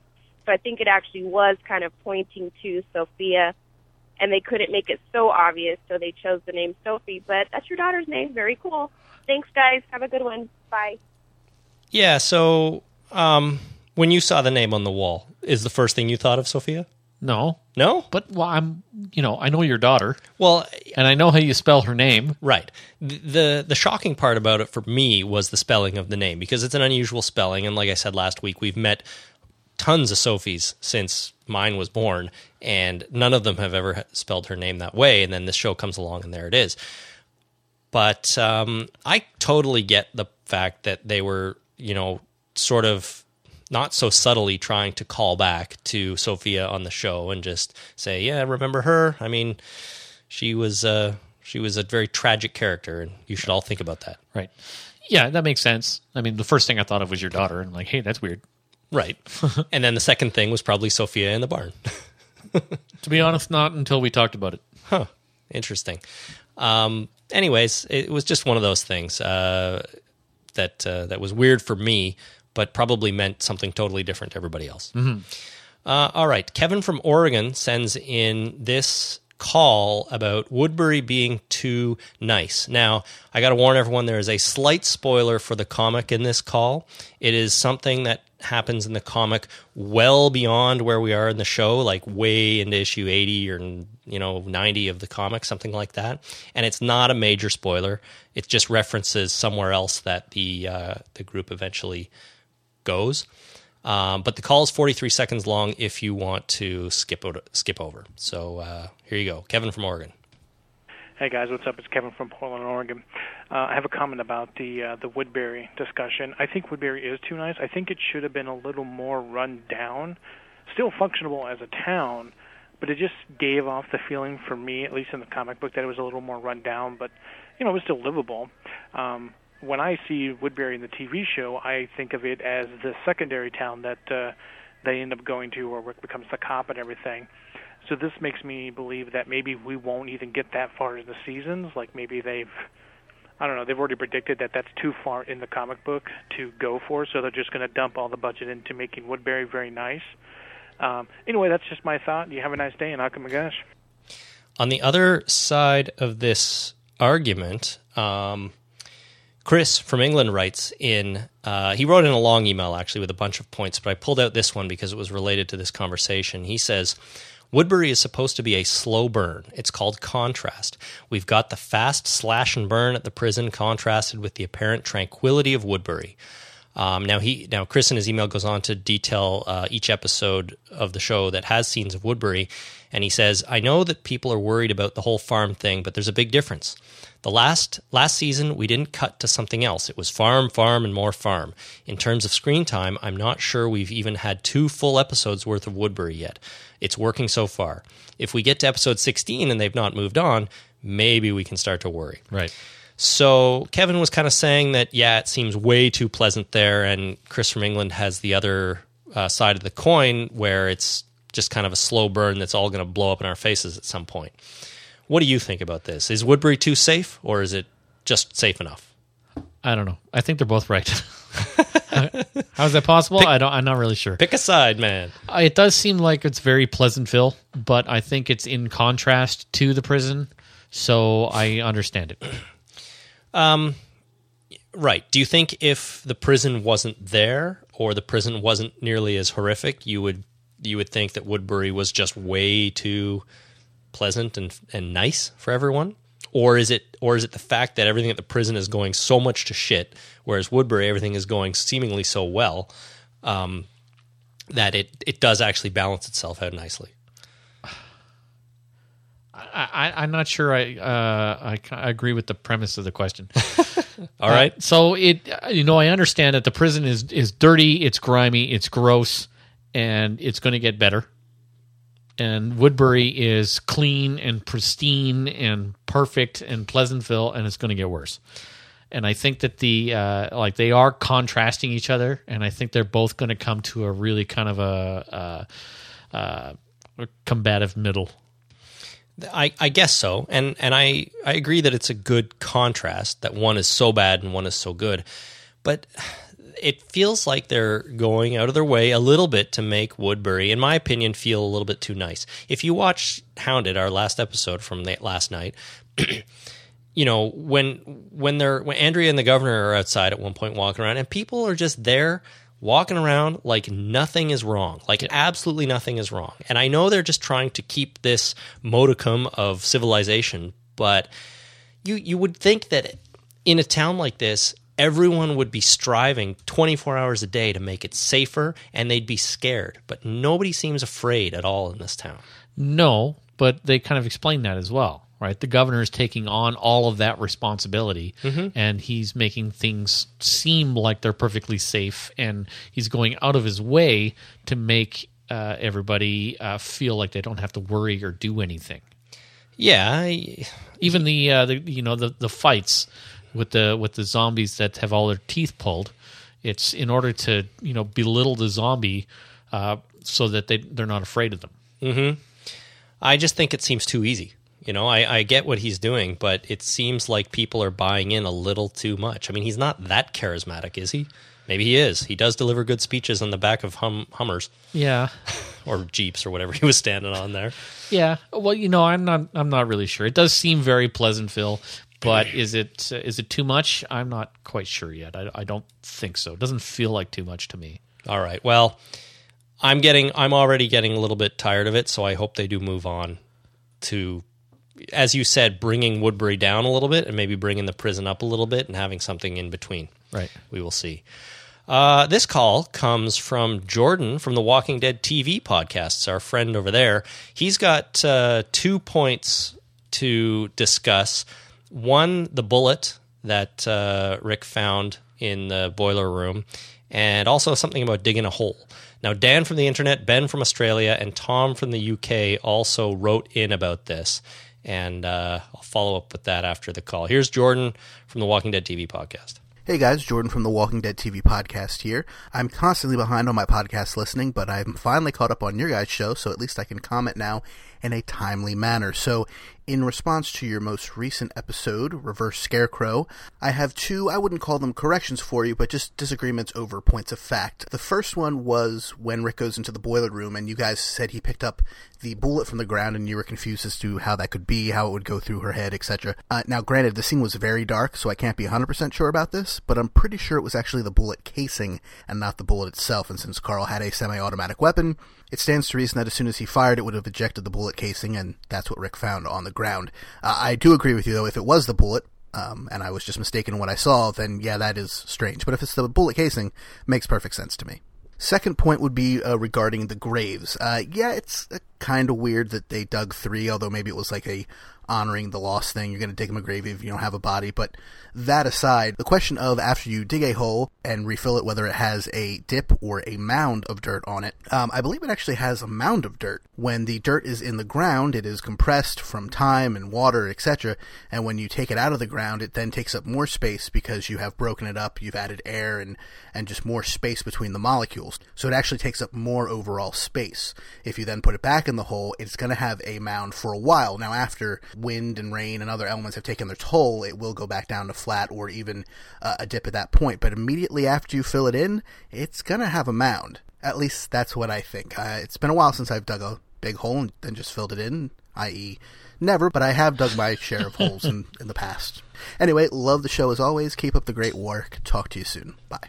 Speaker 9: So I think it actually was kind of pointing to Sophia, and they couldn't make it so obvious, so they chose the name Sophie. But that's your daughter's name. Very cool. Thanks, guys. Have a good one. Bye.
Speaker 2: Yeah, so um, when you saw the name on the wall, is the first thing you thought of Sophia?
Speaker 3: No.
Speaker 2: No?
Speaker 3: But well, I'm. You know, I know your daughter,
Speaker 2: Well,
Speaker 3: and I know how you spell her name.
Speaker 2: right. The, the the shocking part about it for me was the spelling of the name because it's an unusual spelling and like I said last week, we've met tons of Sophies since mine was born and none of them have ever spelled her name that way and then this show comes along and there it is. but um, I totally get the fact that they were, you know, sort of not so subtly trying to call back to Sophia on the show and just say, "Yeah, remember her?" I mean, she was uh, she was a very tragic character, and you should all think about that,
Speaker 3: Right. Yeah, that makes sense. I mean, the first thing I thought of was your daughter, and like, hey, that's weird.
Speaker 2: right? and then the second thing was probably Sophia in the barn.
Speaker 3: To be honest, not until we talked about it.
Speaker 2: Huh. Interesting. Um, anyways, it was just one of those things uh, that uh, that was weird for me, but probably meant something totally different to everybody else. Uh, all right, Kevin from Oregon sends in this call about Woodbury being too nice. Now, I got to warn everyone: there is a slight spoiler for the comic in this call. It is something that happens in the comic well beyond where we are in the show, like way into issue eighty or you know ninety of the comic, something like that. And it's not a major spoiler. It just references somewhere else that the uh, the group eventually goes. Um, but the call is 43 seconds long if you want to skip o- skip over. So uh, here you go, Kevin from Oregon.
Speaker 4: Hey guys, what's up? It's Kevin from Portland, Oregon. Uh, I have a comment about the uh, the Woodbury discussion. I think Woodbury is too nice. I think it should have been a little more run down. Still functional as a town, but it just gave off the feeling for me, at least in the comic book, that it was a little more run down. But you know, it was still livable. Um, when I see Woodbury in the TV show, I think of it as the secondary town that uh, they end up going to, where Rick becomes the cop and everything. So this makes me believe that maybe we won't even get that far in the seasons. Like maybe they've, I don't know, they've already predicted that that's too far in the comic book to go for. So they're just going to dump all the budget into making Woodbury very nice. Um, anyway, that's just my thought. You have a nice day, and Akamagosh. gosh.
Speaker 2: On the other side of this argument, um, Chris from England writes in. Uh, he wrote in a long email actually with a bunch of points, but I pulled out this one because it was related to this conversation. He says. Woodbury is supposed to be a slow burn. It's called contrast. We've got the fast slash and burn at the prison contrasted with the apparent tranquility of Woodbury. Um, now he now Chris in his email goes on to detail uh, each episode of the show that has scenes of Woodbury, and he says, "I know that people are worried about the whole farm thing, but there's a big difference. The last last season we didn't cut to something else. It was farm, farm, and more farm. In terms of screen time, I'm not sure we've even had two full episodes worth of Woodbury yet. It's working so far. If we get to episode 16 and they've not moved on, maybe we can start to worry."
Speaker 3: Right.
Speaker 2: So Kevin was kind of saying that, yeah, it seems way too pleasant there, and Chris from England has the other uh, side of the coin where it's just kind of a slow burn that's all going to blow up in our faces at some point. What do you think about this? Is Woodbury too safe, or is it just safe enough?
Speaker 3: I don't know. I think they're both right. How is that possible? I don't. I'm not really sure.
Speaker 2: Pick a side, man.
Speaker 3: Uh, It does seem like it's very Pleasantville, but I think it's in contrast to the prison, so I understand it.
Speaker 2: Right. Do you think if the prison wasn't there, or the prison wasn't nearly as horrific, you would you would think that Woodbury was just way too pleasant and and nice for everyone? Or is it or is it the fact that everything at the prison is going so much to shit, whereas Woodbury everything is going seemingly so well, um, that it it does actually balance itself out nicely?
Speaker 3: I, I, I'm not sure. I, uh, I ca- I agree with the premise of the question.
Speaker 2: All right.
Speaker 3: Uh, so it, uh, you know, I understand that the prison is is dirty, it's grimy, it's gross, and it's going to get better. And Woodbury is clean and pristine and perfect and Pleasantville, and it's going to get worse. And I think that the uh, like they are contrasting each other, and I think they're both going to come to a really kind of a, uh uh a combative middle.
Speaker 2: I, I guess so, and and I I agree that it's a good contrast that one is so bad and one is so good, but it feels like they're going out of their way a little bit to make Woodbury, in my opinion, feel a little bit too nice. If you watch Hounded, our last episode from la- last night, you know when when they're when Andrea and the governor are outside at one point walking around, and people are just there walking around like nothing is wrong, like absolutely nothing is wrong. And I know they're just trying to keep this modicum of civilization, but you you would think that in a town like this everyone would be striving 24 hours a day to make it safer and they'd be scared but nobody seems afraid at all in this town
Speaker 3: No, but they kind of explain that as well, right? The governor is taking on all of that responsibility and he's making things seem like they're perfectly safe and he's going out of his way to make uh, everybody uh, feel like they don't have to worry or do anything.
Speaker 2: yeah I,
Speaker 3: Even the, uh, the you know the the fights with the with the zombies that have all their teeth pulled, it's in order to you know belittle the zombie uh, so that they they're not afraid of them.
Speaker 2: I just think it seems too easy. You know, I, I get what he's doing, but it seems like people are buying in a little too much. I mean, he's not that charismatic, is he? Maybe he is. He does deliver good speeches on the back of hum, Hummers
Speaker 3: Yeah,
Speaker 2: or Jeeps or whatever he was standing on there.
Speaker 3: Yeah. Well, you know, I'm not. I'm not really sure. It does seem very Pleasantville, but is it is it too much? I'm not quite sure yet. I, I don't think so. It doesn't feel like too much to me.
Speaker 2: All right. Well, I'm getting I'm already getting a little bit tired of it, so I hope they do move on to as you said, bringing Woodbury down a little bit and maybe bringing the prison up a little bit and having something in between.
Speaker 3: Right.
Speaker 2: We will see. Uh, this call comes from Jordan from the Walking Dead TV podcasts, our friend over there. He's got uh, two points to discuss. One, the bullet that uh, Rick found in the boiler room, and also something about digging a hole. Now, Dan from the internet, Ben from Australia, and Tom from the UK also wrote in about this. And uh, I'll follow up with that after the call. Here's Jordan from the Walking Dead TV podcast.
Speaker 9: Hey guys, Jordan from the Walking Dead TV podcast here. I'm constantly behind on my podcast listening, but I'm finally caught up on your guys' show, so at least I can comment now in a timely manner. So, in response to your most recent episode, Reverse Scarecrow, I have two, I wouldn't call them corrections for you, but just disagreements over points of fact. The first one was when Rick goes into the boiler room and you guys said he picked up the bullet from the ground and you were confused as to how that could be, how it would go through her head, etc. Uh, now, granted, the scene was very dark, so I can't be 100% sure about this, but I'm pretty sure it was actually the bullet casing and not the bullet itself, and since Carl had a semi automatic weapon, it stands to reason that as soon as he fired, it would have ejected the bullet casing, and that's what Rick found on the ground. Uh, I do agree with you, though, if it was the bullet, um, and I was just mistaken in what I saw, then yeah, that is strange. But if it's the bullet casing, makes perfect sense to me. Second point would be uh, regarding the graves. Uh, yeah, it's uh, kind of weird that they dug three, although maybe it was like a honoring the lost thing. You're going to dig them a grave if you don't have a body. But that aside, the question of after you dig a hole and refill it, whether it has a dip or a mound of dirt on it, um, I believe it actually has a mound of dirt. When the dirt is in the ground, it is compressed from time and water, etc. And when you take it out of the ground, it then takes up more space because you have broken it up, you've added air and, and just more space between the molecules. So it actually takes up more overall space. If you then put it back in the hole, it's going to have a mound for a while. Now, after wind and rain and other elements have taken their toll, it will go back down to flat or even uh, a dip at that point. But immediately after you fill it in, it's going to have a mound. At least that's what I think. Uh, it's been a while since I've dug a big hole and then just filled it in, i.e., never, but I have dug my share of holes in, in the past. Anyway, love the show as always. Keep up the great work. Talk to you soon. Bye.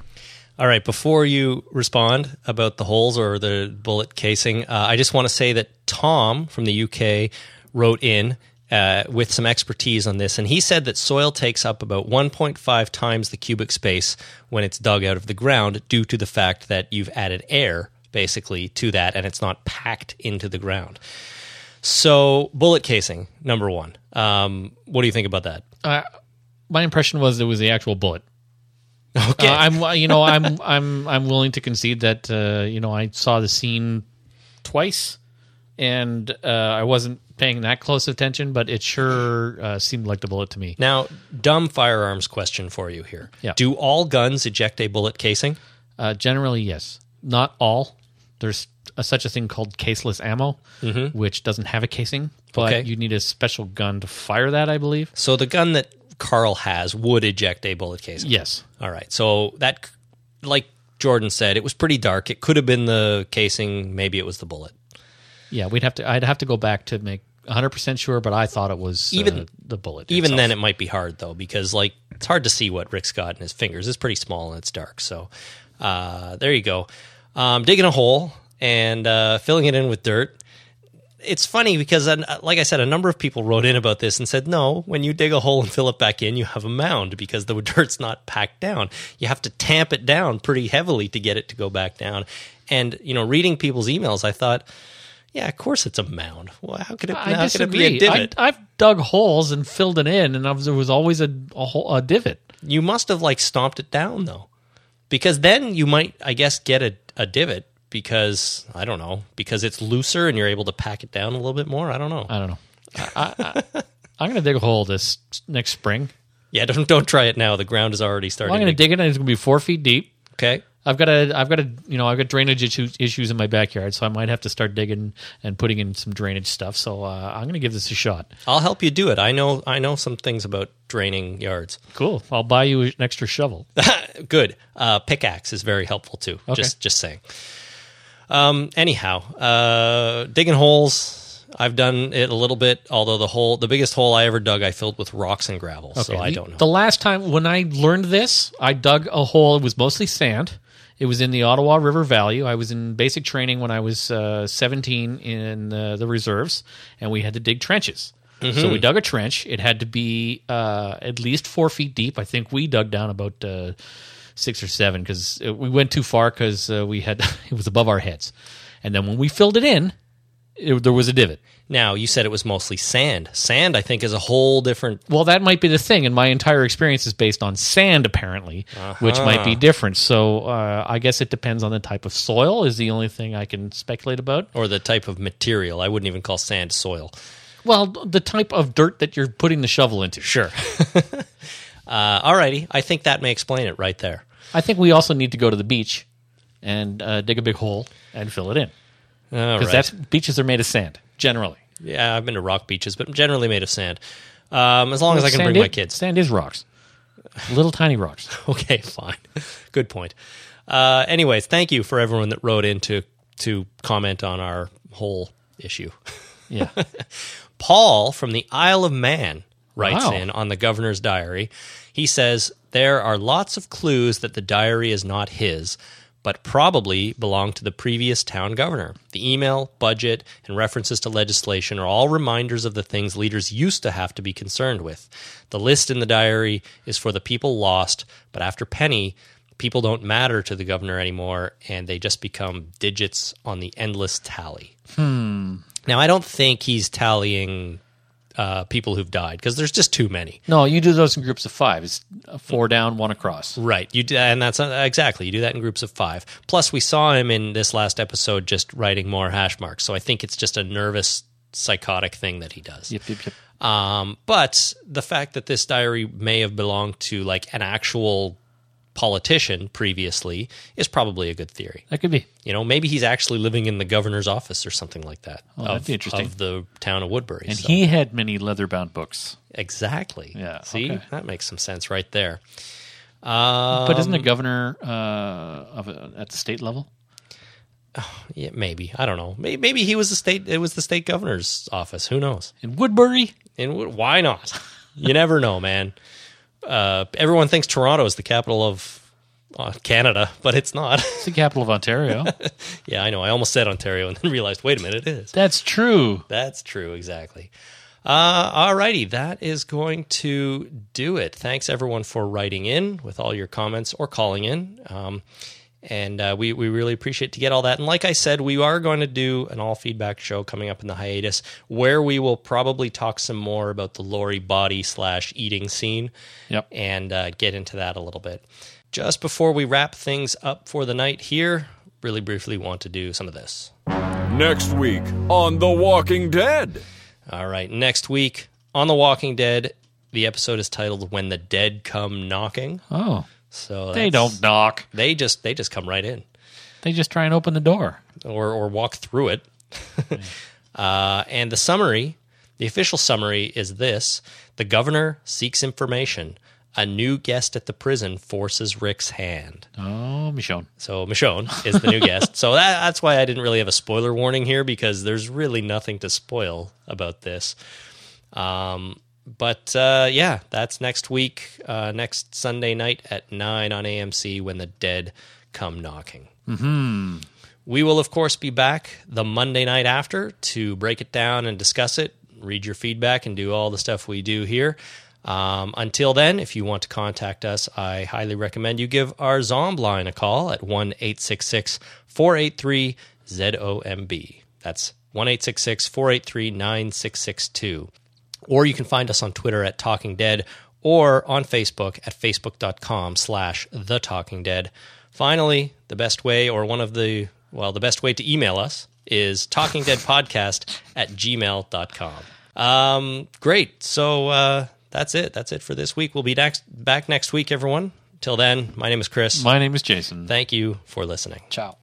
Speaker 2: All right, before you respond about the holes or the bullet casing, uh, I just want to say that Tom from the UK wrote in uh, with some expertise on this, and he said that soil takes up about 1.5 times the cubic space when it's dug out of the ground due to the fact that you've added air basically to that and it's not packed into the ground. So, bullet casing, number one. Um, what do you think about that?
Speaker 3: Uh, my impression was it was the actual bullet. Okay, I'm you know I'm I'm I'm willing to concede that uh, you know I saw the scene twice, and uh, I wasn't paying that close attention, but it sure uh, seemed like the bullet to me.
Speaker 2: Now, dumb firearms question for you here.
Speaker 3: Yeah.
Speaker 2: Do all guns eject a bullet casing?
Speaker 3: Uh, generally, yes. Not all. There's a, such a thing called caseless ammo,
Speaker 2: Mhm.
Speaker 3: which doesn't have a casing, but
Speaker 2: Okay.
Speaker 3: you need a special gun to fire that, I believe.
Speaker 2: So the gun that Carl has would eject a bullet casing.
Speaker 3: Yes.
Speaker 2: All right. So that, like Jordan said, it was pretty dark. It could have been the casing. Maybe it was the bullet.
Speaker 3: Yeah, we'd have to. I'd have to go back to make 100 percent sure, but I thought it was even
Speaker 2: Even-
Speaker 3: the bullet.
Speaker 2: Even
Speaker 3: itself.
Speaker 2: then, it might be hard though, because like it's hard to see what Rick's got in his fingers. It's pretty small and it's dark. So uh, there you go. Um, digging a hole and uh, filling it in with dirt. It's funny because, uh, like I said, a number of people wrote in about this and said, no, when you dig a hole and fill it back in, you have a mound because the dirt's not packed down. You have to tamp it down pretty heavily to get it to go back down. And, you know, reading people's emails, I thought, yeah, of course it's a mound. Well, how could it,
Speaker 3: I
Speaker 2: how could it be
Speaker 3: disagree.
Speaker 2: a divot?
Speaker 3: I, I've dug holes and filled it in, and I was, there was always a a, hole, a divot.
Speaker 2: You must have like stomped it down though, because then you might, I guess, get a, a divot because I don't know because it's looser and you're able to pack it down a little bit more. I don't know.
Speaker 3: I don't know. I, I, I'm going to dig a hole this next spring.
Speaker 2: Yeah, don't don't try it now. The ground is already starting.
Speaker 3: I'm going to
Speaker 2: to,
Speaker 3: dig it, and it's going to be four feet deep.
Speaker 2: okay.
Speaker 3: I've got a, I've got a, you know, I've got drainage issues, issues in my backyard, so I might have to start digging and putting in some drainage stuff. So uh, I'm going to give this a shot.
Speaker 2: I'll help you do it. I know I know some things about draining yards.
Speaker 3: Cool. I'll buy you an extra shovel.
Speaker 2: Good. Uh, pickaxe is very helpful too.
Speaker 3: Okay.
Speaker 2: Just just saying. Um, anyhow, uh, digging holes. I've done it a little bit, although the hole, the biggest hole I ever dug, I filled with rocks and gravel. So
Speaker 3: Okay.
Speaker 2: I
Speaker 3: The-
Speaker 2: don't know.
Speaker 3: The last time when I learned this, I dug a hole. It was mostly sand. It was in the Ottawa River Valley. I was in basic training when I was uh, 17 in the, the reserves, and we had to dig trenches.
Speaker 2: Mm-hmm.
Speaker 3: So we dug a trench. It had to be uh, at least four feet deep. I think we dug down about uh, six or seven because we went too far because uh, we had it was above our heads. And then when we filled it in, it, there was a divot.
Speaker 2: Now, you said it was mostly sand. Sand, I think, is a whole different.
Speaker 3: Well, that might be the thing, and my entire experience is based on sand, apparently, which might
Speaker 2: Uh-huh.
Speaker 3: be different. So uh, I guess it depends on the type of soil. Is the only thing I can speculate about.
Speaker 2: Or the type of material. I wouldn't even call sand soil.
Speaker 3: Well, the type of dirt that you're putting the shovel into.
Speaker 2: Sure. uh, alrighty. I think that may explain it right there.
Speaker 3: I think we also need to go to the beach and uh, dig a big hole and fill it in
Speaker 2: All
Speaker 3: because
Speaker 2: right.
Speaker 3: that's beaches are made of sand generally.
Speaker 2: yeah, I've been to rock beaches, but generally made of sand. Um, as long as I can
Speaker 3: Sand
Speaker 2: bring
Speaker 3: is-
Speaker 2: my kids.
Speaker 3: Sand is rocks, little tiny rocks.
Speaker 2: Okay, fine. Good point. Uh, anyways, thank you for everyone that wrote in to, to comment on our whole issue.
Speaker 3: Yeah.
Speaker 2: Paul from the Isle of Man writes
Speaker 3: Wow.
Speaker 2: in on the governor's diary. He says, There are lots of clues that the diary is not his, but probably belonged to the previous town governor. The email, budget, and references to legislation are all reminders of the things leaders used to have to be concerned with. The list in the diary is for the people lost, but after Penny, people don't matter to the governor anymore and they just become digits on the endless tally.
Speaker 3: Hmm.
Speaker 2: Now, I don't think he's tallying uh, people who've died because there's just too many.
Speaker 3: No, you do those in groups of five. It's uh, four down, one across.
Speaker 2: Right. You do, and that's uh, exactly. You do that in groups of five. Plus, we saw him in this last episode just writing more hash marks. So I think it's just a nervous, psychotic thing that he does.
Speaker 3: Yep, yep, yep.
Speaker 2: Um, but the fact that this diary may have belonged to like an actual politician previously is probably a good theory.
Speaker 3: That could be.
Speaker 2: You know, maybe he's actually living in the governor's office or something like that
Speaker 3: Oh, that'd be interesting.
Speaker 2: of the town of Woodbury.
Speaker 3: And
Speaker 2: So-
Speaker 3: he had many leather bound books.
Speaker 2: exactly.
Speaker 3: Yeah,
Speaker 2: See,
Speaker 3: okay.
Speaker 2: that makes some sense right there.
Speaker 3: but isn't the
Speaker 2: Um,
Speaker 3: governor uh, of a, at the state level?
Speaker 2: Yeah, maybe. I don't know. Maybe, maybe he was the state. It was the state governor's office. Who knows?
Speaker 3: In Woodbury?
Speaker 2: And wh- why not? You never know, man. Uh, everyone thinks Toronto is the capital of uh, Canada, but it's not.
Speaker 3: It's the capital of Ontario.
Speaker 2: yeah, I know. I almost said Ontario and then realized, wait a minute, it is.
Speaker 3: That's true.
Speaker 2: That's true, exactly. Uh, all righty, that is going to do it. Thanks everyone for writing in with all your comments or calling in. Um, and uh, we, we really appreciate to get all that. And like I said, we are going to do an all feedback show coming up in the hiatus where we will probably talk some more about the Lori body slash eating scene
Speaker 3: Yep.
Speaker 2: and uh, get into that a little bit. Just before we wrap things up for the night here, really briefly want to do some of this.
Speaker 1: Next week on The Walking Dead.
Speaker 2: All right. Next week on The Walking Dead, the episode is titled "When the Dead Come Knocking."
Speaker 3: Oh,
Speaker 2: So
Speaker 3: they
Speaker 2: that's-
Speaker 3: don't knock.
Speaker 2: They just they just come right in,
Speaker 3: They just try and open the door.
Speaker 2: or or walk through it. uh, and the summary, the official summary is this: the governor seeks information. A new guest at the prison forces Rick's hand.
Speaker 3: Oh, Michonne.
Speaker 2: So Michonne is the new guest. So that, that's why I didn't really have a spoiler warning here because there's really nothing to spoil about this. Um, but uh, yeah, that's next week, uh, next Sunday night at nine on AMC when the dead come knocking. Mm-hmm. We will of course be back the Monday night after to break it down and discuss it, read your feedback, and do all the stuff we do here. Um, until then, if you want to contact us, I highly recommend you give our Zomb line a call at 1 866 483 ZOMB. That's 1 866 483 9662. Or you can find us on Twitter at Talking Dead or on Facebook at facebook.com slash the Talking Dead. Finally, the best way or one of the, well, the best way to email us is talkingdeadpodcast at gmail.com. Um, great. So uh, that's it. That's it for this week. We'll be next, back next week, everyone. Till then, my name is Chris.
Speaker 3: My name is Jason.
Speaker 2: Thank you for listening.
Speaker 3: Ciao.